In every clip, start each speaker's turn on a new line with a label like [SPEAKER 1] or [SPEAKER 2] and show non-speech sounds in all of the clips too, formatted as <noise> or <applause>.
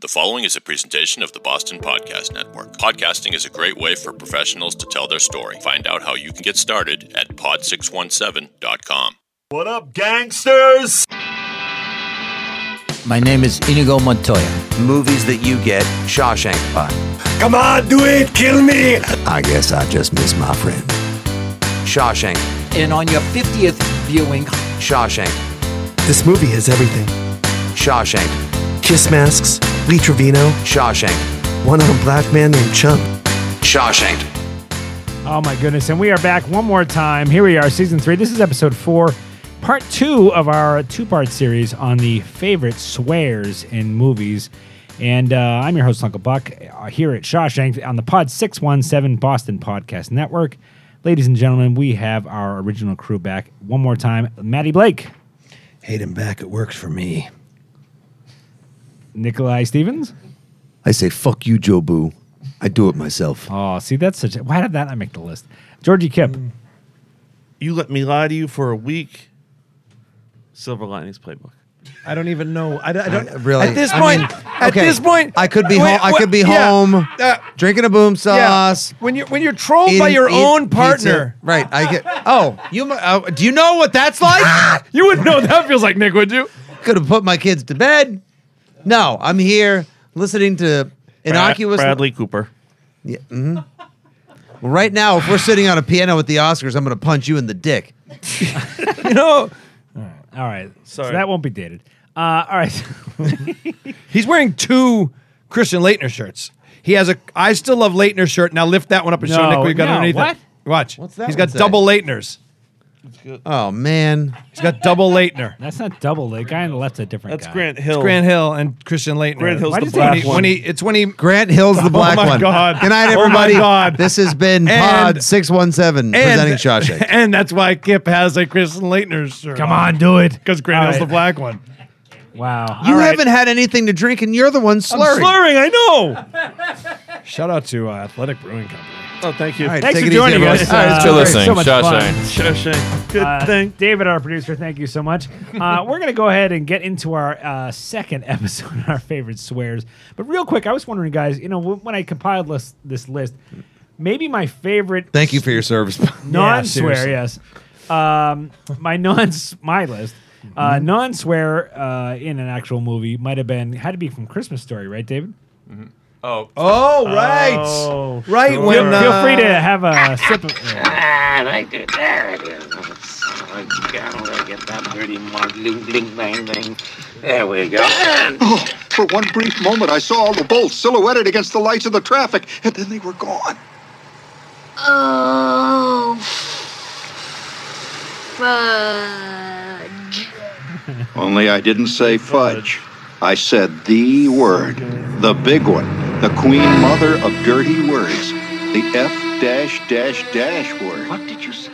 [SPEAKER 1] The following is a presentation of the Boston Podcast Network. Podcasting is a great way for professionals to tell their story. Find out how you can get started at pod617.com.
[SPEAKER 2] What up, gangsters?
[SPEAKER 3] My name is Inigo Montoya.
[SPEAKER 4] movies that you get Shawshank by.
[SPEAKER 5] Come on, do it, kill me!
[SPEAKER 4] I guess I just miss my friend. Shawshank,
[SPEAKER 3] And on your 50th viewing,
[SPEAKER 4] Shawshank,
[SPEAKER 5] This movie is everything.
[SPEAKER 4] Shawshank,
[SPEAKER 5] Kiss masks, Lee Trevino,
[SPEAKER 4] Shawshank,
[SPEAKER 5] one armed black man named Chump.
[SPEAKER 4] Shawshank.
[SPEAKER 6] Oh my goodness! And we are back one more time. Here we are, season three. This is episode four, part two of our two-part series on the favorite swears in movies. And uh, I'm your host, Uncle Buck, uh, here at Shawshank on the Pod Six One Seven Boston Podcast Network. Ladies and gentlemen, we have our original crew back one more time. Maddie Blake,
[SPEAKER 5] Hate him back, it works for me.
[SPEAKER 6] Nikolai Stevens.
[SPEAKER 7] I say, fuck you, Joe Boo. I do it myself.
[SPEAKER 6] Oh, see, that's such. A, why did that not make the list? Georgie Kip.
[SPEAKER 8] Mm, You let me lie to you for a week. Silver Linings Playbook.
[SPEAKER 9] I don't even know. I don't, I don't
[SPEAKER 7] really?
[SPEAKER 9] At this
[SPEAKER 7] I
[SPEAKER 9] point,
[SPEAKER 7] mean,
[SPEAKER 9] at
[SPEAKER 7] okay,
[SPEAKER 9] this point,
[SPEAKER 7] I could be home- I could be home,
[SPEAKER 6] Uh,
[SPEAKER 7] Drinking a boom sauce.
[SPEAKER 9] When you're when you're trolled by
[SPEAKER 7] eating-
[SPEAKER 9] your
[SPEAKER 7] eat-
[SPEAKER 9] own
[SPEAKER 7] pizza. <laughs>
[SPEAKER 9] partner,
[SPEAKER 7] Right. I get. Oh, you. mu- Uh, do you know what that's like?
[SPEAKER 6] <laughs> You wouldn't know what that feels like, Nick, would you?
[SPEAKER 7] could have put my kids to bed. No, I'm here listening to innocuous.
[SPEAKER 8] Brad- Bradley Cooper.
[SPEAKER 7] mm-hmm. Right now, if we're sitting on a piano at the Oscars, I'm going to punch you in the dick.
[SPEAKER 9] <laughs> you know,
[SPEAKER 6] All right, so
[SPEAKER 8] Sorry.
[SPEAKER 6] that won't be dated. Uh, all right. <laughs>
[SPEAKER 9] he's wearing two Christian Leitner shirts. He has a I still love Leitner shirt. Now lift that one up and show
[SPEAKER 6] No,
[SPEAKER 9] Nick what you got
[SPEAKER 6] no,
[SPEAKER 9] underneath
[SPEAKER 6] what?
[SPEAKER 9] it. Watch.
[SPEAKER 7] What's that
[SPEAKER 9] He's
[SPEAKER 7] one
[SPEAKER 9] got
[SPEAKER 7] say?
[SPEAKER 9] double Leitners.
[SPEAKER 7] Oh man.
[SPEAKER 9] He's got double Leitner.
[SPEAKER 6] That's not double. The guy on the left's a different
[SPEAKER 8] That's
[SPEAKER 6] guy.
[SPEAKER 8] Grant Hill.
[SPEAKER 9] Grant Hill and Christian Leitner.
[SPEAKER 8] Grant Hill's
[SPEAKER 6] Why
[SPEAKER 8] the
[SPEAKER 6] does he have
[SPEAKER 9] when
[SPEAKER 8] black
[SPEAKER 9] he,
[SPEAKER 8] one.
[SPEAKER 9] when he it's when he
[SPEAKER 7] Grant Hill's
[SPEAKER 9] <laughs>
[SPEAKER 7] the black
[SPEAKER 9] Oh my
[SPEAKER 7] one.
[SPEAKER 9] God.
[SPEAKER 7] Good night,
[SPEAKER 9] Oh, my
[SPEAKER 7] everybody.
[SPEAKER 9] God.
[SPEAKER 7] This has been
[SPEAKER 9] And-
[SPEAKER 7] Pod Six One Seven presenting
[SPEAKER 9] <laughs>
[SPEAKER 7] Shawshank.
[SPEAKER 9] and that's why Kip has a Christian Leitner shirt.
[SPEAKER 6] Come on, do it.
[SPEAKER 9] because Grant
[SPEAKER 6] All
[SPEAKER 9] Hill's
[SPEAKER 6] right.
[SPEAKER 9] the black one.
[SPEAKER 6] Wow.
[SPEAKER 7] You
[SPEAKER 6] All right.
[SPEAKER 7] haven't had anything to drink, and you're the one slurring.
[SPEAKER 9] slurring, I know.
[SPEAKER 7] <laughs>
[SPEAKER 9] Shout out to uh, Athletic Brewing Company.
[SPEAKER 8] Oh, thank you.
[SPEAKER 7] All right,
[SPEAKER 6] Thanks
[SPEAKER 7] take
[SPEAKER 6] for
[SPEAKER 7] it easy,
[SPEAKER 6] joining
[SPEAKER 7] everyone.
[SPEAKER 6] us.
[SPEAKER 7] All
[SPEAKER 9] <laughs>
[SPEAKER 7] right,
[SPEAKER 6] Uh,
[SPEAKER 7] it's
[SPEAKER 6] so
[SPEAKER 7] been great.
[SPEAKER 6] much fun.
[SPEAKER 8] Shawshank. Good
[SPEAKER 6] Uh,
[SPEAKER 8] thing.
[SPEAKER 6] David, our producer, thank you so much.
[SPEAKER 8] <laughs>
[SPEAKER 6] Uh, we're going to go ahead and get into our uh, second <laughs> episode, on our favorite swears. But real quick, I was wondering, guys, you know, w- when I compiled this, this list, maybe my favorite
[SPEAKER 7] Thank you for your service.
[SPEAKER 6] non swear,
[SPEAKER 9] seriously.
[SPEAKER 6] yes. Um, my <laughs> non my list. Uh,
[SPEAKER 9] Mm-hmm.
[SPEAKER 6] non swear uh, in an actual movie might have been had to be from Christmas Story, right, David?
[SPEAKER 9] Mm-hmm. Oh right, right. When
[SPEAKER 6] feel, feel
[SPEAKER 9] uh,
[SPEAKER 6] free to have a sip. Of,
[SPEAKER 10] Ah, right there. There it is. Oh, God, where I get that dirty mug. Bling, bling, bang, bang. There we go. And-
[SPEAKER 11] Oh, For one brief moment, I saw the bolts silhouetted against the lights of the traffic, and then they were gone.
[SPEAKER 10] Oh, fudge.
[SPEAKER 11] Only I didn't say fudge. I said the word, the big one, the queen mother of dirty words, the F dash dash dash word.
[SPEAKER 10] What did you say?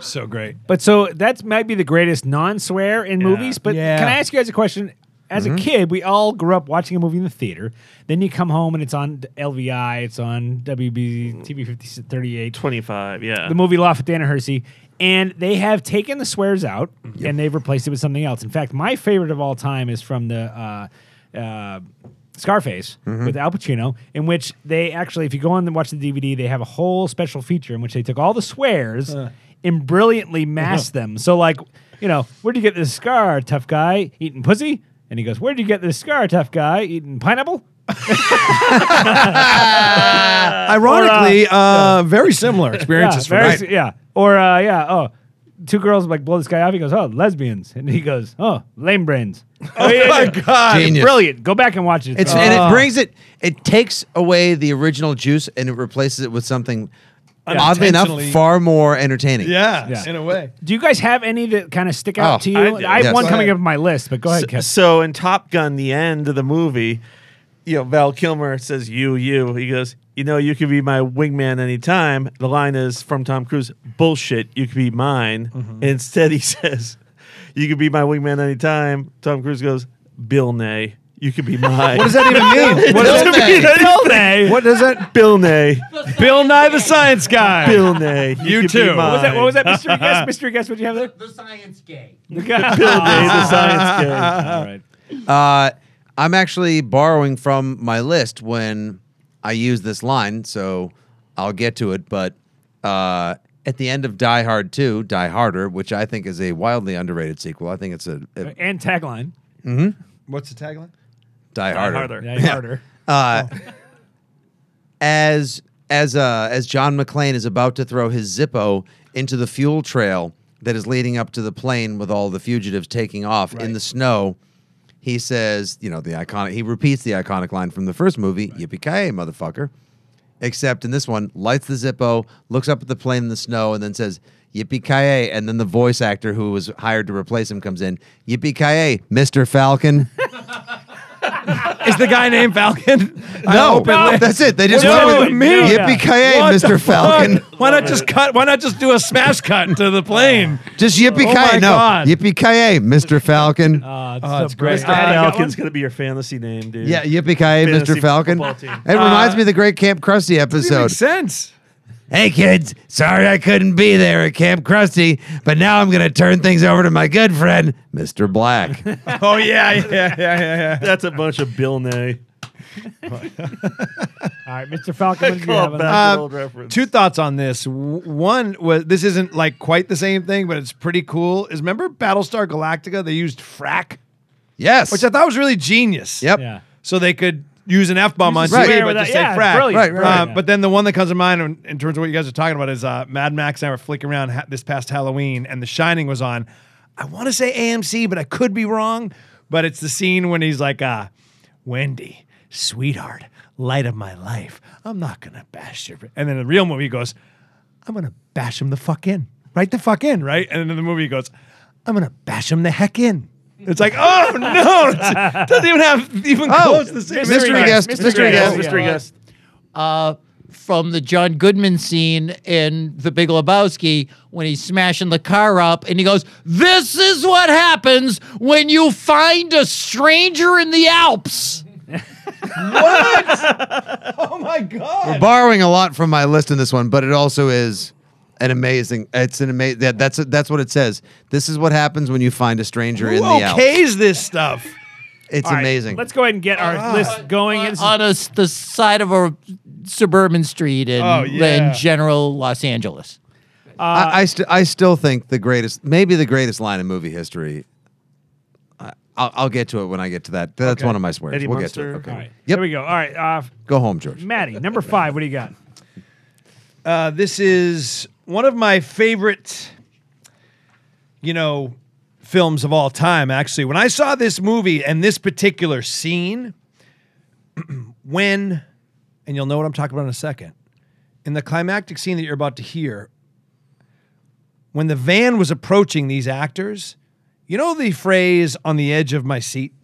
[SPEAKER 9] so great.
[SPEAKER 6] but so that might be the greatest non swear in movies. But
[SPEAKER 9] Yeah. Mm-hmm.
[SPEAKER 6] can I ask you guys a question? As a kid, we all grew up watching a movie in the theater. Then you come home and it's on LVI, it's on WB TV 5038.
[SPEAKER 8] 25, Uh, yeah.
[SPEAKER 6] the movie Laugh at Dana Hersey, and they have taken the swears out and they've replaced it with something else. In fact, my favorite of all time is from the uh, uh, Scarface with Al Pacino, in which they actually, if you go on and watch the DVD, they have a whole special feature in which they took all the swears and brilliantly masked them. So, like, you know, where'd you get this scar, tough guy, eating pussy? And he goes, Where'd you get this scar, tough guy, eating pineapple?
[SPEAKER 9] Ironically, uh, very similar
[SPEAKER 6] yeah,
[SPEAKER 9] experiences
[SPEAKER 6] very
[SPEAKER 9] for
[SPEAKER 6] s-
[SPEAKER 9] me.
[SPEAKER 6] yeah. Or uh, yeah, oh, two girls like blow this guy off. He goes, oh, lesbians, and he goes, oh, lame brains. <laughs> oh
[SPEAKER 9] <laughs> my God.
[SPEAKER 7] Genius.
[SPEAKER 6] Brilliant. Go back and watch it.
[SPEAKER 9] Oh.
[SPEAKER 6] Oh.
[SPEAKER 7] It's and it brings it. It takes away the original juice and it replaces it with something oddly enough
[SPEAKER 9] Unintentionally-
[SPEAKER 7] far more entertaining.
[SPEAKER 9] Yeah,
[SPEAKER 6] Yeah. <laughs>
[SPEAKER 9] in a way.
[SPEAKER 6] Do you guys have any that kind of stick out
[SPEAKER 7] Oh,
[SPEAKER 6] to you?
[SPEAKER 8] I do.
[SPEAKER 6] have
[SPEAKER 7] Yes.
[SPEAKER 6] one
[SPEAKER 7] Go
[SPEAKER 6] coming
[SPEAKER 9] ahead.
[SPEAKER 6] up in my list, but go ahead, Kev.
[SPEAKER 8] So in Top Gun, the end of the movie, you know, Val Kilmer says, You, you. He goes, You know, you could be my wingman anytime. The line is from Tom Cruise, Bullshit, you could be mine.
[SPEAKER 9] Mm-hmm.
[SPEAKER 8] And instead, he <laughs> says, You could be my wingman anytime. Tom Cruise goes, Bill Nay, you could
[SPEAKER 9] <laughs>
[SPEAKER 8] be mine.
[SPEAKER 9] What does that
[SPEAKER 8] <laughs>
[SPEAKER 9] even mean?
[SPEAKER 8] What does
[SPEAKER 7] Bill
[SPEAKER 8] it mean?
[SPEAKER 7] Nye.
[SPEAKER 8] Bill Nay.
[SPEAKER 9] What does
[SPEAKER 8] <laughs>
[SPEAKER 9] that?
[SPEAKER 8] Bill Nay.
[SPEAKER 9] Bill Nye the Science Guy.
[SPEAKER 8] Bill Nay.
[SPEAKER 9] You
[SPEAKER 8] could be
[SPEAKER 6] what
[SPEAKER 9] too.
[SPEAKER 6] was that? What was that,
[SPEAKER 8] mine.
[SPEAKER 9] <laughs>
[SPEAKER 6] mystery guest? Mystery guest, what you have there? <laughs>
[SPEAKER 9] <laughs>
[SPEAKER 8] Bill Nay, the science guy.
[SPEAKER 6] All right.
[SPEAKER 7] Uh, I'm actually borrowing from my list when I use this line, so I'll get to it. But uh, at the end of Die Hard 2, Die Harder, which I think is a wildly underrated sequel, I think it's a, a
[SPEAKER 6] And tagline.
[SPEAKER 9] What's the tagline?
[SPEAKER 7] Mm-hmm. Die Harder.
[SPEAKER 6] Yeah, harder.
[SPEAKER 7] Uh, as as uh, as John McClane is about to throw his Zippo into the fuel trail that is leading up to the plane with all the fugitives taking off in the snow, he says, you know, the iconic. He repeats the iconic line from the first movie, "Yippee ki motherfucker!" Except in this one, lights the Zippo, looks up at the plane in the snow, and then says. Yippee ki and then the voice actor who was hired to replace him comes in. Yippee ki Mr. Falcon.
[SPEAKER 9] Is the guy named Falcon?
[SPEAKER 7] <laughs> <laughs>
[SPEAKER 9] I
[SPEAKER 7] No,
[SPEAKER 9] hope it
[SPEAKER 7] no,
[SPEAKER 9] li-
[SPEAKER 7] that's it. They just went
[SPEAKER 9] What does
[SPEAKER 7] with
[SPEAKER 9] it
[SPEAKER 7] it.
[SPEAKER 9] mean?
[SPEAKER 7] Yippee-ki-yay,
[SPEAKER 9] What
[SPEAKER 7] Mr.
[SPEAKER 9] the <laughs>
[SPEAKER 7] Falcon.
[SPEAKER 9] fuck? Oh Why not just cut? Why not just do a smash cut into the plane?
[SPEAKER 7] Just yippee
[SPEAKER 9] Oh
[SPEAKER 7] ki
[SPEAKER 9] my
[SPEAKER 7] no,
[SPEAKER 9] God.
[SPEAKER 7] yippee ki Mr. Falcon.
[SPEAKER 6] Uh, it's
[SPEAKER 9] <laughs> Oh,
[SPEAKER 6] so
[SPEAKER 9] it's great.
[SPEAKER 6] brilliant.
[SPEAKER 9] I
[SPEAKER 8] Mr.
[SPEAKER 9] got
[SPEAKER 8] Falcon's gonna be your fantasy name, dude.
[SPEAKER 7] yeah, yippee ki
[SPEAKER 8] Fantasy
[SPEAKER 7] Mr. Falcon.
[SPEAKER 8] football
[SPEAKER 7] It
[SPEAKER 8] team.
[SPEAKER 7] reminds me of the great Camp Krusty
[SPEAKER 9] Uh, Doesn't even make
[SPEAKER 7] episode.
[SPEAKER 9] sense.
[SPEAKER 7] Hey kids, sorry I couldn't be there at Camp Krusty, but now I'm gonna turn things over to my good friend, Mr.
[SPEAKER 9] <laughs>
[SPEAKER 7] Black.
[SPEAKER 9] Oh yeah, yeah, yeah, yeah, yeah.
[SPEAKER 8] That's a bunch of Bill
[SPEAKER 9] <laughs>
[SPEAKER 8] Nye.
[SPEAKER 6] All right,
[SPEAKER 8] <laughs>
[SPEAKER 6] Mr. Falcon, what did you
[SPEAKER 8] Call
[SPEAKER 6] have on
[SPEAKER 8] back
[SPEAKER 6] that?
[SPEAKER 8] an
[SPEAKER 9] Um,
[SPEAKER 8] old reference.
[SPEAKER 9] Two thoughts on this. W- One was this isn't like quite the same thing, but it's pretty cool. Is remember Battlestar Galactica? They used frack,
[SPEAKER 7] yes.
[SPEAKER 9] which I thought was really genius.
[SPEAKER 7] Yep.
[SPEAKER 6] Yeah.
[SPEAKER 9] So they could use an f bomb on
[SPEAKER 7] swear
[SPEAKER 9] TV, but
[SPEAKER 6] without-
[SPEAKER 9] just say
[SPEAKER 6] yeah,
[SPEAKER 9] frack.
[SPEAKER 6] brilliant, Right, right,
[SPEAKER 9] Uh,
[SPEAKER 6] right.
[SPEAKER 9] But then the one that comes to mind in, in terms of what you guys are talking about is uh, Mad Max and I were flicking around ha- this past Halloween, and The Shining was on. I want to say AMC, but I could be wrong. But it's the scene when he's like, uh, "Wendy, sweetheart, light of my life, I'm not gonna bash your." And then in the real movie he goes, I'm gonna bash him the fuck in, right the fuck in, right. And then the movie goes, I'm gonna bash him the heck in. It's like, <laughs> oh no, it doesn't even have even close to the same.
[SPEAKER 7] Oh, Mystery
[SPEAKER 9] impact.
[SPEAKER 7] guest, mystery guest.
[SPEAKER 8] Mystery guest.
[SPEAKER 12] uh, from the John Goodman scene in The Big Lebowski when he's smashing the car up and he goes, This is what happens when you find a stranger in the
[SPEAKER 9] <laughs>
[SPEAKER 12] Alps.
[SPEAKER 9] Oh my god.
[SPEAKER 7] We're borrowing a lot from my list in this one, but it also is an amazing. It's an amazing. That, that's that's what it says. This is what happens when you find a stranger in
[SPEAKER 9] Who
[SPEAKER 7] the Alps.
[SPEAKER 9] okays this stuff?
[SPEAKER 7] It's
[SPEAKER 6] All right,
[SPEAKER 7] amazing.
[SPEAKER 6] Let's go ahead and get our
[SPEAKER 4] Ah.
[SPEAKER 6] list going. This is-
[SPEAKER 12] on a s the side of a suburban street in,
[SPEAKER 9] Oh, yeah.
[SPEAKER 12] in general Los Angeles.
[SPEAKER 9] Uh,
[SPEAKER 7] I I, st- I still think the greatest, maybe the greatest line in movie history. I, I'll, I'll get to it when I get to that. That's one of my swears.
[SPEAKER 8] Eddie
[SPEAKER 7] we'll
[SPEAKER 8] Munster.
[SPEAKER 7] get to it.
[SPEAKER 6] all
[SPEAKER 7] Okay.
[SPEAKER 6] right,
[SPEAKER 7] Yep.
[SPEAKER 6] here we go. All right, uh,
[SPEAKER 7] Go home, George.
[SPEAKER 6] Maddie, number five. What do you got?
[SPEAKER 9] Uh, this is one of my favorite, you know, films of all time, actually. When I saw this movie and this particular scene, <clears throat> when, and you'll know what I'm talking about in a second, in the climactic scene that you're about to hear, when the van was approaching these actors, you know the phrase on the edge of my seat?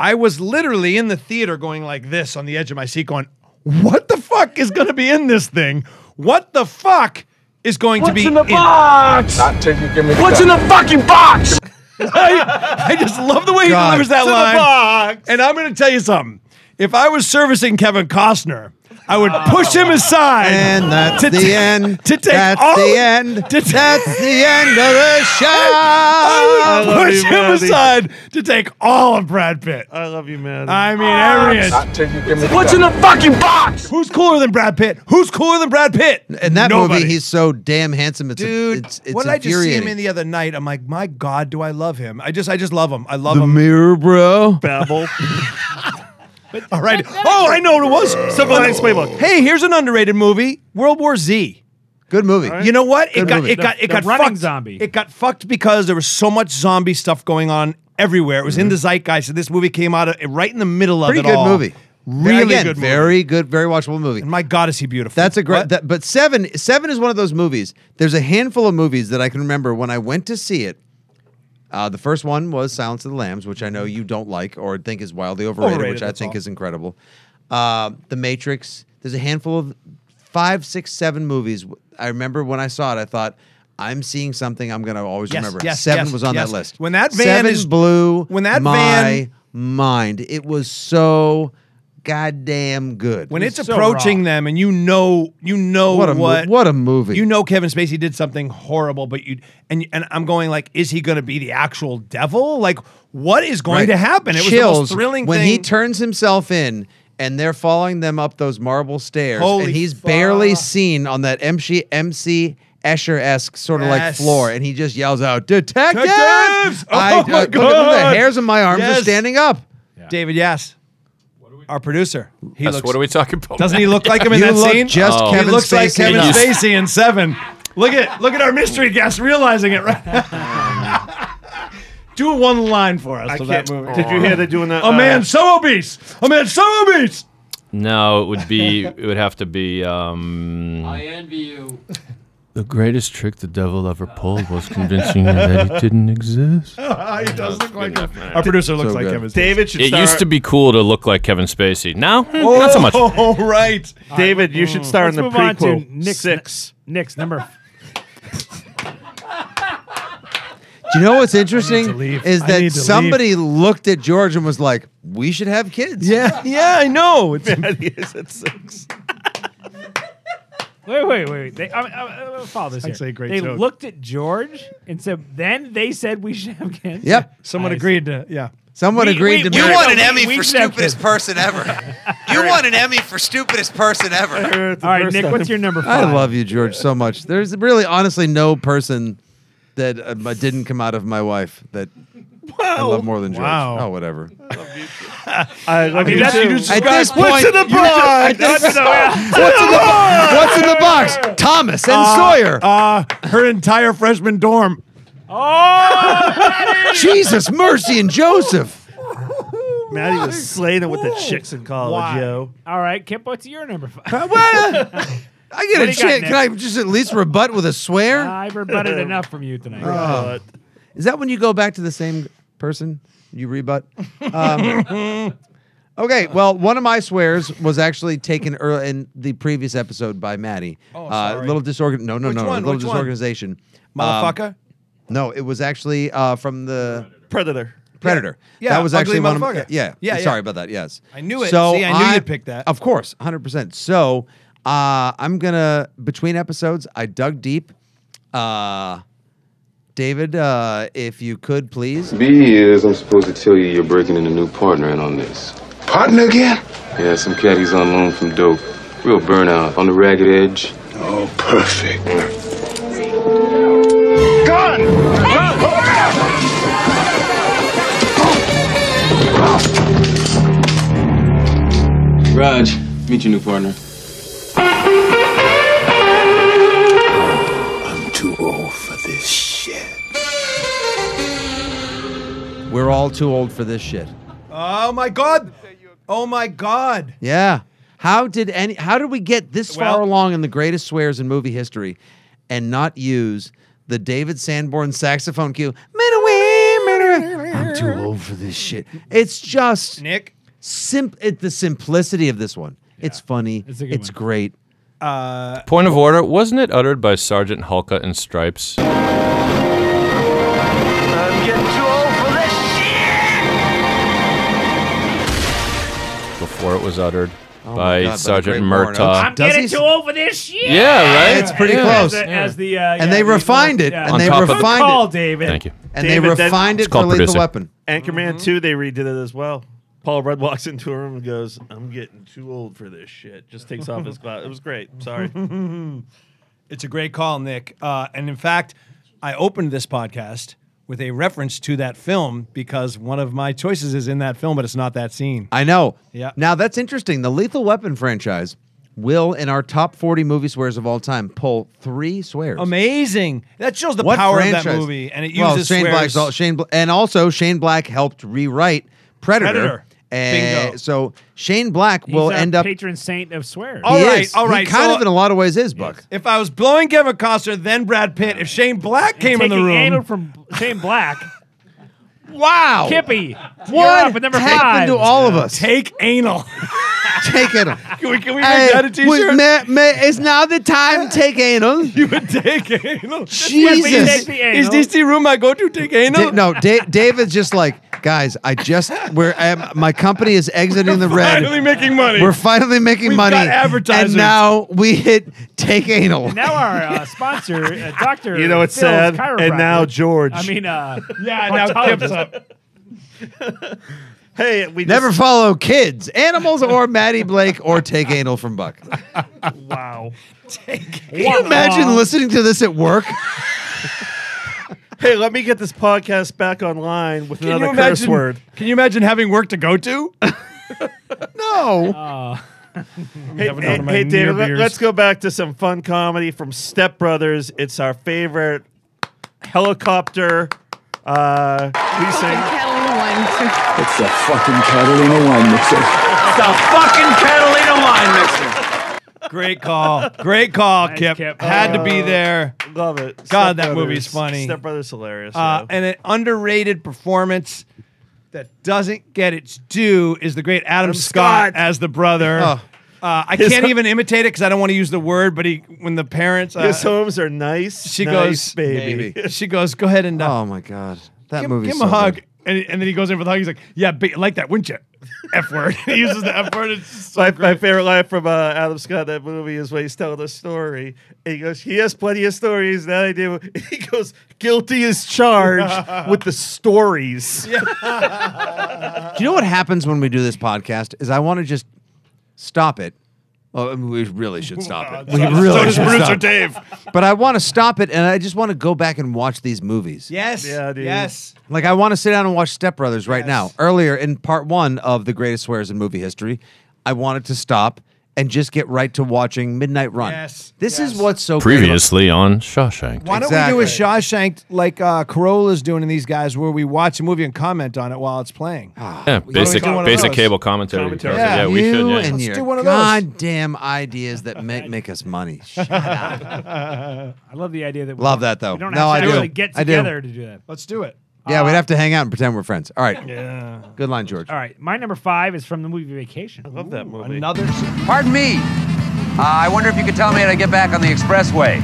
[SPEAKER 9] I was literally in the theater going like this on the edge of my seat, going, What the fuck is going to be in this thing? What the fuck is going to be in the
[SPEAKER 2] box? What's in the fucking box?
[SPEAKER 9] <laughs> I just love the way he
[SPEAKER 7] God.
[SPEAKER 9] delivers that
[SPEAKER 7] To the
[SPEAKER 9] line. And I'm going to tell you something. If I was servicing Kevin Costner, I would push him aside.
[SPEAKER 7] And that's
[SPEAKER 9] to
[SPEAKER 7] the
[SPEAKER 9] ta-
[SPEAKER 7] end.
[SPEAKER 9] To take
[SPEAKER 7] that's
[SPEAKER 9] all,
[SPEAKER 7] the end.
[SPEAKER 9] <laughs> to ta-
[SPEAKER 7] that's the end of
[SPEAKER 9] <laughs>
[SPEAKER 7] the show.
[SPEAKER 9] I would
[SPEAKER 8] love
[SPEAKER 9] push
[SPEAKER 8] you,
[SPEAKER 9] him
[SPEAKER 8] Maddie.
[SPEAKER 9] aside to take all of Brad Pitt.
[SPEAKER 8] I love you, man.
[SPEAKER 9] I mean, every inch.
[SPEAKER 2] What's in the fucking box?
[SPEAKER 9] Who's cooler than Brad Pitt? Who's cooler than Brad Pitt?
[SPEAKER 7] In that
[SPEAKER 9] Nobody.
[SPEAKER 7] movie, he's so damn handsome. It's
[SPEAKER 9] dude.
[SPEAKER 7] it's, it's
[SPEAKER 9] what did I just see him
[SPEAKER 7] infuriating.
[SPEAKER 9] in the other night? I'm like, my God, do I love him? I just, I just love him. I love him. <laughs>
[SPEAKER 7] mirror, bro. <laughs>
[SPEAKER 8] Babel.
[SPEAKER 9] All right. Oh, I know what it was.
[SPEAKER 8] Silver Linings Playbook.
[SPEAKER 9] Hey, here's an underrated movie, World War Z.
[SPEAKER 7] Good movie.
[SPEAKER 9] You know what? It
[SPEAKER 7] Good
[SPEAKER 9] got,
[SPEAKER 7] movie.
[SPEAKER 9] it got it
[SPEAKER 6] The
[SPEAKER 9] got
[SPEAKER 6] running
[SPEAKER 9] fucked.
[SPEAKER 6] zombie.
[SPEAKER 9] It got fucked because there was so much zombie stuff going on everywhere. It was in the zeitgeist, and this movie came out uh, right in the middle of
[SPEAKER 7] Mm-hmm. Pretty
[SPEAKER 9] it
[SPEAKER 7] good
[SPEAKER 9] all.
[SPEAKER 7] movie.
[SPEAKER 9] Really
[SPEAKER 7] Again,
[SPEAKER 9] good movie.
[SPEAKER 7] Very good, very watchable movie.
[SPEAKER 9] And my God, is he beautiful?
[SPEAKER 7] That's a great.
[SPEAKER 9] What?
[SPEAKER 7] That, but seven, seven is one of those movies. There's a handful of movies that I can remember when I went to see it. Uh, the first one was Silence of the Lambs, which I know you don't like or think is wildly overrated,
[SPEAKER 9] Overrated,
[SPEAKER 7] which I
[SPEAKER 9] that's
[SPEAKER 7] think
[SPEAKER 9] all.
[SPEAKER 7] is incredible. Uh, the Matrix. There's a handful of five, six, seven movies. I remember when I saw it, I thought. I'm seeing something I'm gonna always
[SPEAKER 9] Yes,
[SPEAKER 7] remember.
[SPEAKER 9] yes,
[SPEAKER 7] Seven
[SPEAKER 9] yes,
[SPEAKER 7] was on
[SPEAKER 9] yes.
[SPEAKER 7] that list.
[SPEAKER 9] When that van
[SPEAKER 7] Seven
[SPEAKER 9] is-
[SPEAKER 7] blew
[SPEAKER 9] when that
[SPEAKER 7] my
[SPEAKER 9] van-
[SPEAKER 7] mind. It was so goddamn good.
[SPEAKER 9] when it's approaching them and you know you know
[SPEAKER 7] What a
[SPEAKER 9] what
[SPEAKER 7] mo- what a movie.
[SPEAKER 9] you know Kevin Spacey did something horrible but you and and I'm going like is he going to be the actual devil like what is going
[SPEAKER 7] Right.
[SPEAKER 9] to happen it was the
[SPEAKER 7] Chills
[SPEAKER 9] most thrilling
[SPEAKER 7] when
[SPEAKER 9] thing
[SPEAKER 7] he turns himself in and they're following them up those marble stairs
[SPEAKER 9] Holy
[SPEAKER 7] and he's
[SPEAKER 9] fuck.
[SPEAKER 7] barely seen on that MC MC Escher-esque sort of like
[SPEAKER 9] Yes.
[SPEAKER 7] floor and he just yells out detectives,
[SPEAKER 9] Detectives! Oh
[SPEAKER 7] I,
[SPEAKER 9] my
[SPEAKER 7] uh, look- look, the
[SPEAKER 9] God!
[SPEAKER 7] hairs on my arms
[SPEAKER 9] Yes.
[SPEAKER 7] are standing up
[SPEAKER 9] David Yes our producer he
[SPEAKER 13] Yes, what are we talking about?
[SPEAKER 9] Doesn't he look like him
[SPEAKER 7] <laughs>
[SPEAKER 9] in
[SPEAKER 7] You
[SPEAKER 9] that
[SPEAKER 7] look
[SPEAKER 9] scene?
[SPEAKER 7] just Oh.
[SPEAKER 9] he
[SPEAKER 7] Kevin
[SPEAKER 9] looks like
[SPEAKER 7] Spacey.
[SPEAKER 9] Kevin
[SPEAKER 7] Enough.
[SPEAKER 9] Spacey in Seven. Look at look at our mystery guest realizing it right. <laughs> Do one line for us of that movie.
[SPEAKER 8] Did you hear they're doing uh, that?
[SPEAKER 9] A man so obese. A man so obese.
[SPEAKER 13] No, it would be. It would have to be. Um, I envy you. The greatest trick the devil ever pulled was convincing you that he didn't
[SPEAKER 9] <laughs>
[SPEAKER 13] exist.
[SPEAKER 9] he does look like him.
[SPEAKER 13] man.
[SPEAKER 9] Our producer looks
[SPEAKER 13] So
[SPEAKER 9] like
[SPEAKER 13] good.
[SPEAKER 9] Kevin Spacey.
[SPEAKER 8] David should
[SPEAKER 13] It
[SPEAKER 8] start.
[SPEAKER 13] used to be cool to look like Kevin Spacey. Now, hmm, not so much.
[SPEAKER 9] Oh, right.
[SPEAKER 8] David, you should start
[SPEAKER 6] Let's
[SPEAKER 8] in the
[SPEAKER 6] move on to
[SPEAKER 8] prequel.
[SPEAKER 6] Nick's-
[SPEAKER 8] Six.
[SPEAKER 6] Nick's number.
[SPEAKER 7] Do you know what's interesting
[SPEAKER 9] leave.
[SPEAKER 7] is
[SPEAKER 9] I
[SPEAKER 7] that
[SPEAKER 9] need to
[SPEAKER 7] somebody looked at George and was like, "We should have kids."
[SPEAKER 9] Yeah, <laughs> yeah, I know. It's,
[SPEAKER 8] he is at six.
[SPEAKER 6] Wait, wait, wait. wait. They, I, I, I, follow this.
[SPEAKER 9] That's
[SPEAKER 6] here.
[SPEAKER 9] a great
[SPEAKER 6] They
[SPEAKER 9] joke.
[SPEAKER 6] looked at George and said, then they said we should have kids.
[SPEAKER 7] Yep.
[SPEAKER 9] Someone agreed to. Yeah.
[SPEAKER 7] Someone
[SPEAKER 6] We-
[SPEAKER 7] agreed
[SPEAKER 6] we-
[SPEAKER 7] to
[SPEAKER 6] you
[SPEAKER 7] marry-
[SPEAKER 6] want- No, we- we should have <laughs> kids.
[SPEAKER 4] person
[SPEAKER 7] <laughs>
[SPEAKER 4] ever. you won an Emmy for stupidest person ever.
[SPEAKER 6] All right, Nick, what's your number five?
[SPEAKER 7] I love you, George, so much. There's really, honestly, no person that um, didn't come out of my wife that I love more than George.
[SPEAKER 9] Wow.
[SPEAKER 7] Oh, whatever.
[SPEAKER 8] I,
[SPEAKER 6] I mean, that's, you just
[SPEAKER 7] At this point,
[SPEAKER 9] What's in the box?
[SPEAKER 7] What's in the
[SPEAKER 9] <laughs>
[SPEAKER 7] box? What's in the box? Thomas and
[SPEAKER 6] Ah.
[SPEAKER 7] Sawyer.
[SPEAKER 9] Uh, her entire freshman dorm. Oh,
[SPEAKER 7] Jesus, Mercy, and Joseph.
[SPEAKER 8] Maddie was slaying it with <laughs> the chicks in college,
[SPEAKER 6] Why?
[SPEAKER 8] yo.
[SPEAKER 6] All right, Kip, what's your number
[SPEAKER 7] <laughs>
[SPEAKER 6] five? <laughs>
[SPEAKER 7] Well, I get
[SPEAKER 6] What do you
[SPEAKER 7] a
[SPEAKER 6] got,
[SPEAKER 7] chance.
[SPEAKER 6] Nick?
[SPEAKER 7] Can I just at least rebut with a swear?
[SPEAKER 6] I've rebutted enough from you tonight.
[SPEAKER 8] But
[SPEAKER 7] Is that when you go back to the same person? You rebut? Um, <laughs> okay, well, one of my swears was actually taken early in the previous episode by Maddie.
[SPEAKER 9] Oh,
[SPEAKER 7] uh,
[SPEAKER 9] sorry.
[SPEAKER 7] little disorgan. No, no,
[SPEAKER 9] Which
[SPEAKER 7] no, no,
[SPEAKER 9] one?
[SPEAKER 7] little
[SPEAKER 9] Which one?
[SPEAKER 7] disorganization. Um,
[SPEAKER 9] Motherfucker.
[SPEAKER 7] no, it was actually uh, from the
[SPEAKER 8] Predator.
[SPEAKER 7] Predator.
[SPEAKER 9] Yeah,
[SPEAKER 7] that was
[SPEAKER 9] ugly
[SPEAKER 7] actually one of my,
[SPEAKER 9] motherfucker.
[SPEAKER 7] yeah,
[SPEAKER 9] Yeah, yeah.
[SPEAKER 7] Sorry about that. Yes,
[SPEAKER 9] I knew it. See, I knew you'd pick that.
[SPEAKER 7] Of course, hundred percent. So uh, I'm gonna between episodes. I dug deep. Uh, David, uh, if you could please.
[SPEAKER 14] B is I'm supposed to tell you you're breaking in a new partner in on this.
[SPEAKER 11] Partner again?
[SPEAKER 14] Yeah, some cat he's on loan from dope. Real burnout on the ragged edge.
[SPEAKER 11] Oh, perfect.
[SPEAKER 14] Raj, meet your new partner.
[SPEAKER 7] Uh,
[SPEAKER 11] I'm too old for this shit.
[SPEAKER 7] We're all too old for this shit.
[SPEAKER 9] Oh my god. Oh my god.
[SPEAKER 7] Yeah. How did any? How did we get this far
[SPEAKER 9] Well-
[SPEAKER 7] along in the greatest swears in movie history, and not use the David Sanborn saxophone cue? "Man away, man away." I'm too old for this shit. It's just
[SPEAKER 9] Nick.
[SPEAKER 7] simp it, the simplicity of this one. It's funny.
[SPEAKER 6] It's
[SPEAKER 7] It's,
[SPEAKER 6] a good one.
[SPEAKER 7] great.
[SPEAKER 13] Point of order. Wasn't it uttered by Sergeant Hulka in Stripes?
[SPEAKER 2] I'm getting too old for this shit.
[SPEAKER 13] before it was uttered
[SPEAKER 7] Oh my
[SPEAKER 13] by
[SPEAKER 7] God, by the
[SPEAKER 13] Sergeant
[SPEAKER 7] great Warren
[SPEAKER 13] Murtaugh.
[SPEAKER 6] I'm
[SPEAKER 7] Does
[SPEAKER 6] getting
[SPEAKER 7] he-
[SPEAKER 6] too old for this shit.
[SPEAKER 13] Yeah, right?
[SPEAKER 7] It's pretty
[SPEAKER 13] Yeah.
[SPEAKER 7] close.
[SPEAKER 6] As the, as the, uh,
[SPEAKER 7] And they refined it, and
[SPEAKER 13] On
[SPEAKER 7] they
[SPEAKER 13] top of-
[SPEAKER 6] Good
[SPEAKER 7] refined
[SPEAKER 6] call,
[SPEAKER 7] it,
[SPEAKER 6] David.
[SPEAKER 13] Thank you.
[SPEAKER 7] and
[SPEAKER 8] David,
[SPEAKER 7] they
[SPEAKER 8] that-
[SPEAKER 7] refined
[SPEAKER 13] It's
[SPEAKER 7] it for
[SPEAKER 13] called
[SPEAKER 7] Lethal
[SPEAKER 13] producing.
[SPEAKER 7] Weapon.
[SPEAKER 9] Mm-hmm.
[SPEAKER 8] Anchorman 2, they redid it as well. Paul Rudd walks into a room and goes, I'm getting too old for this shit. Just takes off his glass. It was great. Sorry.
[SPEAKER 9] <laughs> It's a great call, Nick. Uh, and in fact, I opened this podcast with a reference to that film because one of my choices is in that film, but it's not that scene.
[SPEAKER 7] I know.
[SPEAKER 9] Yeah.
[SPEAKER 7] Now that's interesting. The Lethal Weapon franchise will, in our top forty movie swears of all time, pull three swears.
[SPEAKER 9] Amazing. That shows the
[SPEAKER 7] What
[SPEAKER 9] power
[SPEAKER 7] franchise?
[SPEAKER 9] of that movie, and it uses
[SPEAKER 7] well, Shane
[SPEAKER 9] swears.
[SPEAKER 7] Black's all, Shane Bla- and also Shane Black helped rewrite Predator.
[SPEAKER 9] Predator.
[SPEAKER 7] And
[SPEAKER 9] Bingo.
[SPEAKER 7] So Shane Black
[SPEAKER 6] He's
[SPEAKER 7] will
[SPEAKER 6] our
[SPEAKER 7] end up.
[SPEAKER 6] patron saint of swears.
[SPEAKER 9] All
[SPEAKER 7] he
[SPEAKER 9] right,
[SPEAKER 7] is.
[SPEAKER 9] all
[SPEAKER 7] He
[SPEAKER 9] right,
[SPEAKER 7] kind
[SPEAKER 9] so-
[SPEAKER 7] of in a lot of ways is Buck.
[SPEAKER 9] if I was blowing Kevin Costner, then Brad Pitt, if Shane Black came in
[SPEAKER 6] Taking
[SPEAKER 9] the room,
[SPEAKER 6] Anal from Shane
[SPEAKER 9] <laughs>
[SPEAKER 6] Black.
[SPEAKER 7] Wow.
[SPEAKER 6] Kippy. You're
[SPEAKER 7] What
[SPEAKER 6] up at number
[SPEAKER 7] happened
[SPEAKER 6] five.
[SPEAKER 7] to all of us?
[SPEAKER 9] take anal.
[SPEAKER 7] Take it.
[SPEAKER 9] <laughs> can we, can we make
[SPEAKER 7] Hey,
[SPEAKER 9] that a
[SPEAKER 7] we-
[SPEAKER 9] t-shirt?
[SPEAKER 7] ma- ma- it's now the time take anal.
[SPEAKER 9] you
[SPEAKER 7] <laughs>
[SPEAKER 9] would <laughs> take anal.
[SPEAKER 6] Kippy,
[SPEAKER 7] Jesus.
[SPEAKER 6] take the anal.
[SPEAKER 9] Is this the room I go to take anal?
[SPEAKER 7] Da- no, da- David's just like, Guys, I just we're I, my company is exiting the red.
[SPEAKER 9] finally making money.
[SPEAKER 7] We're finally making
[SPEAKER 9] We've
[SPEAKER 7] money.
[SPEAKER 9] got advertisers.
[SPEAKER 7] And now we hit take anal.
[SPEAKER 6] now our uh, sponsor, uh, Doctor.
[SPEAKER 8] You know what's sad? And now George.
[SPEAKER 6] I mean, uh,
[SPEAKER 9] <laughs> Yeah, now Kip's up.
[SPEAKER 8] hey, we
[SPEAKER 7] Never follow kids, animals, or Maddie Blake, or take anal from Buck.
[SPEAKER 8] Wow.
[SPEAKER 7] Can you imagine listening to this at work?
[SPEAKER 8] Hey, let me get this podcast back online with
[SPEAKER 9] Can
[SPEAKER 8] another
[SPEAKER 9] you
[SPEAKER 8] curse
[SPEAKER 9] imagine?
[SPEAKER 8] word.
[SPEAKER 9] Can you imagine having work to
[SPEAKER 8] <laughs>
[SPEAKER 9] go to? <laughs>
[SPEAKER 7] no.
[SPEAKER 6] Uh,
[SPEAKER 8] Hey,
[SPEAKER 9] Having one
[SPEAKER 8] hey,
[SPEAKER 9] of my
[SPEAKER 8] hey
[SPEAKER 9] near
[SPEAKER 8] David, let,
[SPEAKER 9] beers.
[SPEAKER 8] us go back to some fun comedy from Step Brothers. It's our favorite helicopter. Uh, we sing.
[SPEAKER 15] It's a fucking Catalina wine mixer.
[SPEAKER 9] It's a fucking Catalina wine mixer. Great <laughs> call. Great call, Kip. Had to be there.
[SPEAKER 8] Love it. Step
[SPEAKER 9] God, that
[SPEAKER 8] Brothers.
[SPEAKER 9] movie's funny.
[SPEAKER 8] Step Brothers hilarious. yeah.
[SPEAKER 9] Uh, and an underrated performance that doesn't get its due is the great Adam, Scott, as the brother.
[SPEAKER 8] Oh.
[SPEAKER 9] Uh, I
[SPEAKER 8] His-
[SPEAKER 9] can't even imitate it because I don't want to use the word. But he, when the parents, uh,
[SPEAKER 8] His homes are nice.
[SPEAKER 9] she
[SPEAKER 8] nice,
[SPEAKER 9] goes,
[SPEAKER 8] baby. <laughs>
[SPEAKER 9] She goes, go ahead and. Uh,
[SPEAKER 7] oh my god, that
[SPEAKER 9] give,
[SPEAKER 7] movie's
[SPEAKER 9] Give him a
[SPEAKER 7] so
[SPEAKER 9] hug,
[SPEAKER 7] good.
[SPEAKER 9] and, and then he goes in for the hug. He's like, yeah, but you like that,
[SPEAKER 8] <laughs>
[SPEAKER 9] wouldn't you? F word. he uses the F word. It's <laughs> so
[SPEAKER 8] my, my favorite line from uh, Adam Scott that movie is when he's telling the story. And he goes, he has plenty of stories that I do. <laughs> He goes, guilty as
[SPEAKER 9] <laughs>
[SPEAKER 8] charged with the stories.
[SPEAKER 7] Do you know what happens when we do this podcast? Is I want to just stop it. Well, I mean, we really should stop
[SPEAKER 9] <laughs>
[SPEAKER 7] it.
[SPEAKER 9] so
[SPEAKER 7] we
[SPEAKER 9] does-
[SPEAKER 7] really
[SPEAKER 9] so does
[SPEAKER 7] should
[SPEAKER 9] producer
[SPEAKER 7] stop it.
[SPEAKER 9] Dave.
[SPEAKER 7] But I want to stop it, and I just want to go back and watch these movies.
[SPEAKER 9] Yes. Yeah, dude. Yes.
[SPEAKER 7] Like I want to sit down and watch Step Brothers right now. Earlier in part one of the greatest swears in movie history, I wanted to stop and just get right to watching Midnight Run. Yes. This is what's so great about-
[SPEAKER 13] Previously on Shawshank.
[SPEAKER 9] Why don't we do a Shawshank like uh, Corolla's doing in these guys, where we watch a movie and comment on it while it's playing?
[SPEAKER 13] Yeah,
[SPEAKER 9] We gotta
[SPEAKER 13] basic
[SPEAKER 9] do one of
[SPEAKER 13] basic
[SPEAKER 9] those.
[SPEAKER 13] cable commentary.
[SPEAKER 9] Commentary.
[SPEAKER 13] Yeah,
[SPEAKER 9] Yeah,
[SPEAKER 13] we
[SPEAKER 9] you
[SPEAKER 13] should. Yeah.
[SPEAKER 7] and
[SPEAKER 9] Let's
[SPEAKER 7] your
[SPEAKER 9] do one of those.
[SPEAKER 7] goddamn ideas that make, make us money.
[SPEAKER 9] <laughs>
[SPEAKER 7] Shut up.
[SPEAKER 6] <laughs> I love the idea that we
[SPEAKER 7] Love that though.
[SPEAKER 6] We don't
[SPEAKER 7] no,
[SPEAKER 6] have to
[SPEAKER 7] I do.
[SPEAKER 6] actually get
[SPEAKER 7] I do.
[SPEAKER 6] together to do that.
[SPEAKER 9] Let's do it.
[SPEAKER 7] Yeah, we'd have to hang out and pretend we're friends. All right.
[SPEAKER 6] Yeah.
[SPEAKER 7] Good line, George.
[SPEAKER 6] All right, my number five is from the movie Vacation. I love
[SPEAKER 8] that movie.
[SPEAKER 6] Another.
[SPEAKER 16] Pardon me. Uh, I wonder if you could tell me how to get back on the expressway.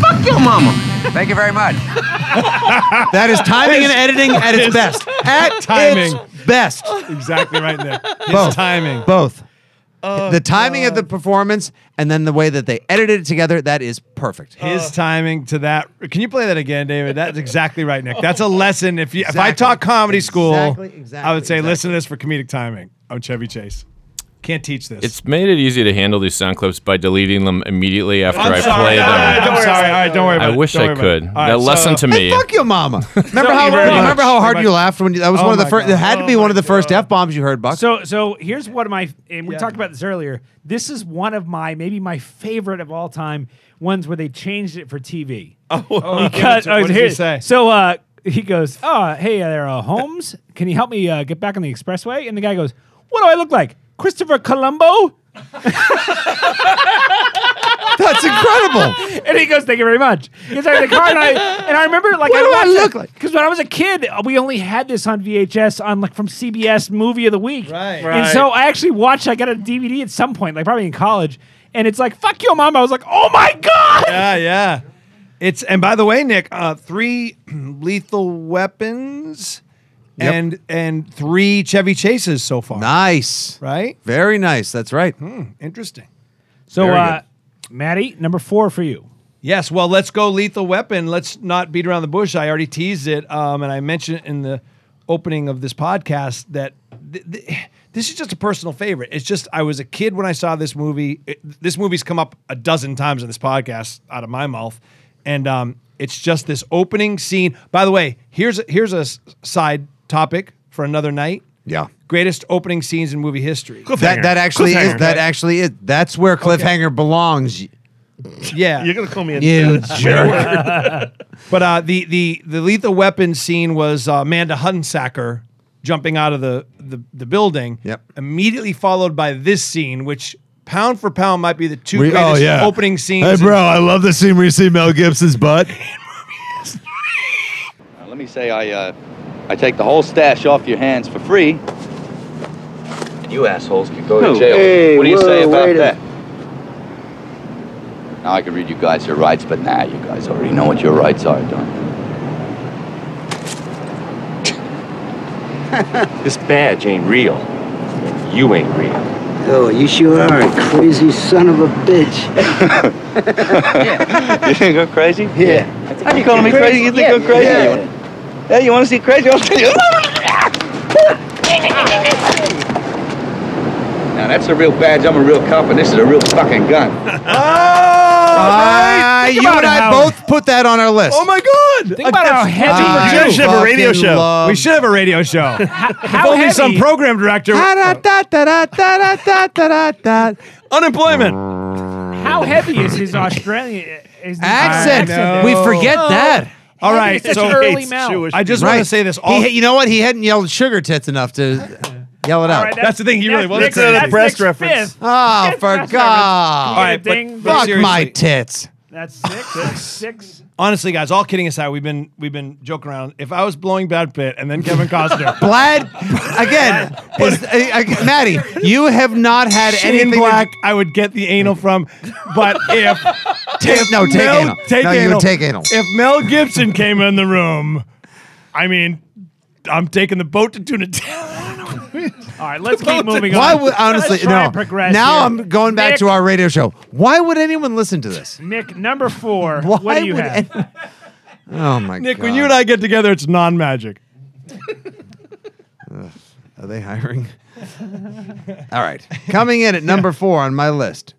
[SPEAKER 16] Fuck your mama. Thank you very much.
[SPEAKER 6] <laughs>
[SPEAKER 7] That is timing and editing at its
[SPEAKER 9] <laughs>
[SPEAKER 7] best. At timing. best.
[SPEAKER 9] Exactly right
[SPEAKER 7] <laughs>
[SPEAKER 9] there. His
[SPEAKER 7] Both.
[SPEAKER 9] timing.
[SPEAKER 7] Both.
[SPEAKER 9] Oh,
[SPEAKER 7] the timing of the performance and then the way that they edited it together, that is perfect.
[SPEAKER 9] His timing to that. Can you play that again, David? That's exactly right, Nick. That's a lesson. If you if I taught comedy school,
[SPEAKER 13] Exactly,
[SPEAKER 9] I would say listen to this for comedic timing. I'm Chevy Chase. Can't teach this.
[SPEAKER 13] It's made it easy to handle these sound clips by deleting them immediately after i play
[SPEAKER 9] All right,
[SPEAKER 13] them.
[SPEAKER 9] don't worry. Sorry. All right, don't worry about
[SPEAKER 13] I
[SPEAKER 9] it.
[SPEAKER 13] wish
[SPEAKER 9] Don't
[SPEAKER 13] I
[SPEAKER 9] worry about
[SPEAKER 13] could.
[SPEAKER 9] it. All right,
[SPEAKER 13] That lesson
[SPEAKER 9] so-
[SPEAKER 13] to
[SPEAKER 9] <laughs>
[SPEAKER 13] me.
[SPEAKER 7] Fuck your mama. Remember
[SPEAKER 9] Thank
[SPEAKER 7] how
[SPEAKER 9] you very much.
[SPEAKER 7] remember how hard
[SPEAKER 9] Very
[SPEAKER 7] you
[SPEAKER 9] much.
[SPEAKER 7] laughed when you, that was
[SPEAKER 9] Oh
[SPEAKER 7] one of the
[SPEAKER 9] my
[SPEAKER 7] first.
[SPEAKER 9] God.
[SPEAKER 7] That had to be one of the first f bombs you heard, Buck.
[SPEAKER 6] So, so here's one of my, and we talked about this earlier. This is one of my, maybe my favorite of all time ones where they changed it
[SPEAKER 7] <laughs>
[SPEAKER 6] for TV. Oh,
[SPEAKER 9] What did he say?
[SPEAKER 6] So, uh, he goes, "Oh, hey there, uh, Holmes. Can you help me uh, get back on the expressway?" And the guy goes, "What do I look like, Christopher <laughs> Columbo?"
[SPEAKER 7] That's incredible.
[SPEAKER 6] and he goes, "Thank you very much." He gets out of the car, and I and I remember like
[SPEAKER 7] What do I look
[SPEAKER 6] like? Because when I was a kid, we only had this on VHS on like from CBS Movie of the Week, right? And
[SPEAKER 9] Right.
[SPEAKER 6] so I actually watched. I got a DVD at some point, like probably in college, and it's like, "Fuck your mom." I was like, "Oh my god!"
[SPEAKER 9] yeah, yeah. It's and by the way, Nick, uh, three <clears throat> lethal weapons
[SPEAKER 7] Yep.
[SPEAKER 9] and and three Chevy Chases so far.
[SPEAKER 7] Nice.
[SPEAKER 9] Right? Hmm.
[SPEAKER 7] Very nice. That's right.
[SPEAKER 9] Interesting.
[SPEAKER 6] So,
[SPEAKER 9] Very
[SPEAKER 6] uh, Maddie, number four for you.
[SPEAKER 9] Yes, well, let's go lethal weapon. Let's not beat around the bush. I already teased it, um, and I mentioned in the opening of this podcast that th- th- this is just a personal favorite. It's just I was a kid when I saw this movie. It- this movie's come up a dozen times in this podcast out of my mouth, and um, it's just this opening scene. By the way, here's a, here's a s- side topic for another night.
[SPEAKER 7] Yeah.
[SPEAKER 9] Greatest opening scenes in movie history.
[SPEAKER 7] That that actually is that actually is that's where cliffhanger belongs. y-
[SPEAKER 9] Yeah,
[SPEAKER 8] you're gonna call me a
[SPEAKER 7] You jerk.
[SPEAKER 9] But uh, the the the lethal weapon scene was uh, Amanda Hunsacker jumping out of the the, the building. Yep. Immediately followed by this scene, which pound for pound might be the two
[SPEAKER 7] oh,
[SPEAKER 17] We-
[SPEAKER 9] greatest opening scenes.
[SPEAKER 17] Hey,
[SPEAKER 9] in-
[SPEAKER 17] bro, I love the scene where you see Mel
[SPEAKER 9] <laughs>
[SPEAKER 17] Gibson's butt.
[SPEAKER 18] Now, let me say I, uh, I take the whole stash off your hands for free, and you assholes can go to
[SPEAKER 14] No.
[SPEAKER 18] jail.
[SPEAKER 14] Hey,
[SPEAKER 18] what do you say
[SPEAKER 14] whoa,
[SPEAKER 18] about
[SPEAKER 14] wait a-
[SPEAKER 18] that? Now I could read you guys your rights, but nah, you
[SPEAKER 14] <laughs>
[SPEAKER 18] guys already know what your rights are, don't you?
[SPEAKER 19] This badge ain't real. You ain't real.
[SPEAKER 20] Oh, you sure are a crazy son of a
[SPEAKER 18] <laughs>
[SPEAKER 20] bitch.
[SPEAKER 18] you think I'm crazy?
[SPEAKER 20] Yeah.
[SPEAKER 18] How you calling me crazy? You think I'm
[SPEAKER 20] Yeah.
[SPEAKER 18] crazy?
[SPEAKER 20] Yeah.
[SPEAKER 18] Hey, you want to see crazy? I'll
[SPEAKER 14] <laughs>
[SPEAKER 18] tell you. Now that's a real badge. I'm a real cop, and this is a real fucking gun.
[SPEAKER 6] Oh,
[SPEAKER 7] Ah, Uh, you and I both put that on our list.
[SPEAKER 9] Oh my god!
[SPEAKER 7] Think about how heavy
[SPEAKER 9] I
[SPEAKER 7] we do.
[SPEAKER 9] should have a radio
[SPEAKER 7] Fucking
[SPEAKER 9] show.
[SPEAKER 7] love-
[SPEAKER 9] We should have a radio <laughs> show.
[SPEAKER 7] how
[SPEAKER 9] if only
[SPEAKER 7] heavy-
[SPEAKER 9] some program director. <laughs> Unemployment.
[SPEAKER 6] How heavy is <laughs> his Australian is his
[SPEAKER 7] Accent.
[SPEAKER 6] accent?
[SPEAKER 7] We forget Oh. that.
[SPEAKER 6] All right, so early mouth.
[SPEAKER 9] I just wanna say this, all-
[SPEAKER 7] He- you know what? He hadn't yelled sugar tits enough
[SPEAKER 9] <laughs>
[SPEAKER 7] to yell it out.
[SPEAKER 9] that's- That's the thing, he really that's wasn't Nick's- saying that's anything. Nick's fifth.
[SPEAKER 7] Oh,
[SPEAKER 9] Fifth
[SPEAKER 7] for
[SPEAKER 9] breast
[SPEAKER 7] God.
[SPEAKER 9] reference. All right, but- but
[SPEAKER 7] fuck my
[SPEAKER 9] seriously.
[SPEAKER 7] tits.
[SPEAKER 6] That's six. That's six.
[SPEAKER 9] Honestly, guys, all kidding aside, we've been we've been joking around. If I was blowing Brad Pitt and then
[SPEAKER 7] <laughs>
[SPEAKER 9] Kevin Costner,
[SPEAKER 7] Blad again, is, I, I- Maddie, <laughs> you have not had
[SPEAKER 9] Shane
[SPEAKER 7] anything. to-
[SPEAKER 9] black, I would get the anal from.
[SPEAKER 7] <laughs>
[SPEAKER 9] But if
[SPEAKER 7] Take-
[SPEAKER 9] if
[SPEAKER 7] no, take
[SPEAKER 9] Mel,
[SPEAKER 7] anal.
[SPEAKER 9] take
[SPEAKER 7] No, you would
[SPEAKER 9] anal,
[SPEAKER 7] take anal.
[SPEAKER 9] If Mel Gibson came in the room, I mean, I'm taking the boat to tuna
[SPEAKER 6] <laughs> All right, let's keep moving on.
[SPEAKER 7] Why would honestly
[SPEAKER 6] Let's try
[SPEAKER 7] no?
[SPEAKER 6] and progress
[SPEAKER 7] Now
[SPEAKER 6] here.
[SPEAKER 7] I'm going back
[SPEAKER 6] Nick,
[SPEAKER 7] to our radio show. Why would anyone listen to this?
[SPEAKER 6] Nick number four.
[SPEAKER 7] <laughs> Why
[SPEAKER 6] what do you
[SPEAKER 7] would
[SPEAKER 6] have?
[SPEAKER 7] Oh my
[SPEAKER 9] Nick,
[SPEAKER 7] god,
[SPEAKER 9] when you and I get together, it's non-magic.
[SPEAKER 7] <laughs> Ugh. Are they hiring? All right. Coming in at number four on my list.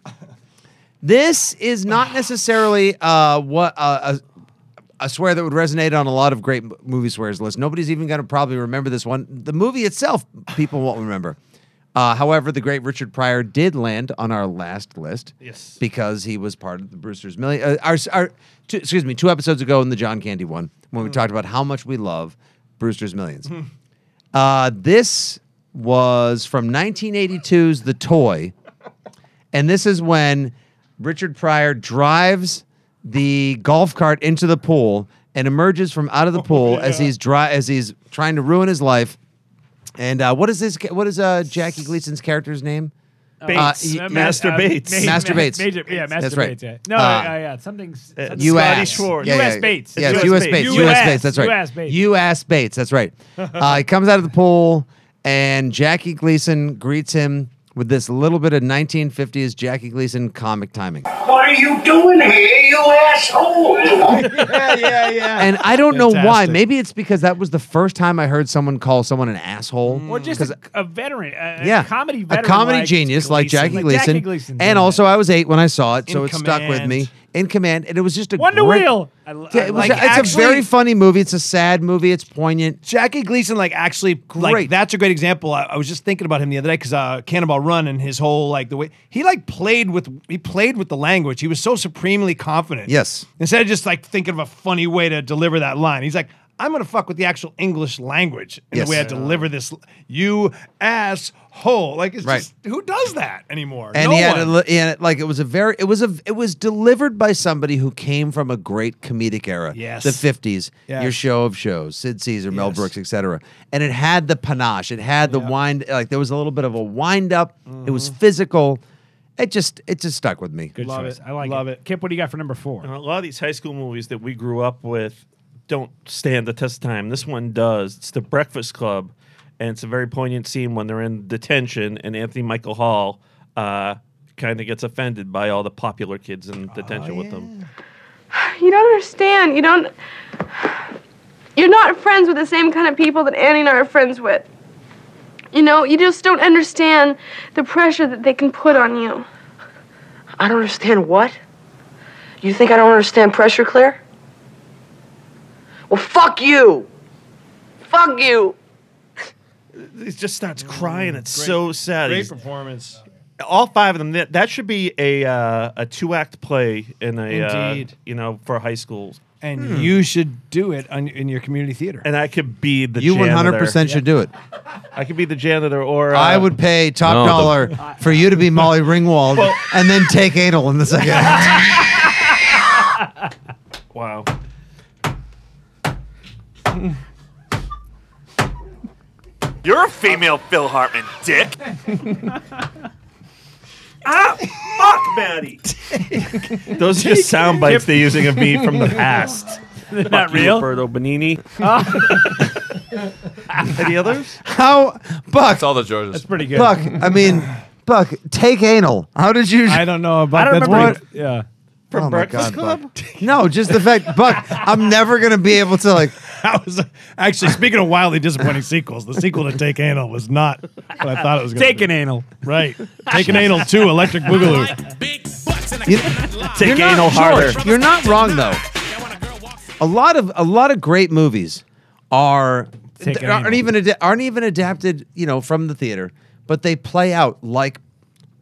[SPEAKER 7] This is not necessarily uh, what uh, a, a swear that would resonate on a lot of great m- movie swears lists. Nobody's even going to probably remember this one. The movie itself, people won't remember. Uh, however, the great Richard Pryor did land on our last list.
[SPEAKER 9] Yes.
[SPEAKER 7] Because he was part of the Brewster's Million. Uh, our, our, two, excuse me, two episodes ago in the John Candy one, when we talked about how much we love Brewster's Millions. Uh, this was from 1982's The Toy. And this is when Richard Pryor drives the golf cart into the pool and emerges from out of the pool as he's dry, as he's trying to ruin his life. And uh, what is this? ca- What is uh, Jackie Gleason's character's name?
[SPEAKER 6] Bates.
[SPEAKER 7] y-
[SPEAKER 6] Uh,
[SPEAKER 7] Master
[SPEAKER 6] Ma-
[SPEAKER 7] Bates.
[SPEAKER 6] Ma-
[SPEAKER 7] Master
[SPEAKER 6] Ma-
[SPEAKER 7] Bates.
[SPEAKER 6] Major- yeah, Master
[SPEAKER 7] That's right.
[SPEAKER 6] Bates, yeah. No,
[SPEAKER 7] Uh,
[SPEAKER 6] yeah, yeah, something's-
[SPEAKER 7] uh,
[SPEAKER 6] something-
[SPEAKER 7] U.S.
[SPEAKER 6] Scotty
[SPEAKER 7] Yeah,
[SPEAKER 6] Schwartz.
[SPEAKER 7] yeah,
[SPEAKER 6] Bates.
[SPEAKER 7] Yes,
[SPEAKER 6] It's
[SPEAKER 7] U.S.
[SPEAKER 6] US
[SPEAKER 7] Bates.
[SPEAKER 6] Bates.
[SPEAKER 7] U.S.
[SPEAKER 6] US
[SPEAKER 7] Bates. That's right.
[SPEAKER 6] US Bates.
[SPEAKER 7] U.S. Bates. That's
[SPEAKER 6] <laughs>
[SPEAKER 7] right. Uh, he comes out of the pool, and Jackie Gleason greets him with this little bit of 1950s Jackie Gleason comic timing.
[SPEAKER 2] What are you doing here, you asshole? yeah, yeah, yeah.
[SPEAKER 7] And I don't know why.
[SPEAKER 6] Fantastic.
[SPEAKER 7] Maybe it's because that was the first time I heard someone call someone an asshole.
[SPEAKER 6] <laughs> Mm. Or just
[SPEAKER 7] 'Cause-
[SPEAKER 6] a, a veteran, a, a
[SPEAKER 7] yeah,
[SPEAKER 6] comedy veteran,
[SPEAKER 7] a comedy
[SPEAKER 6] like
[SPEAKER 7] genius like Jackie
[SPEAKER 6] Like
[SPEAKER 7] Gleason,
[SPEAKER 6] Gleason's in
[SPEAKER 7] and
[SPEAKER 6] that.
[SPEAKER 7] also I was eight when I saw it, so
[SPEAKER 6] In
[SPEAKER 7] it stuck with me.
[SPEAKER 6] Command.
[SPEAKER 7] In command, and it was just a
[SPEAKER 6] Wonder
[SPEAKER 7] great-
[SPEAKER 6] Wheel. I l-
[SPEAKER 7] Yeah,
[SPEAKER 6] I
[SPEAKER 7] it was-
[SPEAKER 6] like-
[SPEAKER 7] it's
[SPEAKER 9] actually-
[SPEAKER 7] a very funny movie. It's a sad movie. It's poignant.
[SPEAKER 9] Jackie <laughs> Gleason, like actually, like
[SPEAKER 7] Great.
[SPEAKER 9] that's a great example. I, I was just thinking about him the other day because uh, Cannonball Run and his whole like the way he like played with he played with the language. He was so supremely confident.
[SPEAKER 7] Yes.
[SPEAKER 9] Instead of just like thinking of a funny way to deliver that line, he's like, "I'm gonna fuck with the actual English language and
[SPEAKER 7] Yes.
[SPEAKER 9] the way I deliver this." l- You asshole! Like it's
[SPEAKER 7] Right.
[SPEAKER 9] just who does that anymore?
[SPEAKER 7] And
[SPEAKER 9] no
[SPEAKER 7] he had
[SPEAKER 9] one.
[SPEAKER 7] a, li- and it, like it was a very it was a it was delivered by somebody who came from a great comedic era,
[SPEAKER 9] Yes.
[SPEAKER 7] the fifties, your
[SPEAKER 9] Yes.
[SPEAKER 7] show of shows, Sid Caesar, Mel
[SPEAKER 9] Yes.
[SPEAKER 7] Brooks, etc. And it had the panache. It had the wind like there was a little bit of a wind up. It was physical. It just it just stuck with me.
[SPEAKER 6] Good choice. I like Love it. Kip, what do you got for number four?
[SPEAKER 8] And a lot of these high school movies that we grew up with don't stand the test of time. This one does. It's The Breakfast Club, and it's a very poignant scene when they're in detention, and Anthony Michael Hall uh, kind of gets offended by all the popular kids in detention with
[SPEAKER 9] Ah,
[SPEAKER 8] them.
[SPEAKER 21] You don't understand. You don't. You're not friends with the same kind of people that Annie and I are friends with. You know, you just don't understand the pressure that they can put on you.
[SPEAKER 22] I don't understand what? You think I don't understand pressure, Claire? Well, fuck you! Fuck you!
[SPEAKER 8] He just starts crying. It's so sad.
[SPEAKER 9] Mm. Great
[SPEAKER 8] He's-
[SPEAKER 9] performance.
[SPEAKER 8] all five of them. That, that should be a uh, a two act play in a uh,
[SPEAKER 9] Indeed.
[SPEAKER 8] you know for high schools. Hmm.
[SPEAKER 9] And you should do it on, in your community theater.
[SPEAKER 8] and I could be the
[SPEAKER 7] You
[SPEAKER 8] janitor.
[SPEAKER 7] 100% should do it.
[SPEAKER 8] I could be the janitor, or uh,
[SPEAKER 7] I would pay top
[SPEAKER 8] No, the-
[SPEAKER 7] dollar for you to be Molly Ringwald <laughs> and then take anal in the second act.
[SPEAKER 8] Wow.
[SPEAKER 23] You're a female Phil Hartman, dick. ah, fuck, Maddie.
[SPEAKER 9] <laughs>
[SPEAKER 8] Those are just sound bites they're using of me from the past.
[SPEAKER 6] They're
[SPEAKER 8] Fuck
[SPEAKER 6] not
[SPEAKER 8] you,
[SPEAKER 6] real?
[SPEAKER 8] Roberto Benini. Any others?
[SPEAKER 7] How Buck?
[SPEAKER 13] That's all the
[SPEAKER 9] <laughs>
[SPEAKER 13] Georges.
[SPEAKER 6] That's pretty good.
[SPEAKER 7] Buck, I mean, Buck, take anal. How did you?
[SPEAKER 9] I don't know, Buck,
[SPEAKER 6] I don't that's remember pretty- what- yeah.
[SPEAKER 9] From
[SPEAKER 7] Oh my
[SPEAKER 9] Breakfast
[SPEAKER 7] Buck. No, just the fact, Buck. I'm never gonna be able to like.
[SPEAKER 9] <laughs> That was actually speaking of wildly disappointing sequels. The sequel to Take Anal was not what I thought it was. going to
[SPEAKER 6] Take an anal,
[SPEAKER 9] right? <laughs> Take an anal too. Electric <laughs> Boogaloo.
[SPEAKER 7] You, you're
[SPEAKER 9] Take
[SPEAKER 7] not-
[SPEAKER 9] anal harder.
[SPEAKER 7] George, you're not wrong though. A lot of a lot of great movies are
[SPEAKER 6] Take
[SPEAKER 7] aren't
[SPEAKER 6] anal.
[SPEAKER 7] even ada- aren't even adapted, you know, from the theater, but they play out like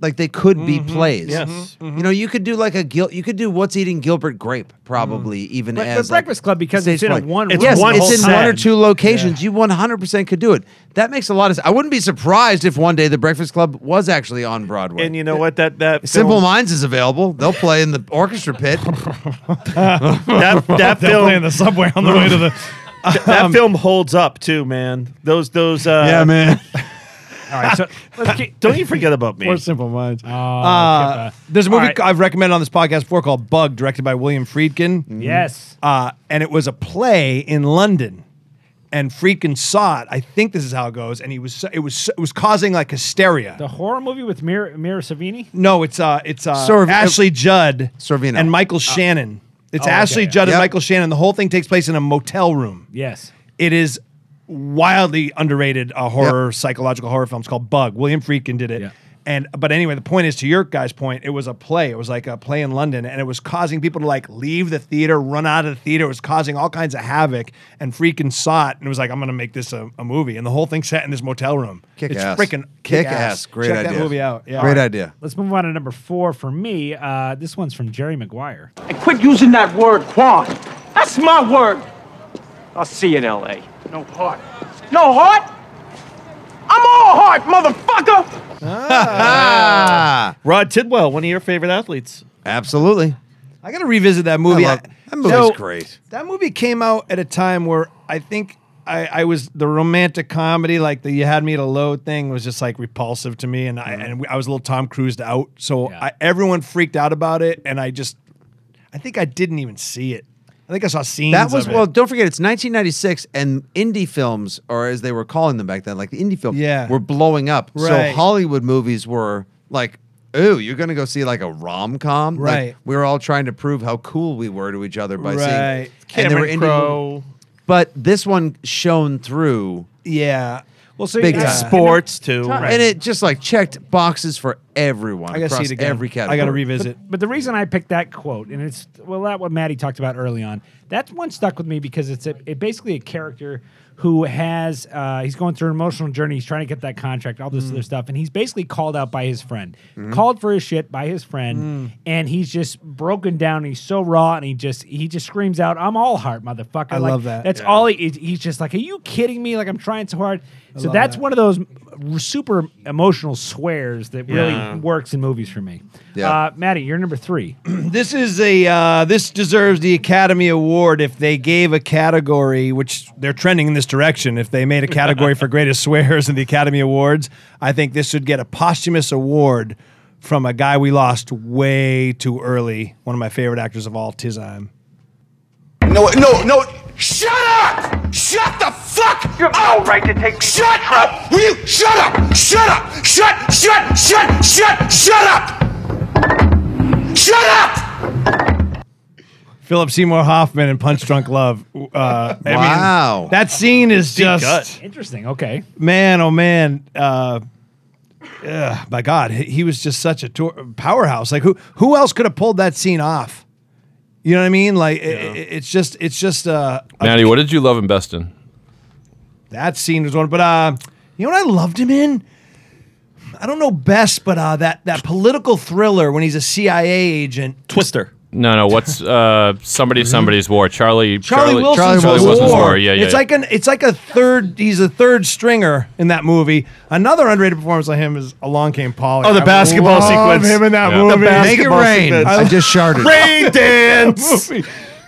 [SPEAKER 7] like they could be plays.
[SPEAKER 8] Mm-hmm.
[SPEAKER 7] Mm-hmm.
[SPEAKER 8] yes. Mm-hmm.
[SPEAKER 7] You know, you could do like a guilt. You could do What's Eating Gilbert Grape probably
[SPEAKER 8] Mm.
[SPEAKER 7] even
[SPEAKER 6] But
[SPEAKER 7] as
[SPEAKER 6] the Breakfast Club because it's in a one.
[SPEAKER 7] It's
[SPEAKER 6] room.
[SPEAKER 7] yes, it's in one or two locations. You 100% could do it. That makes a lot of sense. I wouldn't be surprised if one day the Breakfast Club was actually on Broadway.
[SPEAKER 8] And you know what? That that
[SPEAKER 7] Simple
[SPEAKER 8] film-
[SPEAKER 7] Minds is available. They'll play in the orchestra
[SPEAKER 9] <laughs>
[SPEAKER 7] pit.
[SPEAKER 8] that that
[SPEAKER 9] They'll
[SPEAKER 8] film
[SPEAKER 9] play in the subway on the way to the.
[SPEAKER 8] <laughs> Th- that film holds up too, man. Those those. Uh, <laughs>
[SPEAKER 9] Yeah, man.
[SPEAKER 6] All right, so let's keep,
[SPEAKER 8] don't you forget about me.
[SPEAKER 9] Or Simple Minds.
[SPEAKER 6] Oh,
[SPEAKER 9] Uh, there's a
[SPEAKER 6] All
[SPEAKER 9] movie
[SPEAKER 6] right.
[SPEAKER 9] I've recommended on this podcast before called Bug, directed by William
[SPEAKER 7] Mm-hmm.
[SPEAKER 9] Friedkin.
[SPEAKER 6] Yes.
[SPEAKER 9] Uh, and it was a play in London. And Friedkin saw it. I think this is how it goes. And he was so- it was so- it was causing like hysteria.
[SPEAKER 6] The horror movie with Mira, Mira Savini.
[SPEAKER 9] No, it's uh, it's uh,
[SPEAKER 7] Sorv-
[SPEAKER 9] Ashley Judd
[SPEAKER 7] Sorvino.
[SPEAKER 9] and Michael Shannon. It's
[SPEAKER 6] Oh, okay,
[SPEAKER 9] Ashley
[SPEAKER 6] yeah.
[SPEAKER 9] Judd
[SPEAKER 7] Yep.
[SPEAKER 9] and Michael Shannon. The whole thing takes place in a motel room.
[SPEAKER 6] Yes.
[SPEAKER 9] It is wildly underrated uh, horror psychological horror film. It's called Bug. William Friedkin did it.
[SPEAKER 6] Yeah.
[SPEAKER 9] And but anyway, the point is to your guy's point, it was a play. It was like a play in London, and it was causing people to like leave the theater, run out of the theater. It was causing all kinds of havoc. And Friedkin saw it and was like, "I'm going to make this a, a movie." And the whole thing set in this motel room.
[SPEAKER 7] Kick
[SPEAKER 9] it's
[SPEAKER 7] ass.
[SPEAKER 9] freaking
[SPEAKER 7] Kick
[SPEAKER 9] kick
[SPEAKER 7] ass. Great
[SPEAKER 9] Check
[SPEAKER 7] idea.
[SPEAKER 9] that movie out. Yeah.
[SPEAKER 7] Great idea.
[SPEAKER 6] Let's move on to number four for me. Uh, this one's from Jerry Maguire.
[SPEAKER 1] And quit using that word, Quan. That's my word. I'll see you in L.A. No heart. No heart? I'm all heart, motherfucker!
[SPEAKER 7] Ah,
[SPEAKER 8] Rod Tidwell, one of your favorite athletes.
[SPEAKER 7] absolutely.
[SPEAKER 9] I got to revisit that movie.
[SPEAKER 7] I love-
[SPEAKER 9] I-
[SPEAKER 7] that movie's
[SPEAKER 9] so,
[SPEAKER 7] great.
[SPEAKER 9] That movie came out at a time where I think I, I was the romantic comedy, like the "You Had Me at a Low" thing, was just like repulsive to me, and
[SPEAKER 7] Mm-hmm.
[SPEAKER 9] I and we- I was a little Tom Cruised out, so I, everyone freaked out about it, and I just, I think I didn't even see it. I think I saw scenes.
[SPEAKER 7] That was
[SPEAKER 9] of it.
[SPEAKER 7] well. Don't forget, it's 1996, and indie films, or as they were calling them back then, like the indie films,
[SPEAKER 9] Yeah.
[SPEAKER 7] were blowing up.
[SPEAKER 9] Right.
[SPEAKER 7] So Hollywood movies were like, "Ooh, you're gonna go see like a rom com."
[SPEAKER 9] Right.
[SPEAKER 7] Like, we were all trying to prove how cool we were to each other by
[SPEAKER 9] Right.
[SPEAKER 7] seeing. And there were
[SPEAKER 8] Cameron
[SPEAKER 7] indie
[SPEAKER 8] Crowe.
[SPEAKER 7] movies. but this one shone through,
[SPEAKER 9] Yeah.
[SPEAKER 6] Well, so
[SPEAKER 7] Big
[SPEAKER 6] yeah.
[SPEAKER 7] time.
[SPEAKER 8] Sports too.
[SPEAKER 6] Right.
[SPEAKER 7] and it just like checked boxes for everyone
[SPEAKER 9] I gotta see
[SPEAKER 7] across
[SPEAKER 9] it again.
[SPEAKER 7] every category.
[SPEAKER 9] I gotta revisit.
[SPEAKER 6] But the reason I picked that quote, and it's well, that what Maddie talked about early on. That one stuck with me because it's a it basically a character who has uh, he's going through an emotional journey. He's trying to get that contract, all
[SPEAKER 7] Mm.
[SPEAKER 6] this other stuff, and he's basically called out by his friend, called for his shit by his
[SPEAKER 7] Mm.
[SPEAKER 6] friend, and he's just broken down. And he's so raw, and he just he just screams out, "I'm all heart, motherfucker!"
[SPEAKER 9] I
[SPEAKER 6] Like,
[SPEAKER 9] love that.
[SPEAKER 6] That's all he is. He's just like, "Are you kidding me? Like I'm trying so hard." so
[SPEAKER 9] love
[SPEAKER 6] that's
[SPEAKER 9] that.
[SPEAKER 6] one of those r- super emotional swears that really
[SPEAKER 8] Yeah.
[SPEAKER 6] works in movies for me.
[SPEAKER 7] Yeah.
[SPEAKER 6] Uh, Maddie, you're number three.
[SPEAKER 9] This is a uh, this deserves the Academy Award if they gave a category, which they're trending in this direction. If they made a category for greatest swears in the Academy Awards, I think this should get a posthumous award from a guy we lost way too early. One of my favorite actors of all time.
[SPEAKER 15] No, no, no. Shut up! Shut the fuck You have no right to take Shut up! Will you shut up? Shut up! Shut, shut, shut, shut, shut up! Shut up!
[SPEAKER 9] Philip Seymour Hoffman in Punch Drunk Love. Uh, wow,
[SPEAKER 7] Wow.
[SPEAKER 9] that scene is just
[SPEAKER 6] Interesting. Okay.
[SPEAKER 9] man, oh man, uh, ugh, my God, he, he was just such a tour- powerhouse. Like who who else could have pulled that scene off? You know what I mean? Like i- i- it's just it's just uh, a-
[SPEAKER 13] Maddie, what did you love in Beston?
[SPEAKER 9] that scene was one. But uh, you know what I loved him in? I don't know best, but uh, that that political thriller when he's a CIA agent.
[SPEAKER 8] Twister.
[SPEAKER 13] No, no. What's uh, somebody somebody's war? Charlie.
[SPEAKER 9] Mm-hmm. Charlie, Wilson's,
[SPEAKER 13] Charlie Wilson's
[SPEAKER 9] war.
[SPEAKER 13] war. Yeah, yeah.
[SPEAKER 9] It's
[SPEAKER 13] yeah.
[SPEAKER 9] like an it's like a third. He's a third stringer in that movie. Another underrated performance of him is Along Came Polly.
[SPEAKER 8] Oh, the
[SPEAKER 9] I
[SPEAKER 8] basketball
[SPEAKER 9] love
[SPEAKER 8] sequence.
[SPEAKER 9] Him in that
[SPEAKER 13] Yeah. The
[SPEAKER 9] movie.
[SPEAKER 7] Make
[SPEAKER 9] <laughs>
[SPEAKER 7] it rain. I just sharded.
[SPEAKER 8] Rain dance.
[SPEAKER 9] movie.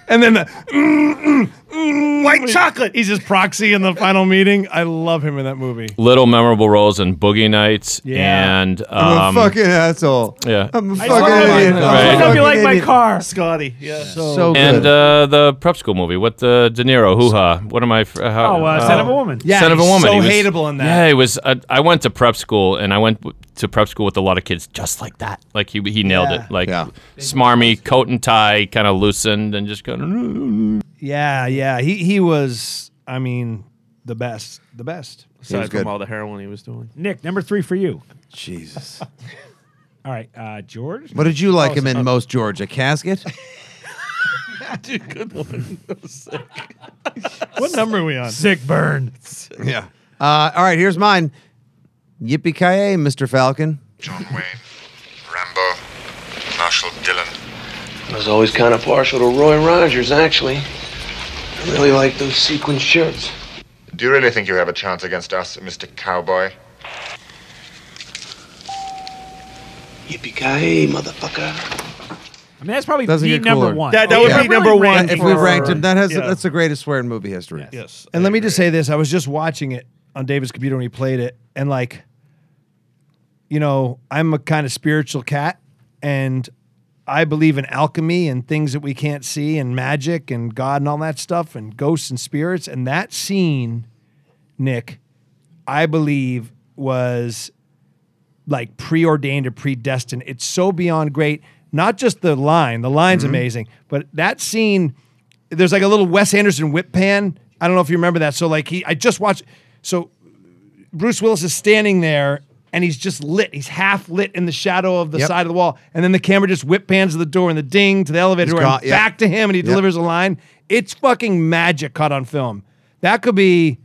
[SPEAKER 9] And then the, mm, mm, Mm, white <laughs> chocolate. He's his proxy in the final meeting. I love him in that movie.
[SPEAKER 13] Little memorable roles in Boogie Nights
[SPEAKER 9] Yeah.
[SPEAKER 13] and
[SPEAKER 7] I'm
[SPEAKER 13] um,
[SPEAKER 7] a <laughs> fucking asshole.
[SPEAKER 13] yeah.
[SPEAKER 7] I'm a
[SPEAKER 9] I
[SPEAKER 7] fucking
[SPEAKER 9] love
[SPEAKER 7] idiot.
[SPEAKER 13] my
[SPEAKER 7] I'm a
[SPEAKER 13] car.
[SPEAKER 7] fucking
[SPEAKER 13] Hope
[SPEAKER 6] you like my
[SPEAKER 7] idiot.
[SPEAKER 6] car.
[SPEAKER 9] Scotty. Yeah. So,
[SPEAKER 13] and uh, the prep school movie with uh, De Niro, hoo ha. What am I? f- How,
[SPEAKER 6] Oh, uh, Son of a Woman.
[SPEAKER 9] Yeah,
[SPEAKER 13] Son of a
[SPEAKER 9] he's
[SPEAKER 13] woman.
[SPEAKER 9] so
[SPEAKER 13] He was-
[SPEAKER 9] hateable in that.
[SPEAKER 13] Yeah, he was. I, I went to prep school, and I went w- to prep school with a lot of kids just like that. Like he he nailed
[SPEAKER 9] Yeah.
[SPEAKER 13] it. Like smarmy coat and tie, kind of loosened, and just going.
[SPEAKER 9] yeah, yeah. He he was. I mean, the best. The best.
[SPEAKER 8] Aside from all the heroin he was doing.
[SPEAKER 6] Nick, number three for you.
[SPEAKER 7] Jesus.
[SPEAKER 6] All right, uh, George.
[SPEAKER 7] What did you like him in
[SPEAKER 9] <laughs>
[SPEAKER 6] Oh,
[SPEAKER 7] most, George? A casket?
[SPEAKER 8] Dude, good
[SPEAKER 9] <laughs>
[SPEAKER 8] one. That was sick.
[SPEAKER 9] What number are we on?
[SPEAKER 6] Sick burn.
[SPEAKER 7] <laughs> yeah. Uh, all right, here's mine. Yippee ki yay, Mr. Falcon.
[SPEAKER 3] John Wayne, Rambo, Marshall Dillon.
[SPEAKER 5] I was always kind of partial to Roy Rogers, actually. I really like those sequin shirts.
[SPEAKER 3] Do you really think you have a chance against us, Mr. Cowboy?
[SPEAKER 5] Yippee-ki-yay, motherfucker.
[SPEAKER 6] I mean, that's probably
[SPEAKER 7] Doesn't
[SPEAKER 6] the
[SPEAKER 7] get
[SPEAKER 6] number
[SPEAKER 7] cooler.
[SPEAKER 6] one.
[SPEAKER 7] Yeah.
[SPEAKER 9] one
[SPEAKER 7] If we
[SPEAKER 9] for-
[SPEAKER 7] ranked him, that has
[SPEAKER 9] Yeah.
[SPEAKER 7] that's the greatest swear in movie history. Yes.
[SPEAKER 9] And let me just say this: I was just watching it on David's computer when he played it, and like, you know, I'm a kind of spiritual cat, and I believe in alchemy and things that we can't see, and magic, and God, and all that stuff, and ghosts and spirits. And that scene, Nick, I believe was like preordained or predestined. It's so beyond great. Not just the line, the line's amazing, but that scene, there's like a little Wes Anderson whip pan. I don't know if you remember that. So, like, he, I just watched. So, Bruce Willis is standing there and he's just lit. He's half lit in the shadow of the
[SPEAKER 7] Yep.
[SPEAKER 9] side of the wall. And then the camera just whip pans to the door and the ding to the elevator
[SPEAKER 7] He's
[SPEAKER 9] door
[SPEAKER 7] got-
[SPEAKER 9] and
[SPEAKER 7] yeah.
[SPEAKER 9] back to him and he
[SPEAKER 7] Yep.
[SPEAKER 9] delivers a line. It's fucking magic caught on film. That could be.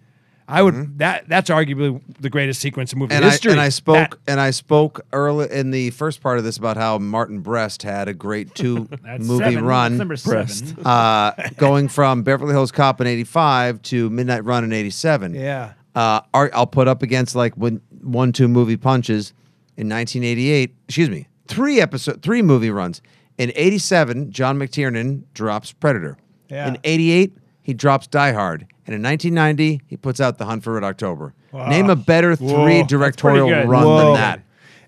[SPEAKER 9] I would that that's arguably the greatest sequence in movie
[SPEAKER 7] Mm-hmm. and
[SPEAKER 9] history.
[SPEAKER 7] I, and I spoke
[SPEAKER 9] That-
[SPEAKER 7] and I spoke early in the first part of this about how Martin Brest had a great two
[SPEAKER 6] <laughs> That's
[SPEAKER 7] movie
[SPEAKER 6] seven.
[SPEAKER 7] run.
[SPEAKER 6] That's number Brest. seven.
[SPEAKER 7] Uh, going from Beverly Hills Cop in '85 to Midnight Run in '87.
[SPEAKER 9] Yeah.
[SPEAKER 7] Uh, ar- I'll put up against like when one two movie punches in 1988. Excuse me, three episode three movie runs in '87. John McTiernan drops Predator.
[SPEAKER 9] Yeah.
[SPEAKER 7] In '88, he drops Die Hard. And in 1990, he puts out The Hunt for Red October.
[SPEAKER 9] Wow.
[SPEAKER 7] Name a better three
[SPEAKER 9] Whoa, that's
[SPEAKER 7] directorial
[SPEAKER 9] pretty good.
[SPEAKER 7] run
[SPEAKER 9] Whoa.
[SPEAKER 7] than that.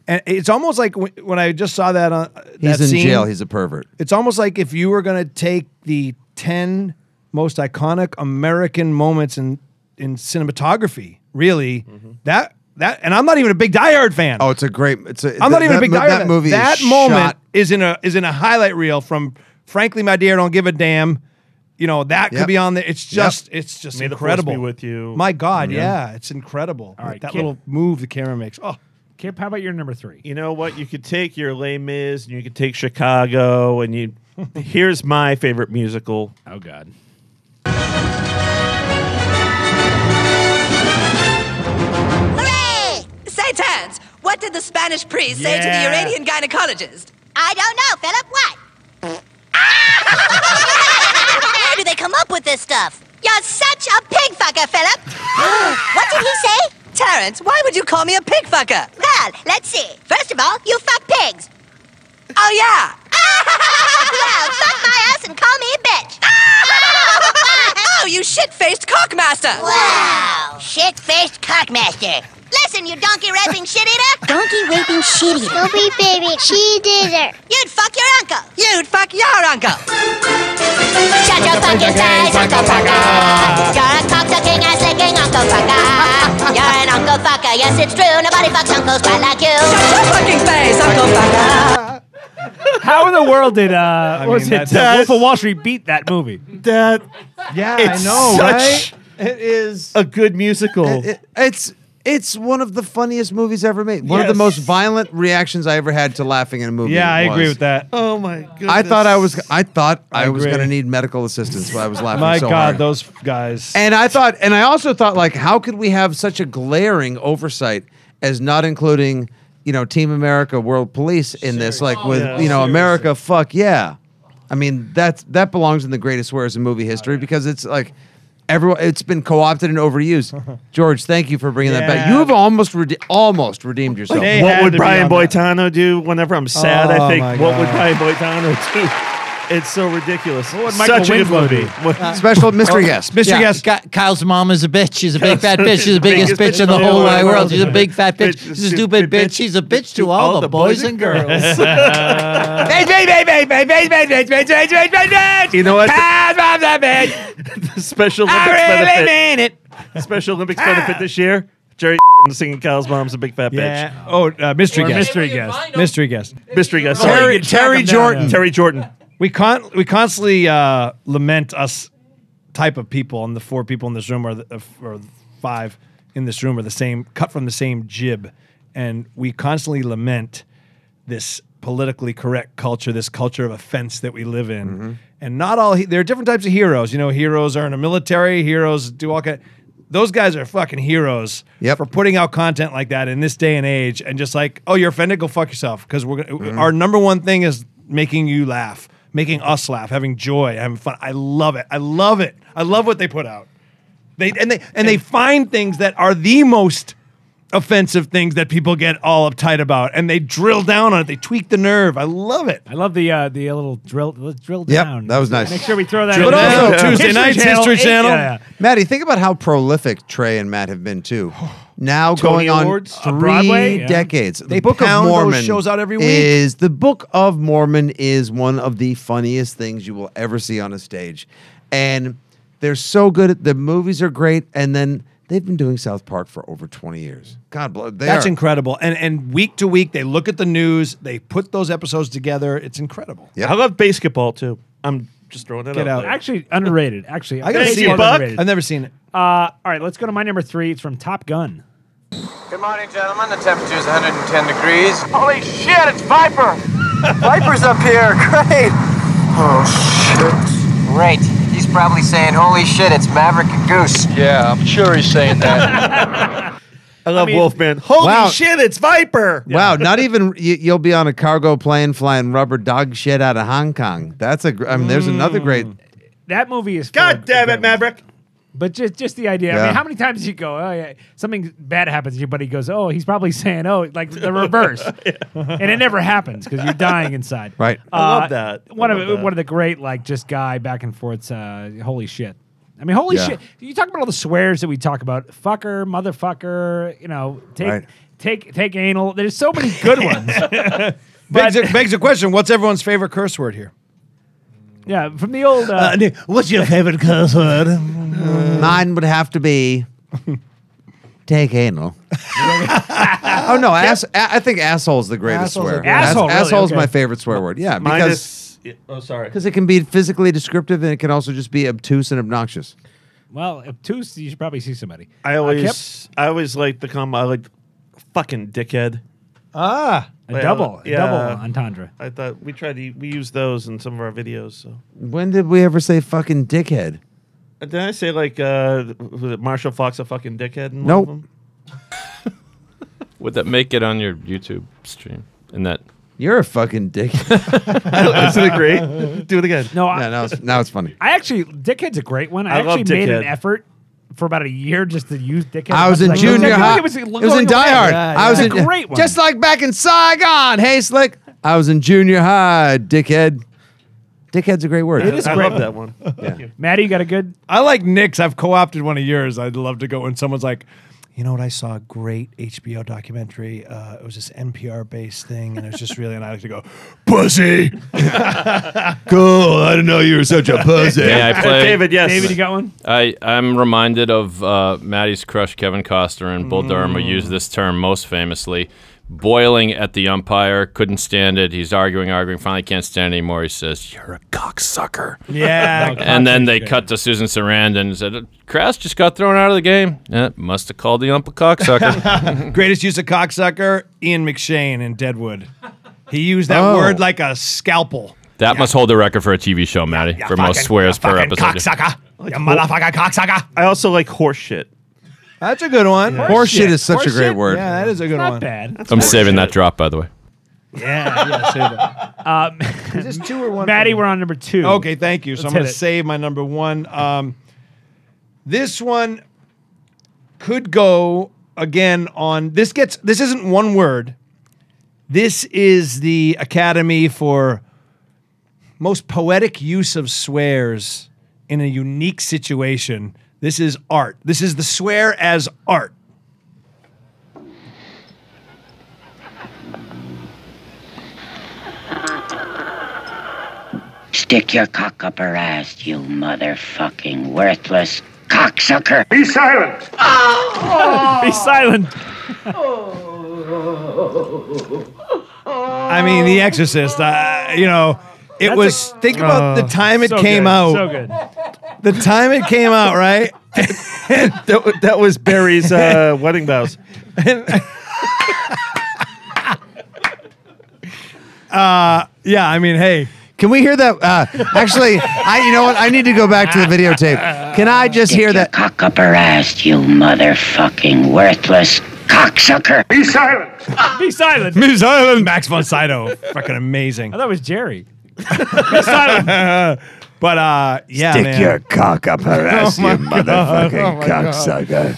[SPEAKER 9] And it's almost like when when I just saw that on
[SPEAKER 7] He's
[SPEAKER 9] that
[SPEAKER 7] in
[SPEAKER 9] scene,
[SPEAKER 7] jail. He's a pervert.
[SPEAKER 9] It's almost like if you were going to take the 10 most iconic American moments in in cinematography, really,
[SPEAKER 7] Mm-hmm.
[SPEAKER 9] that that and I'm not even a big Die Hard fan.
[SPEAKER 7] Oh, it's a great. It's a.
[SPEAKER 9] I'm not even a
[SPEAKER 7] that
[SPEAKER 9] big
[SPEAKER 7] mo-
[SPEAKER 9] Die Hard
[SPEAKER 7] That
[SPEAKER 9] fan.
[SPEAKER 7] movie.
[SPEAKER 9] That
[SPEAKER 7] is
[SPEAKER 9] moment
[SPEAKER 7] shot-
[SPEAKER 9] is in a is in a highlight reel from Frankly My Dear Don't Give a Damn. You know, that
[SPEAKER 8] Yep.
[SPEAKER 9] could be on there. It's
[SPEAKER 8] Yep.
[SPEAKER 9] just it's just
[SPEAKER 8] May the Force
[SPEAKER 9] incredible.
[SPEAKER 8] be with you.
[SPEAKER 9] My god,
[SPEAKER 8] Yeah.
[SPEAKER 9] yeah, it's incredible.
[SPEAKER 8] All right,
[SPEAKER 9] that
[SPEAKER 8] Kip.
[SPEAKER 9] little move the camera makes. Oh,
[SPEAKER 6] Kip, how about your number three?
[SPEAKER 8] You know what? You could take your Les Mis and you could take Chicago and you. Here's my favorite musical.
[SPEAKER 6] Oh God.
[SPEAKER 10] Hooray! Satans! What did the Spanish priest say to the
[SPEAKER 24] Yeah.
[SPEAKER 10] Uranian gynecologist?
[SPEAKER 24] I don't know, Philip. What?
[SPEAKER 10] Ah!
[SPEAKER 24] Where do they come up with this stuff? You're such a pig fucker,
[SPEAKER 10] <gasps>
[SPEAKER 24] Philip. what did he say?
[SPEAKER 10] Terrence, why would you call me a pig fucker?
[SPEAKER 24] Well, let's see. First of all, you fuck pigs.
[SPEAKER 10] Oh, yeah.
[SPEAKER 24] <laughs> well, fuck my ass and call me a bitch.
[SPEAKER 10] <laughs> Oh, you shit faced cockmaster!
[SPEAKER 24] wow, shit-faced cockmaster. Listen, you donkey raping shit eater. <laughs> Donkey raping shit eater. Donkey baby shit eater. You'd fuck your uncle.
[SPEAKER 10] You'd fuck your uncle!
[SPEAKER 24] Shut your fucking eyes, Uncle Fucker. You're a cock sucking, ass licking Uncle Fucker. You're an Uncle Fucker, yes, it's true. Nobody fucks uncles quite like you. Shut your fucking face, Uncle Fucker.
[SPEAKER 6] How in the world did uh, what was
[SPEAKER 9] mean,
[SPEAKER 6] it? Uh, Wolf
[SPEAKER 9] that's-
[SPEAKER 6] of Wall Street beat that movie.
[SPEAKER 8] That
[SPEAKER 9] yeah,
[SPEAKER 8] It's
[SPEAKER 9] I know,
[SPEAKER 8] such-
[SPEAKER 9] right? It is
[SPEAKER 8] a good musical.
[SPEAKER 7] it- it's it's one of the funniest movies ever made. One of
[SPEAKER 9] Yes.
[SPEAKER 7] the most violent reactions I ever had to laughing in a movie.
[SPEAKER 9] Yeah, I agree
[SPEAKER 7] was.
[SPEAKER 9] with that.
[SPEAKER 8] Oh my goodness.
[SPEAKER 7] I thought <laughs> I was. I thought I, was
[SPEAKER 9] agree.
[SPEAKER 7] going to need medical assistance, but I was laughing.
[SPEAKER 9] <laughs> My
[SPEAKER 7] so
[SPEAKER 9] God,
[SPEAKER 7] hard.
[SPEAKER 9] those guys.
[SPEAKER 7] And I thought, and I also thought, like, how could we have such a glaring oversight as not including, you know, Team America, World Police in this? Like, with
[SPEAKER 9] Yeah.
[SPEAKER 7] you know, America, fuck yeah. I mean, that's that belongs in the greatest swears in movie
[SPEAKER 9] Oh,
[SPEAKER 7] history because it's like everyone. It's been co-opted and
[SPEAKER 9] <laughs>
[SPEAKER 7] overused. George, thank you for bringing that back.
[SPEAKER 8] Yeah.
[SPEAKER 7] You have almost rede- almost redeemed yourself.
[SPEAKER 8] what would Brian Boitano do whenever I'm sad?
[SPEAKER 7] Oh
[SPEAKER 8] I think,
[SPEAKER 7] my
[SPEAKER 8] what would
[SPEAKER 7] God.
[SPEAKER 8] Brian Boitano do? It's so ridiculous.
[SPEAKER 9] would Michael
[SPEAKER 8] Such a good
[SPEAKER 9] Winslow
[SPEAKER 8] movie.
[SPEAKER 9] do?
[SPEAKER 7] Uh,
[SPEAKER 8] What-
[SPEAKER 4] Well, Oh, yeah, Ky- Kyle's mom is a bitch. She's a big fat bitch. She's the biggest bitch in the whole wide world. She's a big fat bitch. She's a stupid bitch. She's a bitch to all the boys and girls.
[SPEAKER 8] <laughs>
[SPEAKER 15] <laughs>
[SPEAKER 8] You know what? <laughs>
[SPEAKER 4] Kyle's mom's a bitch.
[SPEAKER 8] The Special
[SPEAKER 4] I
[SPEAKER 8] Olympics
[SPEAKER 4] really
[SPEAKER 8] benefit.
[SPEAKER 4] mean
[SPEAKER 8] it. Special Olympics benefit this year. Jerry singing Kyle's mom's a big fat bitch.
[SPEAKER 9] Yeah. Oh, uh, mystery
[SPEAKER 8] Or
[SPEAKER 9] guest.
[SPEAKER 8] mystery
[SPEAKER 9] guest. Mystery guest.
[SPEAKER 8] Mystery guest.
[SPEAKER 9] Sorry.
[SPEAKER 8] Terry- Terry Jordan. Terry Jordan.
[SPEAKER 9] We con- we constantly uh, lament us type of people, and the four people in this room are the, uh, or five in this room are the same, cut from the same jib, and we constantly lament this politically correct culture, this culture of offense that we live
[SPEAKER 8] Mm-hmm.
[SPEAKER 9] in. And not all he- there are different types of heroes. You know, heroes are in the military. Heroes do all kind. Those guys are fucking heroes for putting out content like that in this day and age, and just like, oh, you're offended, go fuck yourself. Because we're gonna,
[SPEAKER 1] Mhm.
[SPEAKER 9] our number one thing is making you laugh, making us laugh, having joy, having fun. I love it. I love it. I love what they put out. They and they and they find things that are the most offensive things that people get all uptight about, and they drill down on it. They tweak the nerve. I love it.
[SPEAKER 6] I love the uh, the little drill drill
[SPEAKER 7] Yep,
[SPEAKER 6] down.
[SPEAKER 7] that was nice.
[SPEAKER 6] Make sure we throw that.
[SPEAKER 7] Drill
[SPEAKER 6] in.
[SPEAKER 7] down.
[SPEAKER 6] Yeah.
[SPEAKER 7] Tuesday nights, History
[SPEAKER 9] Channel.
[SPEAKER 6] Yeah,
[SPEAKER 7] Maddie, think about how prolific Trey and Matt have been too. Now
[SPEAKER 9] Tony
[SPEAKER 7] going on
[SPEAKER 9] Awards,
[SPEAKER 7] three
[SPEAKER 9] Broadway, yeah.
[SPEAKER 7] decades.
[SPEAKER 9] They pound those shows out every week.
[SPEAKER 7] Is the Book of Mormon is one of the funniest things you will ever see on a stage, and they're so good. at The movies are great, and then they've been doing South Park for over twenty years. God bless. They
[SPEAKER 9] That's
[SPEAKER 7] are-
[SPEAKER 9] incredible. And and week to week, they look at the news. They put those episodes together. It's incredible.
[SPEAKER 8] I love basketball too. I'm just throwing that
[SPEAKER 9] Get
[SPEAKER 8] out.
[SPEAKER 9] out.
[SPEAKER 8] there.
[SPEAKER 6] Actually, underrated. Actually,
[SPEAKER 9] I gotta see it.
[SPEAKER 6] Buck.
[SPEAKER 9] I've never seen it.
[SPEAKER 6] Uh, all right, let's go to my number three. It's from Top Gun.
[SPEAKER 11] Good morning, gentlemen. The temperature is 110 degrees.
[SPEAKER 2] Holy shit, it's
[SPEAKER 11] <laughs>
[SPEAKER 2] Viper!
[SPEAKER 11] Viper's up here. <laughs> Great. Oh, shit. Great. He's probably saying, holy shit, it's Maverick and Goose. Yeah, I'm sure he's saying that.
[SPEAKER 8] I love
[SPEAKER 11] mean-
[SPEAKER 8] Wolfman. Holy
[SPEAKER 7] Wow.
[SPEAKER 8] shit, it's Viper.
[SPEAKER 7] Wow, not even you, you'll be on a cargo plane flying rubber dog shit out of Hong Kong. That's a. gr- I mean, there's another great.
[SPEAKER 6] That movie is. God
[SPEAKER 8] Mm. damn it, Maverick!
[SPEAKER 6] But just just the idea. I
[SPEAKER 7] Yeah.
[SPEAKER 6] mean, how many times do you go? Oh yeah, something bad happens. and Your buddy goes, "Oh, he's probably saying, oh, like
[SPEAKER 8] <laughs>
[SPEAKER 6] the reverse," and it never happens because you're dying inside.
[SPEAKER 7] Right.
[SPEAKER 8] I love
[SPEAKER 6] Uh,
[SPEAKER 8] that. I
[SPEAKER 6] One
[SPEAKER 8] love
[SPEAKER 6] of
[SPEAKER 8] that.
[SPEAKER 6] one of the great like just guy back and forths. Uh, holy shit. I mean, holy
[SPEAKER 7] Yeah.
[SPEAKER 6] shit! You talk about all the swears that we talk about, fucker, motherfucker. You know, take
[SPEAKER 9] Right.
[SPEAKER 6] take take anal. There's so many
[SPEAKER 8] <laughs>
[SPEAKER 6] good ones.
[SPEAKER 9] Begs, a, begs a question. What's everyone's favorite curse word here?
[SPEAKER 6] yeah, from the old. Uh,
[SPEAKER 9] what's your favorite curse word? Mine
[SPEAKER 7] would have to be take anal. <laughs> oh
[SPEAKER 8] <laughs>
[SPEAKER 7] no, <laughs> ass, a- I think asshole's the greatest
[SPEAKER 8] Asshole's
[SPEAKER 7] swear.
[SPEAKER 8] a- Asshole, really?
[SPEAKER 7] asshole's
[SPEAKER 8] Okay.
[SPEAKER 7] my favorite swear word. Yeah,
[SPEAKER 8] Mine
[SPEAKER 7] because
[SPEAKER 8] is- yeah, oh, sorry.
[SPEAKER 7] because it can be physically descriptive and it can also just be obtuse and obnoxious.
[SPEAKER 6] well, obtuse. You should probably see somebody.
[SPEAKER 8] I
[SPEAKER 6] Uh, Kip?
[SPEAKER 8] always, I always like the combo. I like fucking dickhead.
[SPEAKER 6] Ah, a
[SPEAKER 8] Well,
[SPEAKER 6] double, a
[SPEAKER 8] yeah.
[SPEAKER 6] double entendre.
[SPEAKER 8] I thought we tried to we use those in some of our videos. So
[SPEAKER 7] When did we ever say fucking dickhead?
[SPEAKER 8] Uh, did I say like uh, was it Marshall Fox a fucking dickhead? In one
[SPEAKER 7] Nope.
[SPEAKER 8] Of them?
[SPEAKER 13] Would that make it on your YouTube stream? And that
[SPEAKER 7] You're a fucking
[SPEAKER 8] <laughs>
[SPEAKER 7] dickhead.
[SPEAKER 8] Isn't it
[SPEAKER 7] <laughs>
[SPEAKER 8] great? Do it again.
[SPEAKER 6] No,
[SPEAKER 7] yeah, now it's, now it's funny.
[SPEAKER 6] I actually, Dickhead's a great one. I,
[SPEAKER 7] I love
[SPEAKER 6] actually made an
[SPEAKER 7] Dickhead.
[SPEAKER 6] effort for about a year just to use Dickhead.
[SPEAKER 7] I was in
[SPEAKER 6] Like,
[SPEAKER 7] junior
[SPEAKER 6] like,
[SPEAKER 7] high.
[SPEAKER 6] It was,
[SPEAKER 7] in Die Hard. I was in
[SPEAKER 6] a great one.
[SPEAKER 7] Just like back in Saigon. Hey, slick. I was in junior high, dickhead. Dickhead's a great word.
[SPEAKER 6] It is I great. love that
[SPEAKER 8] one.
[SPEAKER 7] Yeah.
[SPEAKER 6] Maddie, you got a good.
[SPEAKER 9] I like Nick's. I've co opted one of yours. I'd love to go when someone's like, you know what? I saw a great HBO documentary. Uh, it was this NPR based thing, and it was just really, and I like to go,
[SPEAKER 17] Pussy. <laughs> cool. I didn't know you were such a pussy.
[SPEAKER 13] May I play?
[SPEAKER 6] David, you got one?
[SPEAKER 13] I, I'm reminded of uh, Maddie's crush, Kevin Costner, and Bull Durham, who
[SPEAKER 6] Mm.
[SPEAKER 13] used this term most famously. Boiling at the umpire, couldn't stand it. He's arguing, arguing, finally can't stand it anymore. He says, You're a cocksucker.
[SPEAKER 6] Yeah.
[SPEAKER 7] <laughs>
[SPEAKER 13] and then they cut to Susan Sarandon and said, Crass just got thrown out of the game. Yeah, must have called the ump
[SPEAKER 6] <laughs>
[SPEAKER 13] a cocksucker.
[SPEAKER 9] <laughs> Greatest use of cocksucker, Ian McShane in Deadwood. He used that
[SPEAKER 13] Oh.
[SPEAKER 9] word like a scalpel.
[SPEAKER 13] that must hold the record for a TV show, Maddie, for
[SPEAKER 9] fucking-
[SPEAKER 13] most swears per
[SPEAKER 9] fucking
[SPEAKER 13] episode.
[SPEAKER 9] Cocksucker. You motherfucker
[SPEAKER 8] <laughs>
[SPEAKER 9] cocksucker.
[SPEAKER 8] I also like horse shit.
[SPEAKER 9] That's a good one.
[SPEAKER 13] Yeah. Horse shit is such a great word.
[SPEAKER 9] Yeah, that is a good
[SPEAKER 6] not
[SPEAKER 9] one.
[SPEAKER 6] bad.
[SPEAKER 13] I'm saving that drop, by the way.
[SPEAKER 9] Yeah, yeah, save
[SPEAKER 6] <laughs>
[SPEAKER 9] that.
[SPEAKER 6] Um,
[SPEAKER 9] is this two or one?
[SPEAKER 6] Maddie, we're on number two.
[SPEAKER 9] Okay, thank you. So
[SPEAKER 6] Let's
[SPEAKER 9] I'm going
[SPEAKER 6] hit
[SPEAKER 9] to
[SPEAKER 6] it.
[SPEAKER 9] save my number one. Um, this one could go again on. This gets. This isn't one word. This is the Academy for most poetic use of swears in a unique situation. This is art. This is the swear as art.
[SPEAKER 12] Stick your cock up her ass, you motherfucking worthless cocksucker.
[SPEAKER 2] Be silent.
[SPEAKER 6] Oh. Be silent.
[SPEAKER 9] I mean, The Exorcist. Uh, you know, it
[SPEAKER 6] That's
[SPEAKER 9] was.
[SPEAKER 6] a-
[SPEAKER 9] think about
[SPEAKER 6] Oh.
[SPEAKER 9] the time it
[SPEAKER 6] So
[SPEAKER 9] came
[SPEAKER 6] good,
[SPEAKER 9] out.
[SPEAKER 6] so good.
[SPEAKER 9] The time it came out,
[SPEAKER 6] <laughs>
[SPEAKER 9] right?
[SPEAKER 8] <laughs> that, wa- that was
[SPEAKER 7] <laughs>
[SPEAKER 8] Barry's uh, wedding vows.
[SPEAKER 9] Uh, yeah, I mean, hey.
[SPEAKER 7] Can we hear that? Uh, actually, I. You know what? I need to go back to the videotape. Can I just hear that?
[SPEAKER 12] Cock up her ass, you motherfucking worthless cocksucker.
[SPEAKER 2] Be silent.
[SPEAKER 6] Be silent.
[SPEAKER 9] Miss Island. Max von Sydow. Fucking
[SPEAKER 6] <laughs>
[SPEAKER 9] amazing.
[SPEAKER 6] I thought it was Jerry.
[SPEAKER 9] but <laughs> uh, yeah,
[SPEAKER 17] Stick
[SPEAKER 9] man. <laughs>
[SPEAKER 17] your cock up her ass,
[SPEAKER 9] my
[SPEAKER 17] you
[SPEAKER 9] God. <laughs>
[SPEAKER 17] motherfucking
[SPEAKER 9] Oh my God.
[SPEAKER 17] cocksucker.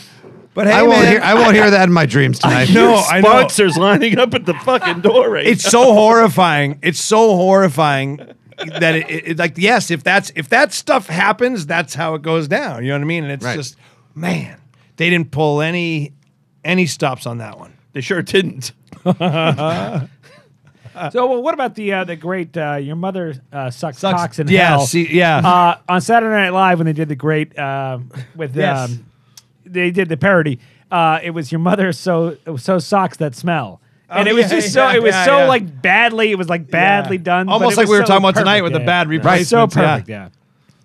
[SPEAKER 9] But hey,
[SPEAKER 7] I won't
[SPEAKER 9] man.
[SPEAKER 7] hear. I won't hear that in my dreams
[SPEAKER 8] <laughs>
[SPEAKER 7] tonight.
[SPEAKER 9] No, I know.
[SPEAKER 8] Sponsors lining up at the fucking door right
[SPEAKER 9] It's so horrifying. It's so horrifying that it, it, it- like yes, if that's if that stuff happens, that's how it goes down. You know what I mean? And it's
[SPEAKER 8] Right.
[SPEAKER 9] just man, they didn't pull any any stops on that one.
[SPEAKER 8] They sure
[SPEAKER 9] <laughs>
[SPEAKER 8] didn't.
[SPEAKER 6] so, well, what about the uh, the great uh, Your Mother uh, sucks,
[SPEAKER 9] Sucks-
[SPEAKER 6] Cocks in
[SPEAKER 9] Yeah,
[SPEAKER 6] Hell?
[SPEAKER 9] see- yeah.
[SPEAKER 6] Uh, on Saturday Night Live, when they did the great uh, with
[SPEAKER 9] Yes.
[SPEAKER 6] um, they did the parody. Uh, it was Your Mother so so socks that smell. And
[SPEAKER 9] Oh,
[SPEAKER 6] it was
[SPEAKER 9] yeah,
[SPEAKER 6] just so
[SPEAKER 9] yeah,
[SPEAKER 6] it was
[SPEAKER 9] yeah,
[SPEAKER 6] so
[SPEAKER 9] yeah.
[SPEAKER 6] like badly it was like badly done. but
[SPEAKER 9] Almost
[SPEAKER 6] it
[SPEAKER 9] like
[SPEAKER 6] was
[SPEAKER 9] we were
[SPEAKER 6] so
[SPEAKER 9] talking about tonight
[SPEAKER 6] perfect,
[SPEAKER 9] with the
[SPEAKER 6] yeah.
[SPEAKER 9] bad
[SPEAKER 6] It was So
[SPEAKER 9] replacements, yeah.
[SPEAKER 6] perfect, yeah.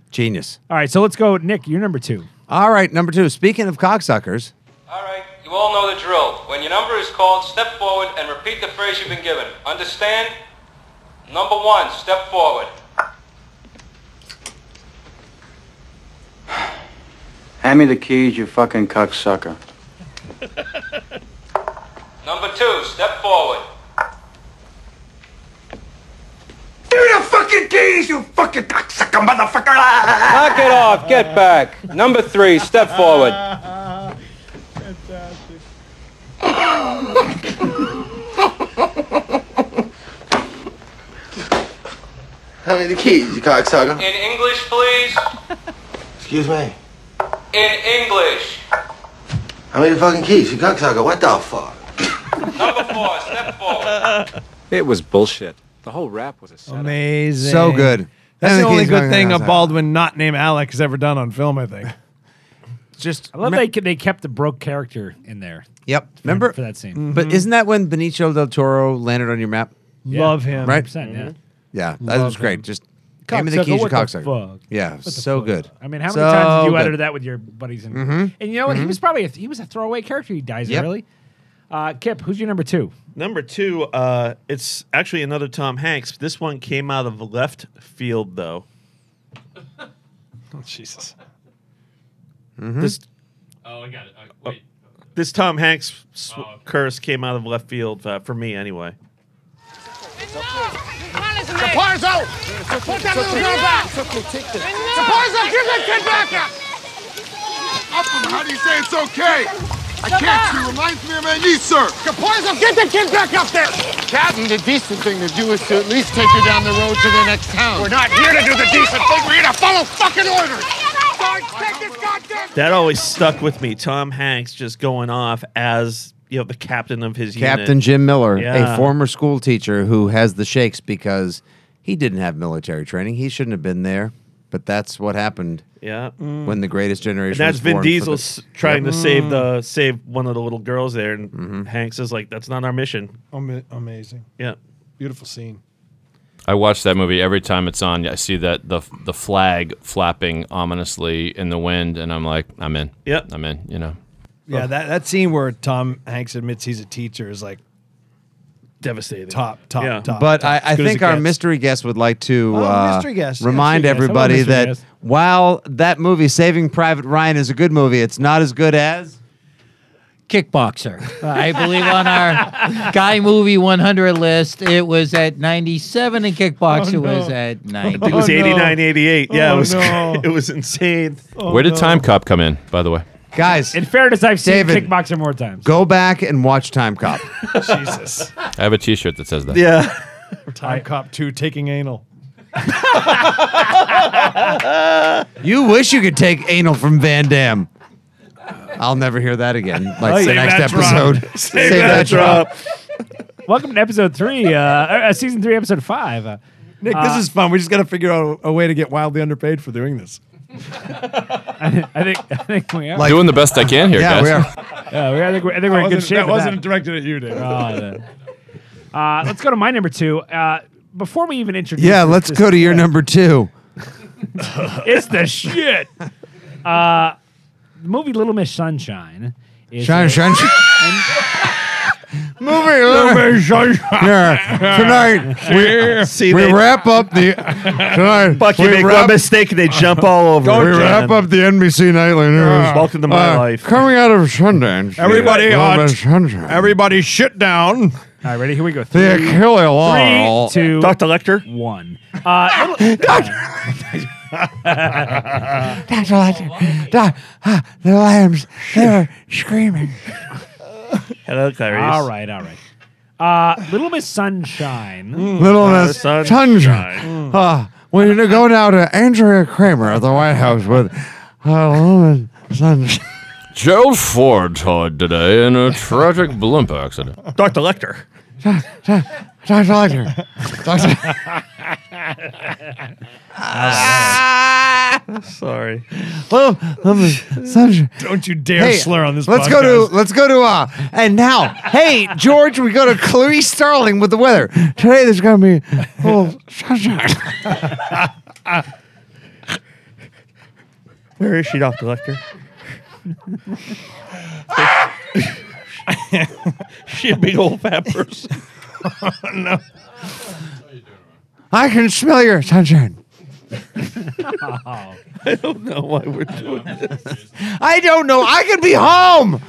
[SPEAKER 7] Genius.
[SPEAKER 6] All right, so let's go, Nick. You're number two.
[SPEAKER 7] All right, number two. Speaking of cocksuckers,
[SPEAKER 14] You all know the drill. When your number is called, step forward and repeat the phrase you've been given. Understand? Number one, step forward.
[SPEAKER 20] Hand me the keys, you fucking cocksucker.
[SPEAKER 14] Number two, step forward.
[SPEAKER 15] Give me the fucking keys, you fucking <laughs> cocksucker motherfucker!
[SPEAKER 14] Knock it off, get back. Number three, step forward.
[SPEAKER 16] How many keys, you cocksucker?
[SPEAKER 14] In English, please.
[SPEAKER 16] Excuse me.
[SPEAKER 14] In English.
[SPEAKER 16] How many fucking keys, you cocksucker? What the fuck?
[SPEAKER 14] Number four, step forward.
[SPEAKER 16] It was bullshit. The whole rap was a setup.
[SPEAKER 9] Amazing.
[SPEAKER 16] So good.
[SPEAKER 9] That's
[SPEAKER 16] I
[SPEAKER 9] the
[SPEAKER 16] think
[SPEAKER 9] only
[SPEAKER 16] he's
[SPEAKER 9] good
[SPEAKER 16] fucking
[SPEAKER 9] thing a
[SPEAKER 16] awesome.
[SPEAKER 9] Baldwin not named Alec has ever done on film,
[SPEAKER 8] <laughs>
[SPEAKER 9] I think.
[SPEAKER 7] Just
[SPEAKER 6] I love
[SPEAKER 9] me-
[SPEAKER 6] they they kept the broke character in there.
[SPEAKER 7] Yep.
[SPEAKER 6] For-
[SPEAKER 7] Remember
[SPEAKER 6] for that
[SPEAKER 9] Mm-hmm.
[SPEAKER 6] scene.
[SPEAKER 7] But isn't that when Benicio del Toro landed on your map?
[SPEAKER 6] Yeah. Love him. Mm-hmm.
[SPEAKER 7] Right.
[SPEAKER 6] 100%, yeah.
[SPEAKER 7] Yeah, that
[SPEAKER 6] Love
[SPEAKER 7] was great.
[SPEAKER 6] him.
[SPEAKER 7] Just give me the
[SPEAKER 6] Cocksucker,
[SPEAKER 7] keys, you
[SPEAKER 6] what the
[SPEAKER 7] cocksucker.
[SPEAKER 6] fuck?
[SPEAKER 7] Yeah,
[SPEAKER 6] What the
[SPEAKER 7] so
[SPEAKER 6] fuck?
[SPEAKER 7] good.
[SPEAKER 6] I mean, how many
[SPEAKER 9] Oh,
[SPEAKER 7] So
[SPEAKER 6] times did you
[SPEAKER 7] good.
[SPEAKER 6] utter that with your buddies? And,
[SPEAKER 9] Mm-hmm.
[SPEAKER 7] Mhm.
[SPEAKER 6] and you know what? He
[SPEAKER 7] Mhm.
[SPEAKER 6] was probably a, he was a throwaway character. He dies
[SPEAKER 8] Yep.
[SPEAKER 6] early. Uh, Kip, who's your number two?
[SPEAKER 8] Number two, uh, it's actually another Tom Hanks. This one came out of left field, though.
[SPEAKER 9] <laughs> Oh, Jesus.
[SPEAKER 8] This
[SPEAKER 13] Oh, I got it.
[SPEAKER 8] Mm-hmm. uh, this Tom Hanks sw-
[SPEAKER 9] Oh,
[SPEAKER 8] curse came out of left field uh, for me, anyway.
[SPEAKER 15] Saparzo! Put that little girl back! Saparzo, give that kid back up! Up and how do you say it's okay? I can't. She reminds me of my niece, sir. Caparzo, get the kid back up there! Captain, the decent thing to do is to at least take you down the road to the next town. We're not here to do the decent thing. We're here to follow fucking orders. Sarge, take this goddamn...
[SPEAKER 8] That always stuck with me. Tom Hanks just going off as you know the captain of his unit.
[SPEAKER 7] Captain Jim Miller,
[SPEAKER 8] Yeah.
[SPEAKER 7] a former school teacher who has the shakes because he didn't have military training. He shouldn't have been there, but that's what happened.
[SPEAKER 8] Yeah. Mm.
[SPEAKER 7] When the greatest
[SPEAKER 8] And
[SPEAKER 7] generation.
[SPEAKER 8] that's
[SPEAKER 7] was
[SPEAKER 8] Vin
[SPEAKER 7] born for the-
[SPEAKER 8] Diesel s- trying
[SPEAKER 7] Yep.
[SPEAKER 8] to save the save one of the little girls there, and
[SPEAKER 7] Mm-hmm.
[SPEAKER 8] Hanks is like, "That's not our mission."
[SPEAKER 9] Ama- amazing.
[SPEAKER 8] Yeah.
[SPEAKER 9] Beautiful scene.
[SPEAKER 13] I watch that movie every time it's on. I see that the the flag flapping ominously in the wind, and I'm like, I'm in.
[SPEAKER 9] Yep.
[SPEAKER 13] I'm in. You know.
[SPEAKER 9] Yeah, that, that scene where Tom Hanks admits he's a teacher is like
[SPEAKER 8] devastating.
[SPEAKER 9] Top, top, top.
[SPEAKER 7] But
[SPEAKER 9] top.
[SPEAKER 7] I, I think our mystery guest would like to
[SPEAKER 9] Oh,
[SPEAKER 7] uh,
[SPEAKER 9] mystery guest. Yeah,
[SPEAKER 7] remind
[SPEAKER 9] mystery guest. Hello,
[SPEAKER 7] everybody
[SPEAKER 9] mystery
[SPEAKER 7] that
[SPEAKER 9] guest.
[SPEAKER 7] while that movie Saving Private Ryan is a good movie, it's not as good as
[SPEAKER 9] <laughs>
[SPEAKER 4] Kickboxer. <laughs> I believe on our Guy Movie 100 list, it was at 97 and Kickboxer
[SPEAKER 8] Oh, no.
[SPEAKER 4] was <laughs> at 90.
[SPEAKER 8] It was 89, 88. Yeah,
[SPEAKER 4] Oh,
[SPEAKER 8] it was
[SPEAKER 4] no.
[SPEAKER 8] <laughs> it was insane.
[SPEAKER 9] Oh,
[SPEAKER 7] Oh,
[SPEAKER 13] Where did Time Cop come in, by the way?
[SPEAKER 7] guys.
[SPEAKER 6] In fairness, I've seen
[SPEAKER 7] David.
[SPEAKER 6] Kickboxer more times.
[SPEAKER 7] Go back and watch Time
[SPEAKER 13] <laughs>
[SPEAKER 7] Cop.
[SPEAKER 9] <laughs> Jesus. <laughs>
[SPEAKER 13] I have a T-shirt that says that.
[SPEAKER 9] Time Cop 2 taking anal.
[SPEAKER 7] You wish you could take anal from Van Damme. I'll never hear that again. <laughs> Like
[SPEAKER 6] Save
[SPEAKER 7] the next
[SPEAKER 6] that drop.
[SPEAKER 9] <laughs>
[SPEAKER 7] episode.
[SPEAKER 6] Save that Welcome to episode three, uh, uh, season three, episode five. Uh,
[SPEAKER 9] Nick, this
[SPEAKER 6] uh,
[SPEAKER 9] is fun. We just got to figure out a, a way to get wildly underpaid for doing this.
[SPEAKER 6] <laughs> I think I think we are
[SPEAKER 13] Doing the best I can here, guys.
[SPEAKER 6] <laughs> Yeah, we are. I think we're, I think
[SPEAKER 9] That
[SPEAKER 6] we're in good
[SPEAKER 9] wasn't-
[SPEAKER 6] shape.
[SPEAKER 9] That
[SPEAKER 6] with
[SPEAKER 9] wasn't directed at you, Dave.
[SPEAKER 6] Oh, that. Uh, let's go to my number two. Uh, before we even introduce,
[SPEAKER 7] Yeah,
[SPEAKER 6] this-
[SPEAKER 7] let's
[SPEAKER 6] this
[SPEAKER 7] go to your
[SPEAKER 6] clip,
[SPEAKER 7] number two.
[SPEAKER 6] <laughs> It's the shit. Uh, the movie Little Miss Sunshine. Is
[SPEAKER 7] Shine,
[SPEAKER 6] a-
[SPEAKER 7] shine,
[SPEAKER 6] <laughs>
[SPEAKER 7] shine. Movie Little Miss Sunshine.
[SPEAKER 15] <laughs>
[SPEAKER 7] Yeah. Tonight, we,
[SPEAKER 8] See,
[SPEAKER 7] we
[SPEAKER 8] they-
[SPEAKER 7] wrap up the. Tonight,
[SPEAKER 8] Fuck, you
[SPEAKER 7] we
[SPEAKER 8] make
[SPEAKER 7] wrap-
[SPEAKER 8] one mistake and they jump all over.
[SPEAKER 7] we wrap up the NBC Nightly News. Uh,
[SPEAKER 8] Welcome to my life.
[SPEAKER 7] Coming out of Sundance.
[SPEAKER 9] Everybody
[SPEAKER 7] Little
[SPEAKER 9] on-
[SPEAKER 7] Miss Sunshine.
[SPEAKER 9] Everybody, shit down.
[SPEAKER 6] All right, ready? Here we go.
[SPEAKER 7] The Achille Laurel.
[SPEAKER 6] Three, two,
[SPEAKER 8] Dr. Lecter?
[SPEAKER 6] One. Uh, Uh,
[SPEAKER 15] <laughs>
[SPEAKER 7] Dr. Lecter. Doc, ah, the lambs, they were screaming.
[SPEAKER 8] Hello, Clarice.
[SPEAKER 6] all right, all right. Uh, Little Miss Sunshine.
[SPEAKER 7] Hmm.
[SPEAKER 9] Hmm.
[SPEAKER 7] Little Miss Sunshine. Uh, we're gonna go now to Andrea Kramer at the White House with uh, Little Miss Sunshine.
[SPEAKER 13] Gerald Ford died today in <laughs> a tragic blimp accident.
[SPEAKER 8] Dr. Lecter.
[SPEAKER 7] Dr. Lecter. Dr.
[SPEAKER 8] <laughs> Sorry.
[SPEAKER 7] Little, Little Miss Sunshine.
[SPEAKER 9] Don't you dare
[SPEAKER 7] Hey,
[SPEAKER 9] slur on this.
[SPEAKER 7] Let's go to let's go to uh and now hey George we go to Clarice Starling with the weather today. There's gonna be oh
[SPEAKER 9] <laughs>
[SPEAKER 7] sunshine. Oh,
[SPEAKER 8] Where is she, Dr. Lecter?
[SPEAKER 17] <laughs>
[SPEAKER 8] she a
[SPEAKER 9] <laughs>
[SPEAKER 8] big old fat person.
[SPEAKER 9] no.
[SPEAKER 7] I can smell your sunshine.
[SPEAKER 8] <laughs> I don't know why we're doing this.
[SPEAKER 7] I don't know. I could be home.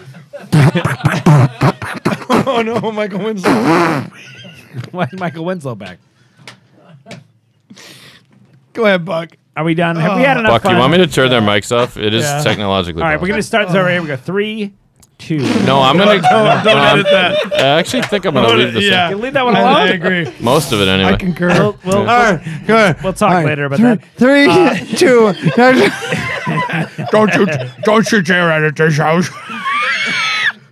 [SPEAKER 9] oh no, Michael Winslow.
[SPEAKER 6] <laughs> Why is Michael Winslow back?
[SPEAKER 9] Go ahead, Buck.
[SPEAKER 6] Are we done? Have we had enough
[SPEAKER 13] Buck,
[SPEAKER 6] fun?
[SPEAKER 13] you
[SPEAKER 6] <laughs>
[SPEAKER 13] want me to turn their mics off? It is
[SPEAKER 6] Yeah.
[SPEAKER 13] technologically
[SPEAKER 6] All right, we're
[SPEAKER 13] possible.
[SPEAKER 6] gonna start this over here. We go three, two.
[SPEAKER 13] No,
[SPEAKER 6] <laughs>
[SPEAKER 13] I'm gonna. um,
[SPEAKER 6] No,
[SPEAKER 13] no, I'm- I actually think I'm gonna leave this.
[SPEAKER 6] yeah.
[SPEAKER 13] in.
[SPEAKER 6] You leave that one
[SPEAKER 9] I-
[SPEAKER 6] alone.
[SPEAKER 9] I agree.
[SPEAKER 13] Most of it anyway.
[SPEAKER 6] We'll, we'll,
[SPEAKER 13] Yeah. All
[SPEAKER 7] right, good.
[SPEAKER 6] We'll talk
[SPEAKER 7] All right,
[SPEAKER 6] later about
[SPEAKER 7] three-
[SPEAKER 6] that.
[SPEAKER 7] three,
[SPEAKER 9] Uh,
[SPEAKER 7] <laughs> two,
[SPEAKER 9] <laughs> don't you don't you dare edit this house.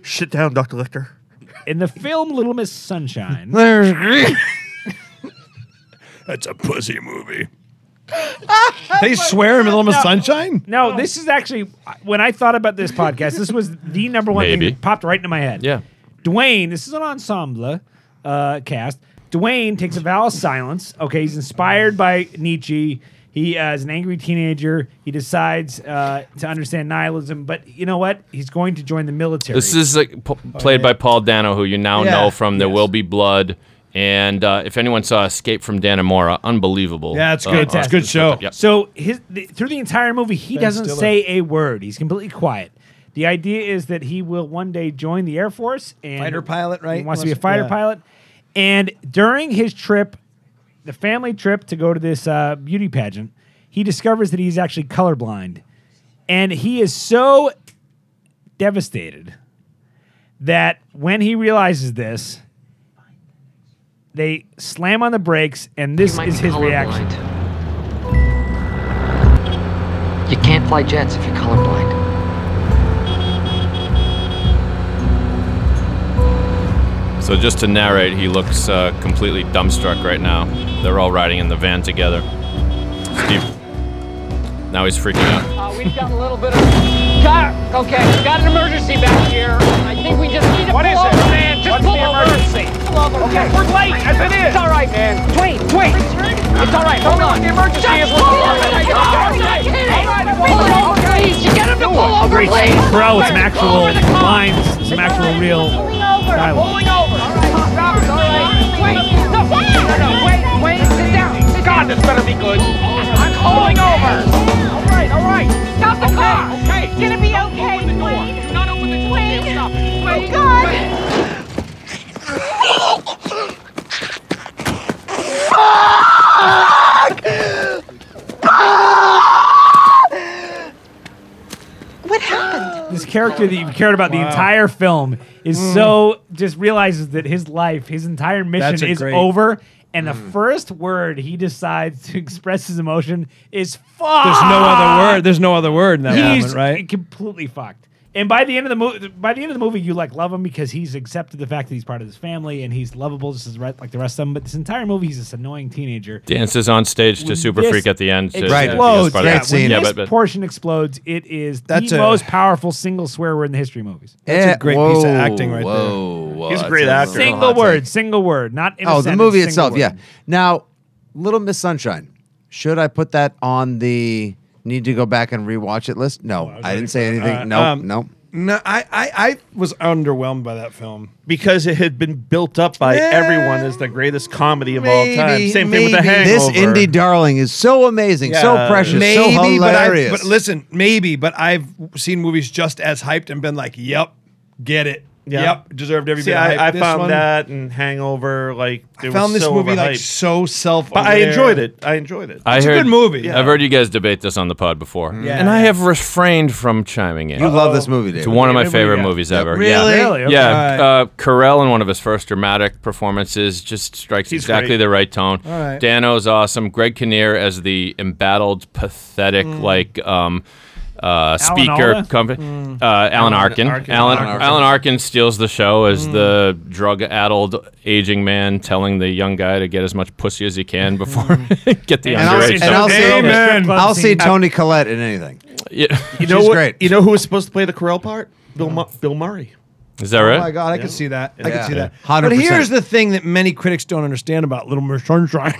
[SPEAKER 8] Shit down, Dr. Lecter.
[SPEAKER 6] In the film Little Miss Sunshine,
[SPEAKER 7] There's green.
[SPEAKER 9] <laughs> That's a pussy movie. they swear in Little Miss
[SPEAKER 6] No.
[SPEAKER 9] Sunshine.
[SPEAKER 6] No, this is actually when I thought about this podcast. This was the number one
[SPEAKER 13] Maybe.
[SPEAKER 6] thing that popped right into my head.
[SPEAKER 13] Yeah.
[SPEAKER 6] Dwayne, this is an ensemble uh, cast. Dwayne takes a vow of silence. Okay, he's inspired by Nietzsche. He uh, is an angry teenager. He decides uh, to understand nihilism, but you know what? He's going to join the military.
[SPEAKER 13] This is like, p-
[SPEAKER 9] Oh,
[SPEAKER 13] played by Paul Dano, who you now
[SPEAKER 6] Yeah.
[SPEAKER 13] know from There Will Be Blood. And uh, if anyone saw Escape from Dannemora, unbelievable.
[SPEAKER 9] Yeah, it's
[SPEAKER 13] uh,
[SPEAKER 9] good. It's a good
[SPEAKER 13] artist.
[SPEAKER 9] show.
[SPEAKER 13] Yep.
[SPEAKER 6] So his the, through the entire movie, he
[SPEAKER 9] Ben
[SPEAKER 6] doesn't
[SPEAKER 9] Stiller.
[SPEAKER 6] say a word. He's completely quiet. The idea is that he will one day join the Air Force and
[SPEAKER 9] Fighter pilot, right?
[SPEAKER 6] He wants to be
[SPEAKER 9] Must-
[SPEAKER 6] a fighter
[SPEAKER 9] yeah.
[SPEAKER 6] pilot. And during his trip, the family trip to go to this uh, beauty pageant, he discovers that he's actually colorblind, and he is so devastated that when he realizes this, they slam on the brakes, and this is his reaction.
[SPEAKER 18] You can't fly jets if you're colorblind.
[SPEAKER 13] So just to narrate, he looks uh, completely dumbstruck right now. They're all riding in the van together. Steve. Now he's freaking out.
[SPEAKER 19] Uh, we've got a little bit of. Got, okay, got an emergency back here. I think we just need to pull over, man. Just pull over. emergency? Pull over. Okay, we're late. As it is. It's all right, man. Wait, wait. It's all right. Hold on. The emergency is. We're Get him to pull over, please.
[SPEAKER 6] Bro, it's an actual lines. It's an actual real dialogue.
[SPEAKER 19] Pulling over. All right, Robert. All right. Wait. No, no, no. Wait, wait. Sit down. Sit God, this better be good. I'm pulling over. All right, all right. Stop the car. Okay. It's gonna be okay. Open the door. Do not open the door. Wait. Stop. Wait. Oh God.
[SPEAKER 18] What happened?
[SPEAKER 6] This character that you've cared about the entire
[SPEAKER 9] Mm.
[SPEAKER 6] film is so just realizes that his life, his entire mission
[SPEAKER 18] That's a
[SPEAKER 6] is
[SPEAKER 18] great-
[SPEAKER 6] over, And the
[SPEAKER 9] Mm.
[SPEAKER 6] first word he decides to <laughs> express his emotion is fuck.
[SPEAKER 9] There's no other word. There's no other word in that
[SPEAKER 6] He's
[SPEAKER 9] moment, right?
[SPEAKER 6] completely fucked. And by the end of the movie, by the end of the movie, you like love him because he's accepted the fact that he's part of this family and he's lovable just as right like the rest of them. But this entire movie, he's this annoying teenager.
[SPEAKER 13] Dances on stage to
[SPEAKER 6] When
[SPEAKER 13] Super
[SPEAKER 6] this
[SPEAKER 13] Freak at the end. To,
[SPEAKER 6] explodes,
[SPEAKER 13] to be
[SPEAKER 6] yeah,
[SPEAKER 13] as part of that.
[SPEAKER 6] When
[SPEAKER 13] Yeah,
[SPEAKER 6] this
[SPEAKER 13] but, but
[SPEAKER 6] portion explodes, it is
[SPEAKER 9] That's
[SPEAKER 6] the
[SPEAKER 9] a-
[SPEAKER 6] most powerful single swear word in the history of movies.
[SPEAKER 9] That's a great piece of acting right
[SPEAKER 7] Eh, whoa,
[SPEAKER 9] there.
[SPEAKER 7] whoa, He's a great that's a- actor.
[SPEAKER 6] Single
[SPEAKER 7] Hot
[SPEAKER 6] word, single word, not in a
[SPEAKER 7] Oh, the
[SPEAKER 6] sentence,
[SPEAKER 7] movie
[SPEAKER 6] single
[SPEAKER 7] itself.
[SPEAKER 6] word.
[SPEAKER 7] Yeah. Now, Little Miss Sunshine. Should I put that on the need to go back and rewatch it list? No, I didn't say anything.
[SPEAKER 9] Uh,
[SPEAKER 7] no,
[SPEAKER 9] um,
[SPEAKER 7] no.
[SPEAKER 9] No, I, I, I was underwhelmed by that film.
[SPEAKER 8] because it had been built up by
[SPEAKER 9] Yeah.
[SPEAKER 8] everyone as the greatest comedy of all time. Same thing with the
[SPEAKER 7] maybe. This
[SPEAKER 8] Hangover.
[SPEAKER 7] indie darling is so amazing, so
[SPEAKER 8] Yeah.
[SPEAKER 7] precious,
[SPEAKER 9] maybe,
[SPEAKER 7] so
[SPEAKER 9] but, I,
[SPEAKER 7] hilarious.
[SPEAKER 9] but listen, maybe, but I've seen movies just as hyped and been like, "Yep, get it.
[SPEAKER 8] Yeah.
[SPEAKER 9] Yep, deserved every
[SPEAKER 8] See,
[SPEAKER 9] bit." of hype.
[SPEAKER 8] I, I
[SPEAKER 9] This
[SPEAKER 8] found
[SPEAKER 9] one-
[SPEAKER 8] that and Hangover like it
[SPEAKER 9] I found
[SPEAKER 8] was
[SPEAKER 9] this
[SPEAKER 8] so
[SPEAKER 9] movie like
[SPEAKER 8] overhyped.
[SPEAKER 9] so self-aware.
[SPEAKER 8] But I enjoyed it. I enjoyed it.
[SPEAKER 13] I
[SPEAKER 9] It's a
[SPEAKER 13] heard,
[SPEAKER 9] good movie.
[SPEAKER 8] Yeah.
[SPEAKER 13] I've heard you guys debate this on the pod before,
[SPEAKER 9] Yeah.
[SPEAKER 13] and I have refrained from chiming in.
[SPEAKER 7] You love this movie, David.
[SPEAKER 13] It's one of my
[SPEAKER 7] Everybody
[SPEAKER 13] favorite
[SPEAKER 7] got it.
[SPEAKER 13] movies
[SPEAKER 7] Yep.
[SPEAKER 13] ever.
[SPEAKER 7] Really?
[SPEAKER 13] Yeah.
[SPEAKER 7] Really? Okay.
[SPEAKER 13] Yeah.
[SPEAKER 7] All
[SPEAKER 13] Uh, Carell in one of his first dramatic performances just strikes exactly
[SPEAKER 9] great.
[SPEAKER 13] the right tone.
[SPEAKER 9] All right.
[SPEAKER 13] Dano's awesome. Greg Kinnear as the embattled, pathetic,
[SPEAKER 9] Mm.
[SPEAKER 13] like um, uh, speaker
[SPEAKER 9] Alda?
[SPEAKER 13] company.
[SPEAKER 9] Mm.
[SPEAKER 13] Uh, Alan
[SPEAKER 9] Alan
[SPEAKER 13] Arkin.
[SPEAKER 9] Arkin.
[SPEAKER 13] Alan
[SPEAKER 9] Alan Arkin.
[SPEAKER 13] Alan Arkin steals the show as
[SPEAKER 9] Mm.
[SPEAKER 13] the drug-addled aging man telling the young guy to get as much pussy as he
[SPEAKER 9] Mm.
[SPEAKER 13] can before <laughs> get the
[SPEAKER 7] and I'll,
[SPEAKER 13] underage.
[SPEAKER 7] and I'll see, I'll see Tony Collette in anything.
[SPEAKER 9] <laughs>
[SPEAKER 13] Yeah.
[SPEAKER 8] You know
[SPEAKER 7] She's
[SPEAKER 8] what?
[SPEAKER 7] great.
[SPEAKER 8] You know who was supposed to play the Carell part? Bill Mu- Bill Murray.
[SPEAKER 13] Is that right?
[SPEAKER 9] Oh my god, I
[SPEAKER 8] Yeah.
[SPEAKER 9] can see that. I
[SPEAKER 8] Yeah.
[SPEAKER 9] can see that.
[SPEAKER 8] Yeah. 100%.
[SPEAKER 9] But here's the thing that many critics don't understand about Little Miss Sunshine.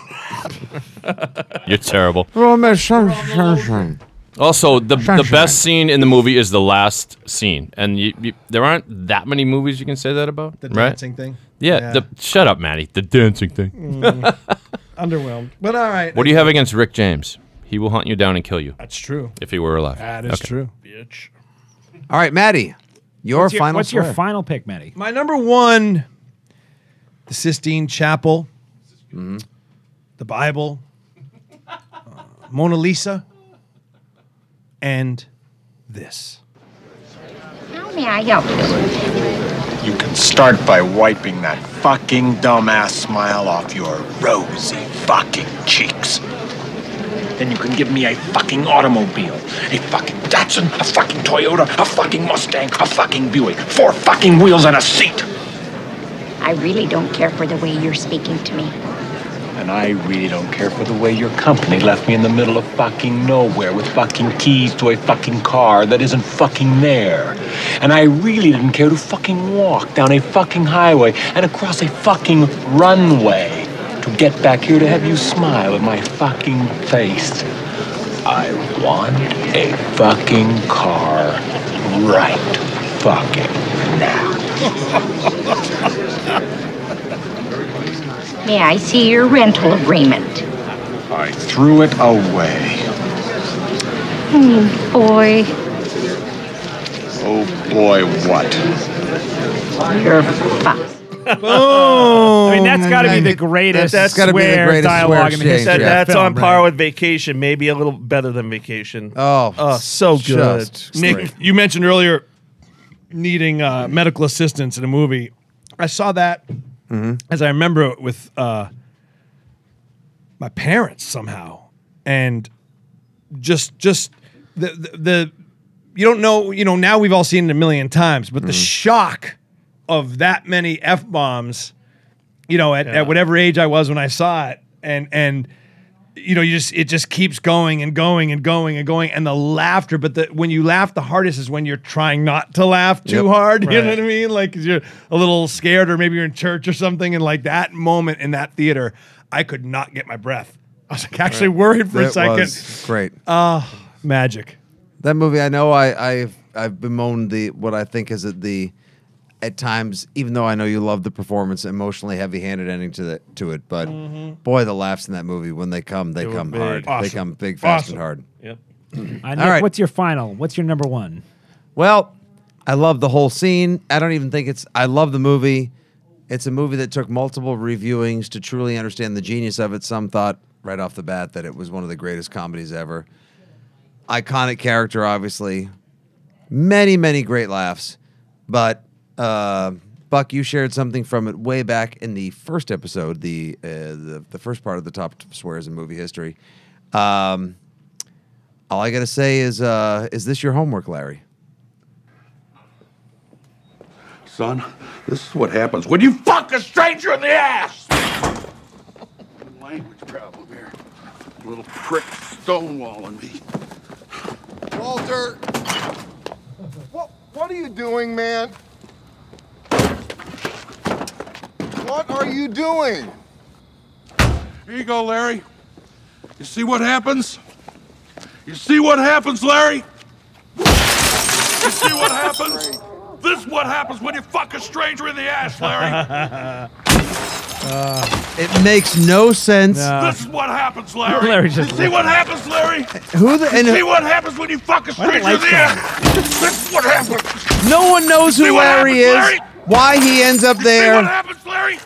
[SPEAKER 13] You're terrible.
[SPEAKER 7] Little Miss Sunshine.
[SPEAKER 13] Also, the the best scene in the movie is the last scene, and you, you, there aren't that many movies you can say that about.
[SPEAKER 9] The
[SPEAKER 13] right?
[SPEAKER 9] dancing thing?
[SPEAKER 13] Yeah,
[SPEAKER 9] Yeah.
[SPEAKER 13] The, shut up, Maddie. The dancing thing.
[SPEAKER 9] Mm. Underwhelmed. <laughs> But all right.
[SPEAKER 13] What do you have against Rick James? He will hunt you down and kill you.
[SPEAKER 9] That's true.
[SPEAKER 13] If he were alive.
[SPEAKER 9] That is true. Bitch.
[SPEAKER 7] All right, Maddie, your
[SPEAKER 6] What's your-
[SPEAKER 7] final.
[SPEAKER 6] what's your
[SPEAKER 7] swear.
[SPEAKER 6] final pick, Maddie?
[SPEAKER 9] My number one, the Sistine Chapel,
[SPEAKER 7] Mm-hmm.
[SPEAKER 9] the Bible, uh, Mona Lisa, and this.
[SPEAKER 12] How may I help you?
[SPEAKER 3] You can start by wiping that fucking dumbass smile off your rosy fucking cheeks. Then you can give me a fucking automobile, a fucking Datsun, a fucking Toyota, a fucking Mustang, a fucking Buick, four fucking wheels and a seat.
[SPEAKER 12] I really don't care for the way you're speaking to me.
[SPEAKER 3] And I really don't care for the way your company left me in the middle of fucking nowhere with fucking keys to a fucking car that isn't fucking there. And I really didn't care to fucking walk down a fucking highway and across a fucking runway to get back here to have you smile at my fucking face. I want a fucking car right fucking
[SPEAKER 12] May I see your rental agreement?
[SPEAKER 3] I threw it away.
[SPEAKER 12] Hmm, boy,
[SPEAKER 3] Oh boy, what?
[SPEAKER 12] you're fucked.
[SPEAKER 6] <laughs> I mean, that's got to be the greatest swear dialogue in the history.
[SPEAKER 8] That-
[SPEAKER 6] of
[SPEAKER 8] That's
[SPEAKER 6] film,
[SPEAKER 8] on
[SPEAKER 6] right?
[SPEAKER 8] par with Vacation, maybe a little better than Vacation.
[SPEAKER 7] Oh,
[SPEAKER 8] so good.
[SPEAKER 9] Uh, Nick, you mentioned earlier needing uh, medical assistance in a movie. I saw that as I remember it with uh, my parents somehow, and just just the, the the you don't know you know now we've all seen it a million times, but the shock of that many f bombs, you know, at, at whatever age I was when I saw it, and and you know, you just it just keeps going and going and going and going, and the laughter. But the when you laugh the hardest is when you're trying not to laugh too
[SPEAKER 17] Yep.
[SPEAKER 9] hard. <laughs> You
[SPEAKER 17] Right.
[SPEAKER 9] know what I mean? Like 'cause you're a little scared, or maybe you're in church or something, and like that moment in that theater, I could not get my breath. I was like actually worried for a
[SPEAKER 7] That
[SPEAKER 9] second.
[SPEAKER 7] was great.
[SPEAKER 9] Ah, magic.
[SPEAKER 7] That movie, I know I, I've I've bemoaned the what I think is that the at times, even though I know you love the performance, emotionally heavy-handed ending to the to it, but boy, the laughs in that movie when they come, they
[SPEAKER 8] They were
[SPEAKER 7] come
[SPEAKER 8] big.
[SPEAKER 7] hard, they
[SPEAKER 8] Awesome.
[SPEAKER 7] come big, fast,
[SPEAKER 8] Awesome.
[SPEAKER 7] and hard.
[SPEAKER 8] Yep.
[SPEAKER 6] Uh, Nick, What's your final? What's your number one?
[SPEAKER 7] Well, I love the whole scene. I don't even think it's. I love the movie. It's a movie that took multiple reviewings to truly understand the genius of it. Some thought right off the bat that it was one of the greatest comedies ever. Iconic character, obviously. Many, many great laughs, but uh, Buck, you shared something from it way back in the first episode, the uh, the, the first part of the top swears in movie history. Um, all I gotta say is, uh, is this your homework, Larry?
[SPEAKER 17] Son, this is what happens when you fuck a stranger in the ass. Language problem here. Little prick stonewalling me.
[SPEAKER 15] Walter! What, what are you doing, man? What are you doing?
[SPEAKER 17] Here you go, Larry. You see what happens? You see what happens, Larry? You see what happens? This is what happens when you fuck a stranger in the
[SPEAKER 7] <laughs>
[SPEAKER 17] ass, Larry.
[SPEAKER 9] <laughs> Ah.
[SPEAKER 7] It makes no sense.
[SPEAKER 17] This is what happens, Larry.
[SPEAKER 7] <laughs> Larry
[SPEAKER 17] you
[SPEAKER 7] just
[SPEAKER 17] see
[SPEAKER 7] looked-
[SPEAKER 17] what happens, Larry?
[SPEAKER 7] Who the-
[SPEAKER 17] You
[SPEAKER 7] and-
[SPEAKER 17] see what happens when you fuck a stranger in
[SPEAKER 7] lights
[SPEAKER 17] the ass? This is what happens.
[SPEAKER 7] No one knows
[SPEAKER 17] See
[SPEAKER 7] who
[SPEAKER 17] what
[SPEAKER 7] Larry is,
[SPEAKER 17] happens, Larry?
[SPEAKER 7] why he ends up
[SPEAKER 17] See what
[SPEAKER 7] there.
[SPEAKER 17] happens, Larry?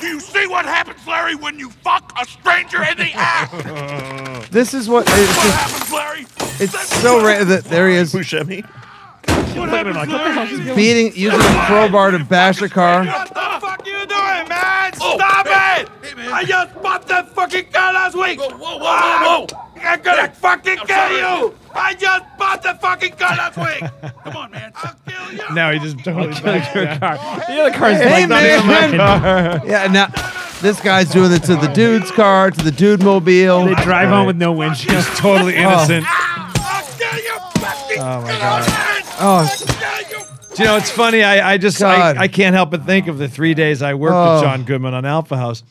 [SPEAKER 17] Do you see what happens, Larry, when you fuck a stranger in
[SPEAKER 9] <laughs>
[SPEAKER 17] the
[SPEAKER 9] Uh,
[SPEAKER 17] ass?
[SPEAKER 7] This is what. It's just, It's so rare that there he is.
[SPEAKER 17] what happens, Larry?
[SPEAKER 7] Beating, using a crowbar to bash a car.
[SPEAKER 17] What the fuck you doing, man? Stop it! I just bought that fucking car last week. Whoa, whoa, whoa, whoa! I'm gonna fucking kill you! I just bought the fucking car last week.
[SPEAKER 9] No, he just totally backed down.
[SPEAKER 6] The other car's
[SPEAKER 7] Hey,
[SPEAKER 6] like, not even my
[SPEAKER 7] man.
[SPEAKER 6] car.
[SPEAKER 7] <laughs> Yeah, now this guy's doing it to the dude's car, to the dude mobile.
[SPEAKER 6] They drive on with no windshield.
[SPEAKER 9] Just
[SPEAKER 7] Oh.
[SPEAKER 9] totally innocent. Oh my god.
[SPEAKER 7] Oh.
[SPEAKER 9] Do you know, it's funny. I, I just I, I can't help but think of the three days I worked
[SPEAKER 7] Oh.
[SPEAKER 9] with John Goodman on Alpha House.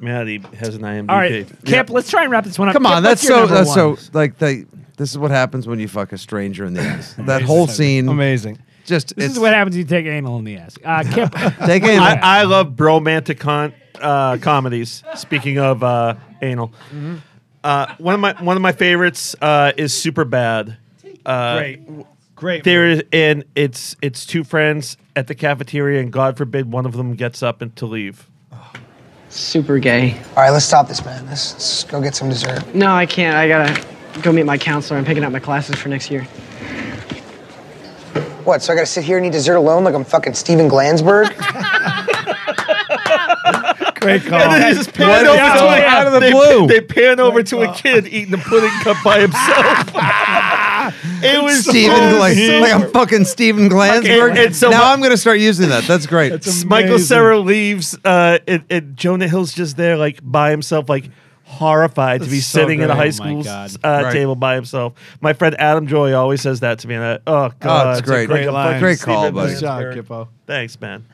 [SPEAKER 8] Maddie has an IMDb.
[SPEAKER 6] All right, Kip, let's try and wrap this one up.
[SPEAKER 7] Come
[SPEAKER 6] Kip,
[SPEAKER 7] on,
[SPEAKER 6] what's
[SPEAKER 7] that's
[SPEAKER 6] your
[SPEAKER 7] so.
[SPEAKER 6] number
[SPEAKER 7] That's
[SPEAKER 6] one?
[SPEAKER 7] so. Like they, this is what happens when you fuck a stranger in the ass. that whole scene.
[SPEAKER 9] Amazing.
[SPEAKER 7] Just
[SPEAKER 6] This
[SPEAKER 7] it's,
[SPEAKER 6] is what happens when you take anal in the ass.
[SPEAKER 7] <laughs>
[SPEAKER 6] Uh, Kip, <laughs>
[SPEAKER 7] Take anal.
[SPEAKER 6] I-
[SPEAKER 8] I, I love bromantic con- uh, comedies. Speaking of uh, anal, uh, one of my one of my favorites uh, is Super Bad. Uh,
[SPEAKER 9] Great. Great.
[SPEAKER 8] There is, and it's it's two friends at the cafeteria, and God forbid one of them gets up and to leave.
[SPEAKER 18] Super gay.
[SPEAKER 11] All right, let's stop this madness. Let's go get some dessert.
[SPEAKER 18] No, I can't. I gotta go meet my counselor. I'm picking up my classes for next year.
[SPEAKER 11] What? So I gotta sit here and eat dessert alone like I'm fucking Steven Glansberg?
[SPEAKER 9] <laughs> Great call.
[SPEAKER 8] And they just pan over to a,
[SPEAKER 9] out of the
[SPEAKER 8] they,
[SPEAKER 9] blue.
[SPEAKER 8] They pan over to a kid eating a pudding cup by
[SPEAKER 9] <laughs>
[SPEAKER 8] himself. it was
[SPEAKER 6] <laughs>
[SPEAKER 7] Steven,
[SPEAKER 8] so
[SPEAKER 7] like,
[SPEAKER 8] super.
[SPEAKER 7] like I'm fucking Steven Glansberg.
[SPEAKER 8] and so
[SPEAKER 7] now
[SPEAKER 8] my-
[SPEAKER 7] I'm gonna start using that. That's great.
[SPEAKER 8] S- Michael Sarah leaves. Uh, and, and Jonah Hill's just there, like by himself, like horrified to be
[SPEAKER 6] That's so
[SPEAKER 8] sitting at a
[SPEAKER 6] great. Oh
[SPEAKER 8] high
[SPEAKER 6] my
[SPEAKER 8] school uh,
[SPEAKER 6] God.
[SPEAKER 7] Right.
[SPEAKER 8] table by himself. My friend Adam Joy always says that to me, and I, oh god,
[SPEAKER 7] it's
[SPEAKER 8] a
[SPEAKER 7] great. Great
[SPEAKER 8] fucking
[SPEAKER 7] line. Great call,
[SPEAKER 8] Steven
[SPEAKER 7] buddy.
[SPEAKER 9] Good job,
[SPEAKER 8] Spielberg.
[SPEAKER 9] Kippo.
[SPEAKER 8] Thanks, man.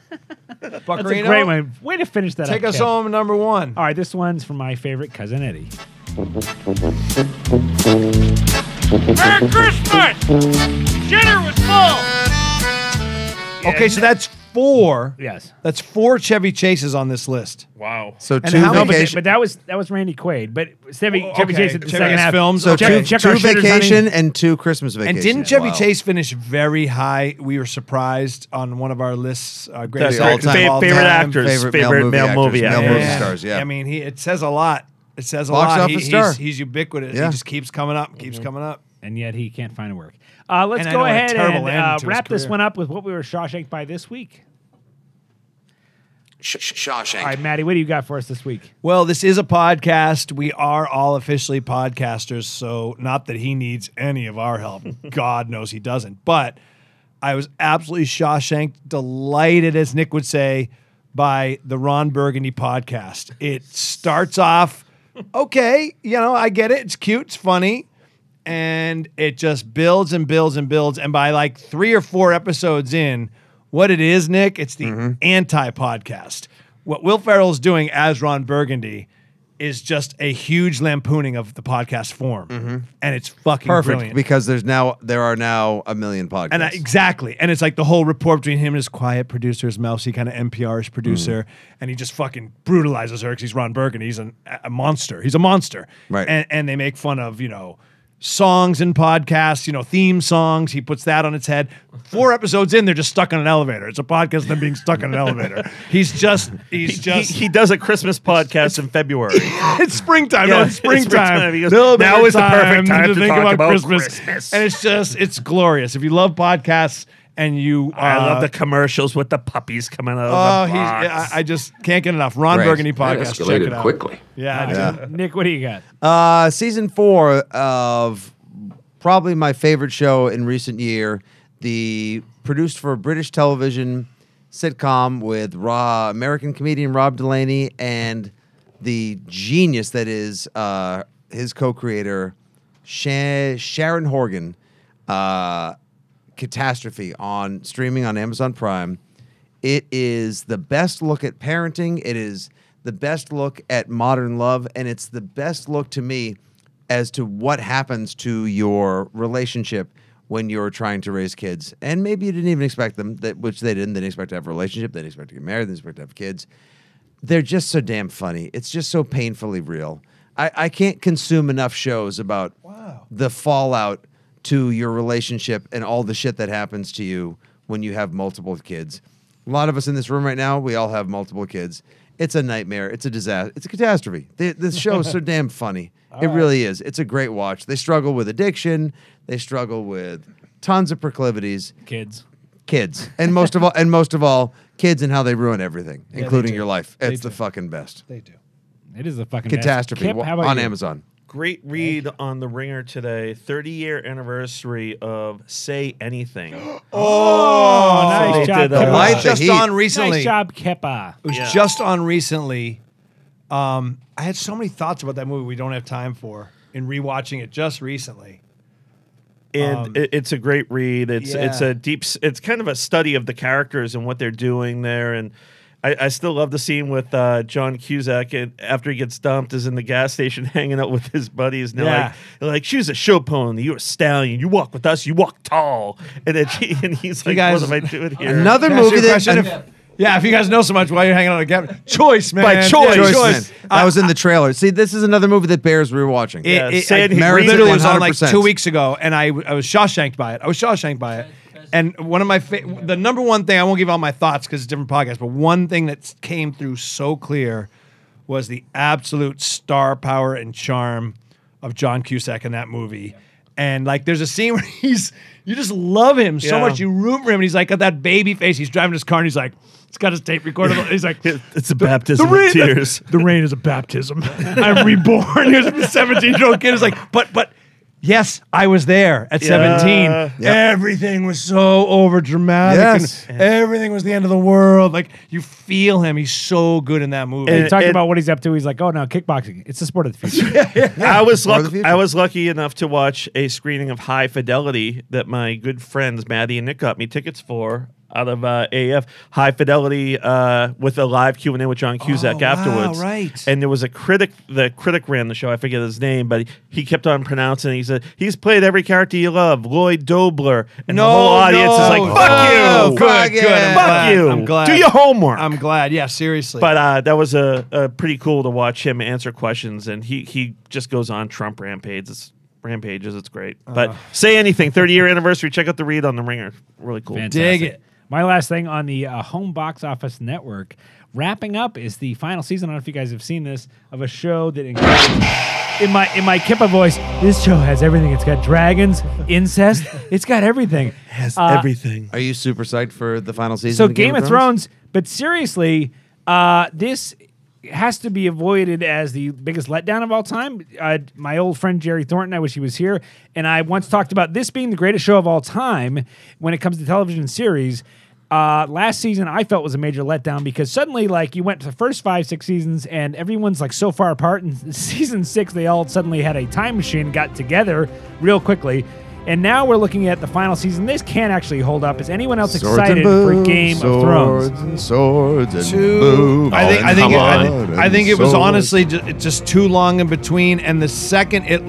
[SPEAKER 6] That's a
[SPEAKER 9] Buccarino,
[SPEAKER 6] great way, way to finish that.
[SPEAKER 9] Take
[SPEAKER 6] up,
[SPEAKER 9] us
[SPEAKER 6] Kip.
[SPEAKER 9] home, number one.
[SPEAKER 6] All right, this one's from my favorite cousin Eddie.
[SPEAKER 19] Merry Christmas! Dinner was full!
[SPEAKER 9] Okay, so that's four.
[SPEAKER 6] Yes.
[SPEAKER 9] That's four Chevy Chases on this list.
[SPEAKER 8] Wow.
[SPEAKER 7] So
[SPEAKER 9] And
[SPEAKER 7] two
[SPEAKER 9] how many-
[SPEAKER 6] But,
[SPEAKER 7] vacation,
[SPEAKER 6] but that was that was Randy Quaid. But Chevy,
[SPEAKER 9] Oh,
[SPEAKER 6] Chevy
[SPEAKER 9] okay.
[SPEAKER 6] Chase at the
[SPEAKER 9] Chevy
[SPEAKER 6] second
[SPEAKER 9] Chase
[SPEAKER 6] half.
[SPEAKER 9] films.
[SPEAKER 7] so
[SPEAKER 6] check,
[SPEAKER 7] two,
[SPEAKER 6] check
[SPEAKER 7] two
[SPEAKER 6] our shitters,
[SPEAKER 7] vacation
[SPEAKER 6] honey.
[SPEAKER 7] and two Christmas vacations.
[SPEAKER 9] And didn't Chevy
[SPEAKER 7] Wow.
[SPEAKER 9] Chase finish very high? We were surprised on one of our lists. Uh, greatest
[SPEAKER 8] That's
[SPEAKER 9] actors
[SPEAKER 8] great.
[SPEAKER 9] of all
[SPEAKER 8] Favorite
[SPEAKER 9] time.
[SPEAKER 8] actors, favorite male movie
[SPEAKER 7] actors,
[SPEAKER 8] actors.
[SPEAKER 7] Male movie stars. Yeah.
[SPEAKER 9] I mean, he, it says a lot. It says a
[SPEAKER 7] Box
[SPEAKER 9] lot.
[SPEAKER 7] office
[SPEAKER 9] He- he's-
[SPEAKER 7] star.
[SPEAKER 9] He's, ubiquitous.
[SPEAKER 7] Yeah.
[SPEAKER 9] He just keeps coming up, keeps coming up.
[SPEAKER 6] And yet he can't find work. Uh, let's
[SPEAKER 9] And I
[SPEAKER 6] go
[SPEAKER 9] know what a
[SPEAKER 6] ahead and
[SPEAKER 9] terrible end
[SPEAKER 6] uh,
[SPEAKER 9] to his
[SPEAKER 6] wrap this
[SPEAKER 9] career.
[SPEAKER 6] one up with what we were Shawshank by this week.
[SPEAKER 15] Shawshank.
[SPEAKER 6] All right, Maddie, what do you got for us this week?
[SPEAKER 9] Well, this is a podcast. We are all officially podcasters, so not that he needs any of
[SPEAKER 6] <laughs>
[SPEAKER 9] our help. God knows he doesn't. But I was absolutely Shawshank delighted, as Nick would say, by the Ron Burgundy podcast. It starts off okay, you know, I get it. It's cute, it's funny. And it just builds and builds and builds. And by like three or four episodes in, what it is, Nick, it's the
[SPEAKER 7] Mm-hmm.
[SPEAKER 9] anti podcast. What Will Ferrell's doing as Ron Burgundy is just a huge lampooning of the podcast form. And it's fucking
[SPEAKER 7] Mm-hmm. Perfect,
[SPEAKER 9] brilliant.
[SPEAKER 7] because there's now there are now a million podcasts.
[SPEAKER 9] And I, exactly. And it's like the whole rapport between him and his quiet producer, his mousy kind of NPRish producer.
[SPEAKER 8] Mm.
[SPEAKER 9] And he just fucking brutalizes her because he's Ron Burgundy. He's an, a monster. He's a monster.
[SPEAKER 7] Right.
[SPEAKER 9] And, and they make fun of, you know, songs and podcasts, you know, theme songs. He puts that on its head.
[SPEAKER 8] <laughs>
[SPEAKER 9] Four episodes in, they're just stuck in an elevator. It's a podcast of them being stuck in an elevator. He's just, he's just.
[SPEAKER 8] <laughs> He, he does a Christmas podcast in
[SPEAKER 6] <laughs>
[SPEAKER 8] February.
[SPEAKER 9] <laughs> it's springtime. No,
[SPEAKER 8] Yeah,
[SPEAKER 9] it's
[SPEAKER 8] it's
[SPEAKER 9] springtime.
[SPEAKER 8] springtime. He goes, "Now
[SPEAKER 9] no, better
[SPEAKER 8] is the perfect time to
[SPEAKER 9] think
[SPEAKER 8] talk
[SPEAKER 9] about,
[SPEAKER 8] about
[SPEAKER 9] Christmas.
[SPEAKER 8] Christmas.
[SPEAKER 9] And it's just, it's glorious. If you love podcasts and you,
[SPEAKER 8] I love
[SPEAKER 9] uh,
[SPEAKER 8] the commercials with the puppies coming out of the
[SPEAKER 9] Oh, he's, I,
[SPEAKER 8] box.
[SPEAKER 9] I just can't get enough. Ron
[SPEAKER 7] Great.
[SPEAKER 9] Burgundy
[SPEAKER 7] That
[SPEAKER 9] podcast.
[SPEAKER 7] escalated
[SPEAKER 9] Check it out.
[SPEAKER 7] quickly.
[SPEAKER 9] Yeah.
[SPEAKER 7] Yeah.
[SPEAKER 9] I do.
[SPEAKER 6] Nick, what do you got?
[SPEAKER 7] Uh, season four of probably my favorite show in recent year, the produced for British television sitcom with raw American comedian Rob Delaney and the genius that is uh, his co-creator Sha- Sharon Horgan. Uh, Catastrophe on streaming on Amazon Prime. It is the best look at parenting. It is the best look at modern love. And it's the best look to me as to what happens to your relationship when you're trying to raise kids. And maybe you didn't even expect them, that, which they didn't. They didn't expect to have a relationship. They didn't expect to get married. They didn't expect to have kids. They're just so damn funny. It's just so painfully real. I, I can't consume enough shows about the fallout to your relationship and all the shit that happens to you when you have multiple kids. A lot of us in this room right now, we all have multiple kids. It's a nightmare. It's a disaster. It's a catastrophe. The, this show is so damn funny. it really is. It's a great watch. They struggle with addiction. They struggle with tons of proclivities.
[SPEAKER 6] Kids. <laughs>
[SPEAKER 7] Kids, and most of all, and most of all, kids and how they ruin everything,
[SPEAKER 6] Yeah, they
[SPEAKER 7] including
[SPEAKER 6] do.
[SPEAKER 7] your life.
[SPEAKER 6] They
[SPEAKER 7] It's the
[SPEAKER 6] do.
[SPEAKER 7] fucking best.
[SPEAKER 6] They do. It is the fucking best.
[SPEAKER 7] Catastrophe
[SPEAKER 6] Kip,
[SPEAKER 7] wa-
[SPEAKER 6] how about
[SPEAKER 7] on
[SPEAKER 6] you?
[SPEAKER 7] Amazon.
[SPEAKER 8] Great read on the Ringer today. 30 year anniversary of Say Anything.
[SPEAKER 9] <gasps> Oh,
[SPEAKER 8] They
[SPEAKER 9] nice job.
[SPEAKER 8] did a-
[SPEAKER 9] Kepa.
[SPEAKER 8] Light the
[SPEAKER 9] just
[SPEAKER 8] heat.
[SPEAKER 9] on recently.
[SPEAKER 6] Nice job, Kepa.
[SPEAKER 9] It was
[SPEAKER 8] Yeah.
[SPEAKER 9] just on recently. Um, I had so many thoughts about that movie we don't have time for in rewatching it just recently.
[SPEAKER 8] and
[SPEAKER 9] Um,
[SPEAKER 8] it, it's a great read. It's it's
[SPEAKER 9] yeah.
[SPEAKER 8] a deep. s- It's kind of a study of the characters and what they're doing there. And I, I still love the scene with uh, John Cusack and after he gets dumped is in the gas station <laughs> hanging out with his buddies. And they're
[SPEAKER 9] Yeah.
[SPEAKER 8] like, they're like, she's a show pony. You're a stallion. You walk with us. You walk tall. And then she, and he's like,
[SPEAKER 9] guys-
[SPEAKER 8] what am I doing here?
[SPEAKER 9] Can I ask you a question? If- yeah, if you guys know so much, why are you hanging out at Gap? Choice, man.
[SPEAKER 7] By choice.
[SPEAKER 9] Yeah,
[SPEAKER 7] man. That was in the trailer. See, this is another movie that bears rewatching.
[SPEAKER 9] It, it-
[SPEAKER 7] Like,
[SPEAKER 9] I
[SPEAKER 7] merits it
[SPEAKER 9] literally was on like
[SPEAKER 7] 100%.
[SPEAKER 9] two weeks ago, and I, I was Shawshanked by it. I was Shawshanked by it. And one of my fa- the number one thing I won't give all my thoughts because it's different podcast, but one thing that came through so clear was the absolute star power and charm of John Cusack in that movie. And like, there's a scene <laughs> where he's you just love him so
[SPEAKER 8] Yeah.
[SPEAKER 9] much, you root for him, and he's like got that baby face. He's driving his car, and he's like, he's got his tape recorder. He's like,
[SPEAKER 8] It's a baptism
[SPEAKER 9] rain-
[SPEAKER 8] of tears.
[SPEAKER 9] <laughs> The rain is
[SPEAKER 8] <laughs>
[SPEAKER 9] a baptism. I'm reborn. Here's a 17 year old kid. It's like, but, but, yes, I was there at
[SPEAKER 8] Yeah.
[SPEAKER 9] 17.
[SPEAKER 8] Yeah.
[SPEAKER 9] Everything was so over dramatic.
[SPEAKER 8] Yes.
[SPEAKER 9] Everything was the end of the world. Like, you feel him. He's so good in that movie.
[SPEAKER 6] And he talked about what he's up to. He's like, oh no, kickboxing. It's the sport of the future.
[SPEAKER 8] I was
[SPEAKER 6] Part
[SPEAKER 8] luck-
[SPEAKER 6] of the future.
[SPEAKER 8] I was lucky enough to watch a screening of High Fidelity that my good friends Maddie and Nick got me tickets for out of uh, AF High Fidelity uh, with a live Q and A with John
[SPEAKER 6] Oh,
[SPEAKER 8] Cusack
[SPEAKER 9] wow,
[SPEAKER 8] afterwards.
[SPEAKER 9] right.
[SPEAKER 8] And there was a critic. The critic ran the show. I forget his name, but he kept on pronouncing. It. He said he's played every character you love. Lloyd Dobler, and
[SPEAKER 9] No,
[SPEAKER 8] the whole audience is like,
[SPEAKER 9] no.
[SPEAKER 8] "Fuck
[SPEAKER 9] Oh,
[SPEAKER 8] you,
[SPEAKER 9] good, Fuck good. I'm
[SPEAKER 8] fuck
[SPEAKER 9] glad.
[SPEAKER 8] you."
[SPEAKER 9] I'm glad.
[SPEAKER 8] Do your homework.
[SPEAKER 9] I'm glad. Yeah, seriously.
[SPEAKER 8] But uh, that was a, a pretty cool to watch him answer questions, and he he just goes on Trump rampages. It's rampages. It's great.
[SPEAKER 9] Uh.
[SPEAKER 8] But say anything. Thirty year anniversary. Check out the read on the Ringer. Really cool.
[SPEAKER 6] Fantastic. My last thing on the uh, Home Box Office Network. Wrapping up is the final season. I don't know if you guys have seen this of a show that includes, in my in my Kippa voice. This show has everything. It's got dragons, incest. It's got everything.
[SPEAKER 7] Has
[SPEAKER 6] Uh,
[SPEAKER 7] everything. Are you super psyched for the final season?
[SPEAKER 6] So
[SPEAKER 7] of
[SPEAKER 6] Game, of, Thrones? but seriously, uh, this has to be avoided as the biggest letdown of all time. Uh, my old friend Jerry Thornton, I wish he was here, and I once talked about this being the greatest show of all time when it comes to television series. Uh, last season, I felt was a major letdown because suddenly, like, you went to the first five, six seasons, and everyone's like so far apart. And <laughs> season six, they all suddenly had a time machine, got together real quickly. And now we're looking at the final season. This can actually hold up. Is anyone else excited for Game of Thrones?
[SPEAKER 7] and swords and
[SPEAKER 9] Two. I think I think it, I, thi- I think it was honestly just, just too long in between. And the second it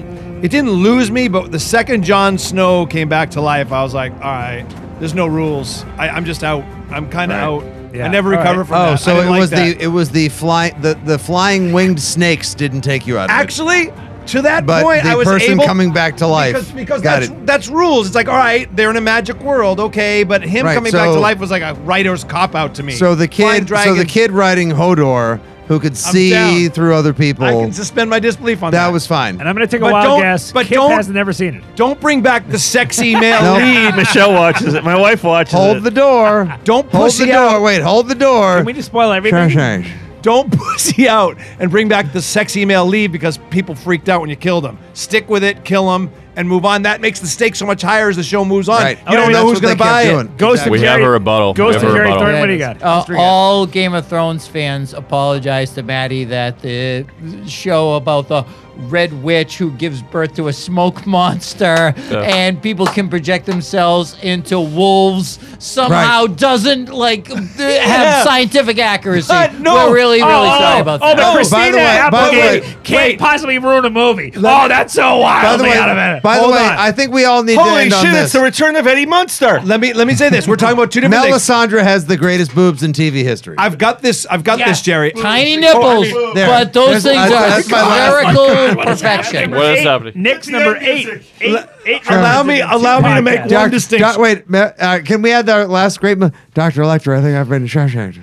[SPEAKER 9] it didn't lose me, but the second Jon Snow came back to life, I was like, all right, there's no rules. I, I'm just out. I'm kind of
[SPEAKER 7] Right.
[SPEAKER 9] out. I never recovered from
[SPEAKER 7] oh,
[SPEAKER 9] that. I
[SPEAKER 7] so
[SPEAKER 9] didn't
[SPEAKER 7] it
[SPEAKER 9] like
[SPEAKER 7] was
[SPEAKER 9] that.
[SPEAKER 7] the it was the fly the, the flying winged snakes didn't take you out. Of
[SPEAKER 9] Actually, to that
[SPEAKER 7] But
[SPEAKER 9] point,
[SPEAKER 7] the
[SPEAKER 9] I was
[SPEAKER 7] person
[SPEAKER 9] able
[SPEAKER 7] coming back to life.
[SPEAKER 9] because, because
[SPEAKER 7] Got
[SPEAKER 9] that's,
[SPEAKER 7] it.
[SPEAKER 9] that's rules. It's like all right, they're in a magic world, okay, but him
[SPEAKER 7] Right,
[SPEAKER 9] coming back to
[SPEAKER 7] so-
[SPEAKER 9] life was like a writer's cop out to me.
[SPEAKER 7] So the kid,
[SPEAKER 9] Flying
[SPEAKER 7] so
[SPEAKER 9] dragons,
[SPEAKER 7] the kid riding Hodor, who could see
[SPEAKER 9] down.
[SPEAKER 7] through other people.
[SPEAKER 9] I can suspend my disbelief on
[SPEAKER 7] that,
[SPEAKER 9] that.
[SPEAKER 7] was fine.
[SPEAKER 6] And I'm going to take a
[SPEAKER 9] But
[SPEAKER 6] wild
[SPEAKER 9] don't-
[SPEAKER 6] guess.
[SPEAKER 9] but
[SPEAKER 6] Kip
[SPEAKER 9] don't-
[SPEAKER 6] has never seen it.
[SPEAKER 9] Don't bring back
[SPEAKER 7] <laughs>
[SPEAKER 9] the sexy male
[SPEAKER 7] No.
[SPEAKER 9] lead.
[SPEAKER 8] Michelle watches it. My wife watches
[SPEAKER 7] hold
[SPEAKER 8] it.
[SPEAKER 7] the door.
[SPEAKER 9] Don't
[SPEAKER 7] hold
[SPEAKER 9] pussy
[SPEAKER 7] the door.
[SPEAKER 9] out.
[SPEAKER 7] Wait, hold the door.
[SPEAKER 9] Can we just spoil everything?
[SPEAKER 7] Sure, sure.
[SPEAKER 9] Don't <laughs> pussy out and bring back the sexy male lead because people freaked out when you killed him. Stick with it, kill him, and move on. That makes the stakes so much higher as the show moves on.
[SPEAKER 7] Right.
[SPEAKER 6] Oh,
[SPEAKER 9] You don't
[SPEAKER 7] Okay,
[SPEAKER 9] know
[SPEAKER 7] that's what they
[SPEAKER 9] who's going to buy
[SPEAKER 7] kept
[SPEAKER 9] it.
[SPEAKER 7] doing.
[SPEAKER 6] Goes
[SPEAKER 13] We
[SPEAKER 6] to
[SPEAKER 13] have
[SPEAKER 6] Carrie,
[SPEAKER 13] a rebuttal.
[SPEAKER 6] Goes
[SPEAKER 13] we
[SPEAKER 6] to
[SPEAKER 13] have a
[SPEAKER 6] Carrie
[SPEAKER 13] rebuttal.
[SPEAKER 6] Thornton. What do you got?
[SPEAKER 4] Uh, all Game of Thrones fans apologize to Maddie that the show about the red witch who gives birth to a smoke <laughs> monster
[SPEAKER 13] Yeah.
[SPEAKER 4] and people can project themselves into wolves somehow doesn't
[SPEAKER 6] <laughs>
[SPEAKER 4] like th- have scientific accuracy. We're really, really sorry about
[SPEAKER 6] oh,
[SPEAKER 4] that.
[SPEAKER 6] but
[SPEAKER 7] by
[SPEAKER 6] Christina
[SPEAKER 7] the way- by the
[SPEAKER 6] Applegate
[SPEAKER 7] way-
[SPEAKER 6] can't possibly ruin a movie. oh, that's so wild.
[SPEAKER 7] By the way,
[SPEAKER 6] out of it.
[SPEAKER 7] by the
[SPEAKER 9] Hold
[SPEAKER 7] way,
[SPEAKER 9] on.
[SPEAKER 7] I think we all need to
[SPEAKER 9] Holy
[SPEAKER 7] end on
[SPEAKER 9] shit, it's
[SPEAKER 7] this.
[SPEAKER 9] the return of Eddie Munster. Let me let me say this. We're talking about two different things.
[SPEAKER 7] Melisandre has the greatest boobs in TV history.
[SPEAKER 9] I've got this. I've got this, Jerry.
[SPEAKER 4] Tiny
[SPEAKER 6] Oh,
[SPEAKER 4] nipples,
[SPEAKER 7] there.
[SPEAKER 4] but those
[SPEAKER 7] There's-
[SPEAKER 4] things
[SPEAKER 7] I-
[SPEAKER 4] are
[SPEAKER 7] that's my last- <laughs>
[SPEAKER 4] spherical perfection.
[SPEAKER 13] What is happening?
[SPEAKER 6] Nick's number eight. Eight- eight
[SPEAKER 9] Allow
[SPEAKER 6] rounds
[SPEAKER 9] me-
[SPEAKER 6] into the
[SPEAKER 9] allow me to make
[SPEAKER 6] podcast.
[SPEAKER 9] one
[SPEAKER 7] Doc-
[SPEAKER 9] distinction.
[SPEAKER 7] Doc- wait, ma- uh, can we add our last great mo- Dr. Electra? I think I've been in Shawshank.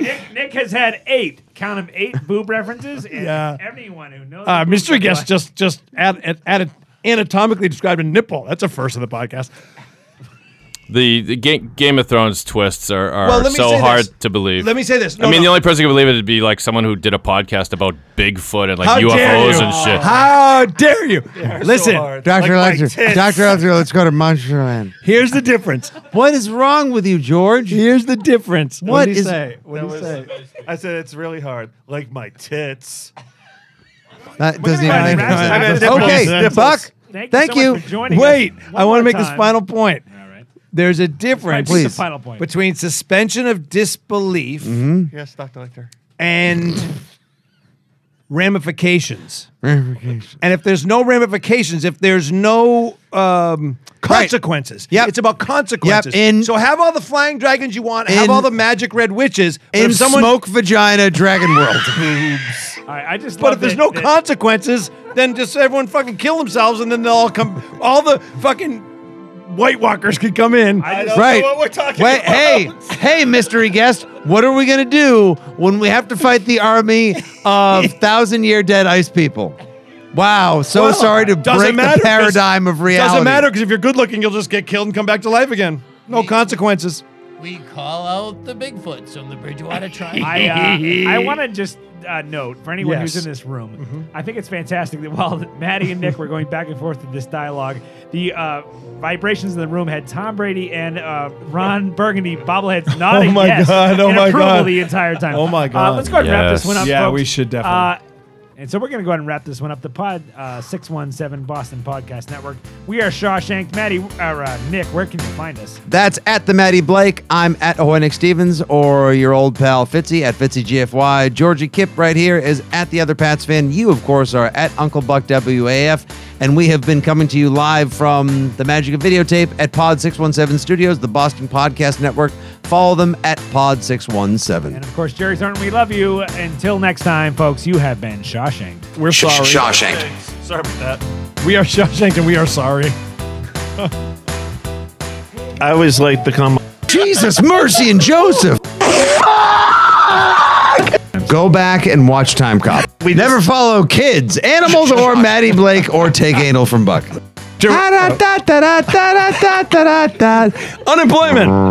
[SPEAKER 6] Nick, Nick has had eight. Count them eight boob references. And
[SPEAKER 9] Yeah.
[SPEAKER 6] Anyone who knows.
[SPEAKER 9] Uh,
[SPEAKER 6] the boob
[SPEAKER 9] Mr. Guest
[SPEAKER 6] reference-
[SPEAKER 9] just just add, add, added anatomically described a nipple. That's a first of the podcast.
[SPEAKER 13] The, the Ga- Game of Thrones twists are, are
[SPEAKER 9] Well, let me say
[SPEAKER 13] so
[SPEAKER 9] this.
[SPEAKER 13] hard to believe.
[SPEAKER 9] Let me say this.
[SPEAKER 13] I
[SPEAKER 9] No,
[SPEAKER 13] mean,
[SPEAKER 9] no.
[SPEAKER 13] the only person who could believe it would be like someone who did a podcast about Bigfoot and like
[SPEAKER 9] How dare
[SPEAKER 13] UFOs
[SPEAKER 9] you.
[SPEAKER 13] and shit.
[SPEAKER 9] How dare you? Listen,
[SPEAKER 7] Dr. Electra, Dr. Electra, let's go to Munchland.
[SPEAKER 9] Here's the difference.
[SPEAKER 7] What is wrong with you, George?
[SPEAKER 9] Here's the difference.
[SPEAKER 7] What
[SPEAKER 9] do you
[SPEAKER 7] is-
[SPEAKER 9] say? What do you say?
[SPEAKER 8] I said it's really hard. Like my tits.
[SPEAKER 7] That doesn't even
[SPEAKER 9] Right,
[SPEAKER 7] make
[SPEAKER 9] right, right.
[SPEAKER 7] sense.
[SPEAKER 9] Nipples,
[SPEAKER 7] Okay,
[SPEAKER 9] nipples.
[SPEAKER 7] Buck,
[SPEAKER 6] Thank you
[SPEAKER 7] thank
[SPEAKER 6] so
[SPEAKER 7] you.
[SPEAKER 6] much for joining
[SPEAKER 9] Wait,
[SPEAKER 6] us.
[SPEAKER 9] I
[SPEAKER 6] One
[SPEAKER 9] want to
[SPEAKER 6] more
[SPEAKER 9] make this
[SPEAKER 6] time.
[SPEAKER 9] final point. There's a difference
[SPEAKER 6] Please. The final point.
[SPEAKER 9] between suspension of disbelief
[SPEAKER 7] Mm-hmm.
[SPEAKER 8] Yes, Dr. Lecter.
[SPEAKER 9] and ramifications.
[SPEAKER 7] Ramifications.
[SPEAKER 9] And if there's no ramifications, if there's no um, consequences, yeah, it's about consequences.
[SPEAKER 7] in-
[SPEAKER 9] so have all the flying dragons you want, have
[SPEAKER 7] in-
[SPEAKER 9] all the magic red witches, but
[SPEAKER 7] In
[SPEAKER 9] if someone,
[SPEAKER 7] smoke vagina dragon world.
[SPEAKER 9] <laughs>
[SPEAKER 6] All right, I just.
[SPEAKER 9] but
[SPEAKER 6] love
[SPEAKER 9] if there's
[SPEAKER 6] that-
[SPEAKER 9] no
[SPEAKER 6] that-
[SPEAKER 9] consequences, then just everyone fucking kill themselves, and then they'll all come. All the fucking White Walkers could come in.
[SPEAKER 6] I just-
[SPEAKER 7] Right.
[SPEAKER 8] what we're talking
[SPEAKER 7] Wait,
[SPEAKER 8] about.
[SPEAKER 7] hey, hey, mystery guest, what are we gonna do when we have to fight the army of
[SPEAKER 9] <laughs>
[SPEAKER 7] thousand year dead ice people? Wow, so
[SPEAKER 9] Well,
[SPEAKER 7] sorry to
[SPEAKER 9] doesn't
[SPEAKER 7] break
[SPEAKER 9] matter
[SPEAKER 7] the
[SPEAKER 9] 'cause-
[SPEAKER 7] paradigm of reality.
[SPEAKER 9] Doesn't matter because if you're good looking, you'll just get killed and come back to life again. No consequences.
[SPEAKER 4] We call out the Bigfoots from the Bridgewater
[SPEAKER 6] <laughs>
[SPEAKER 4] Triangle.
[SPEAKER 6] I, uh, I want to just uh, note for anyone who's
[SPEAKER 9] Yes.
[SPEAKER 6] in this room, I think it's fantastic that while <laughs> Maddie and Nick were going back and forth in this dialogue, the uh, vibrations in the room had Tom Brady and uh,
[SPEAKER 9] <laughs>
[SPEAKER 6] Ron Burgundy bobbleheads nodding
[SPEAKER 9] my
[SPEAKER 6] yes
[SPEAKER 9] God, oh
[SPEAKER 6] in
[SPEAKER 9] my
[SPEAKER 6] approval
[SPEAKER 9] God.
[SPEAKER 6] the entire time.
[SPEAKER 9] Oh my
[SPEAKER 6] Uh,
[SPEAKER 9] God.
[SPEAKER 6] let's go ahead and wrap this
[SPEAKER 13] Yes.
[SPEAKER 6] one up.
[SPEAKER 9] Yeah,
[SPEAKER 6] folks.
[SPEAKER 9] we should definitely.
[SPEAKER 6] Uh, and so we're going to go ahead and wrap this one up. The Pod uh, 617 Boston Podcast Network. We are Shawshank. Maddie, or uh, Nick, where can you find us?
[SPEAKER 7] That's at the Maddie Blake. I'm at Nick Stevens or your old pal Fitzy at Fitzy GFY. Georgie Kip right here is at the other Pats fan. You, of course, are at Uncle Buck WAF. And we have been coming to you live from the magic of videotape at Pod 617 Studios, the Boston Podcast Network. Follow them at Pod 617.
[SPEAKER 6] And of course, Jerry Thornton, we love you. Until next time, folks, you have been Shawshank.
[SPEAKER 9] We're sorry.
[SPEAKER 8] Okay, Sorry
[SPEAKER 9] Mm-hmm.
[SPEAKER 8] about that.
[SPEAKER 9] We are Shawshank and we are sorry.
[SPEAKER 8] I always like the combo.
[SPEAKER 7] Jesus, mercy, and Joseph. Go back and watch Time Cop. We never follow kids, animals, or Maddie Blake, or take anal from Buck. Da-da-da-da-da-da-da-da-da.
[SPEAKER 9] Unemployment.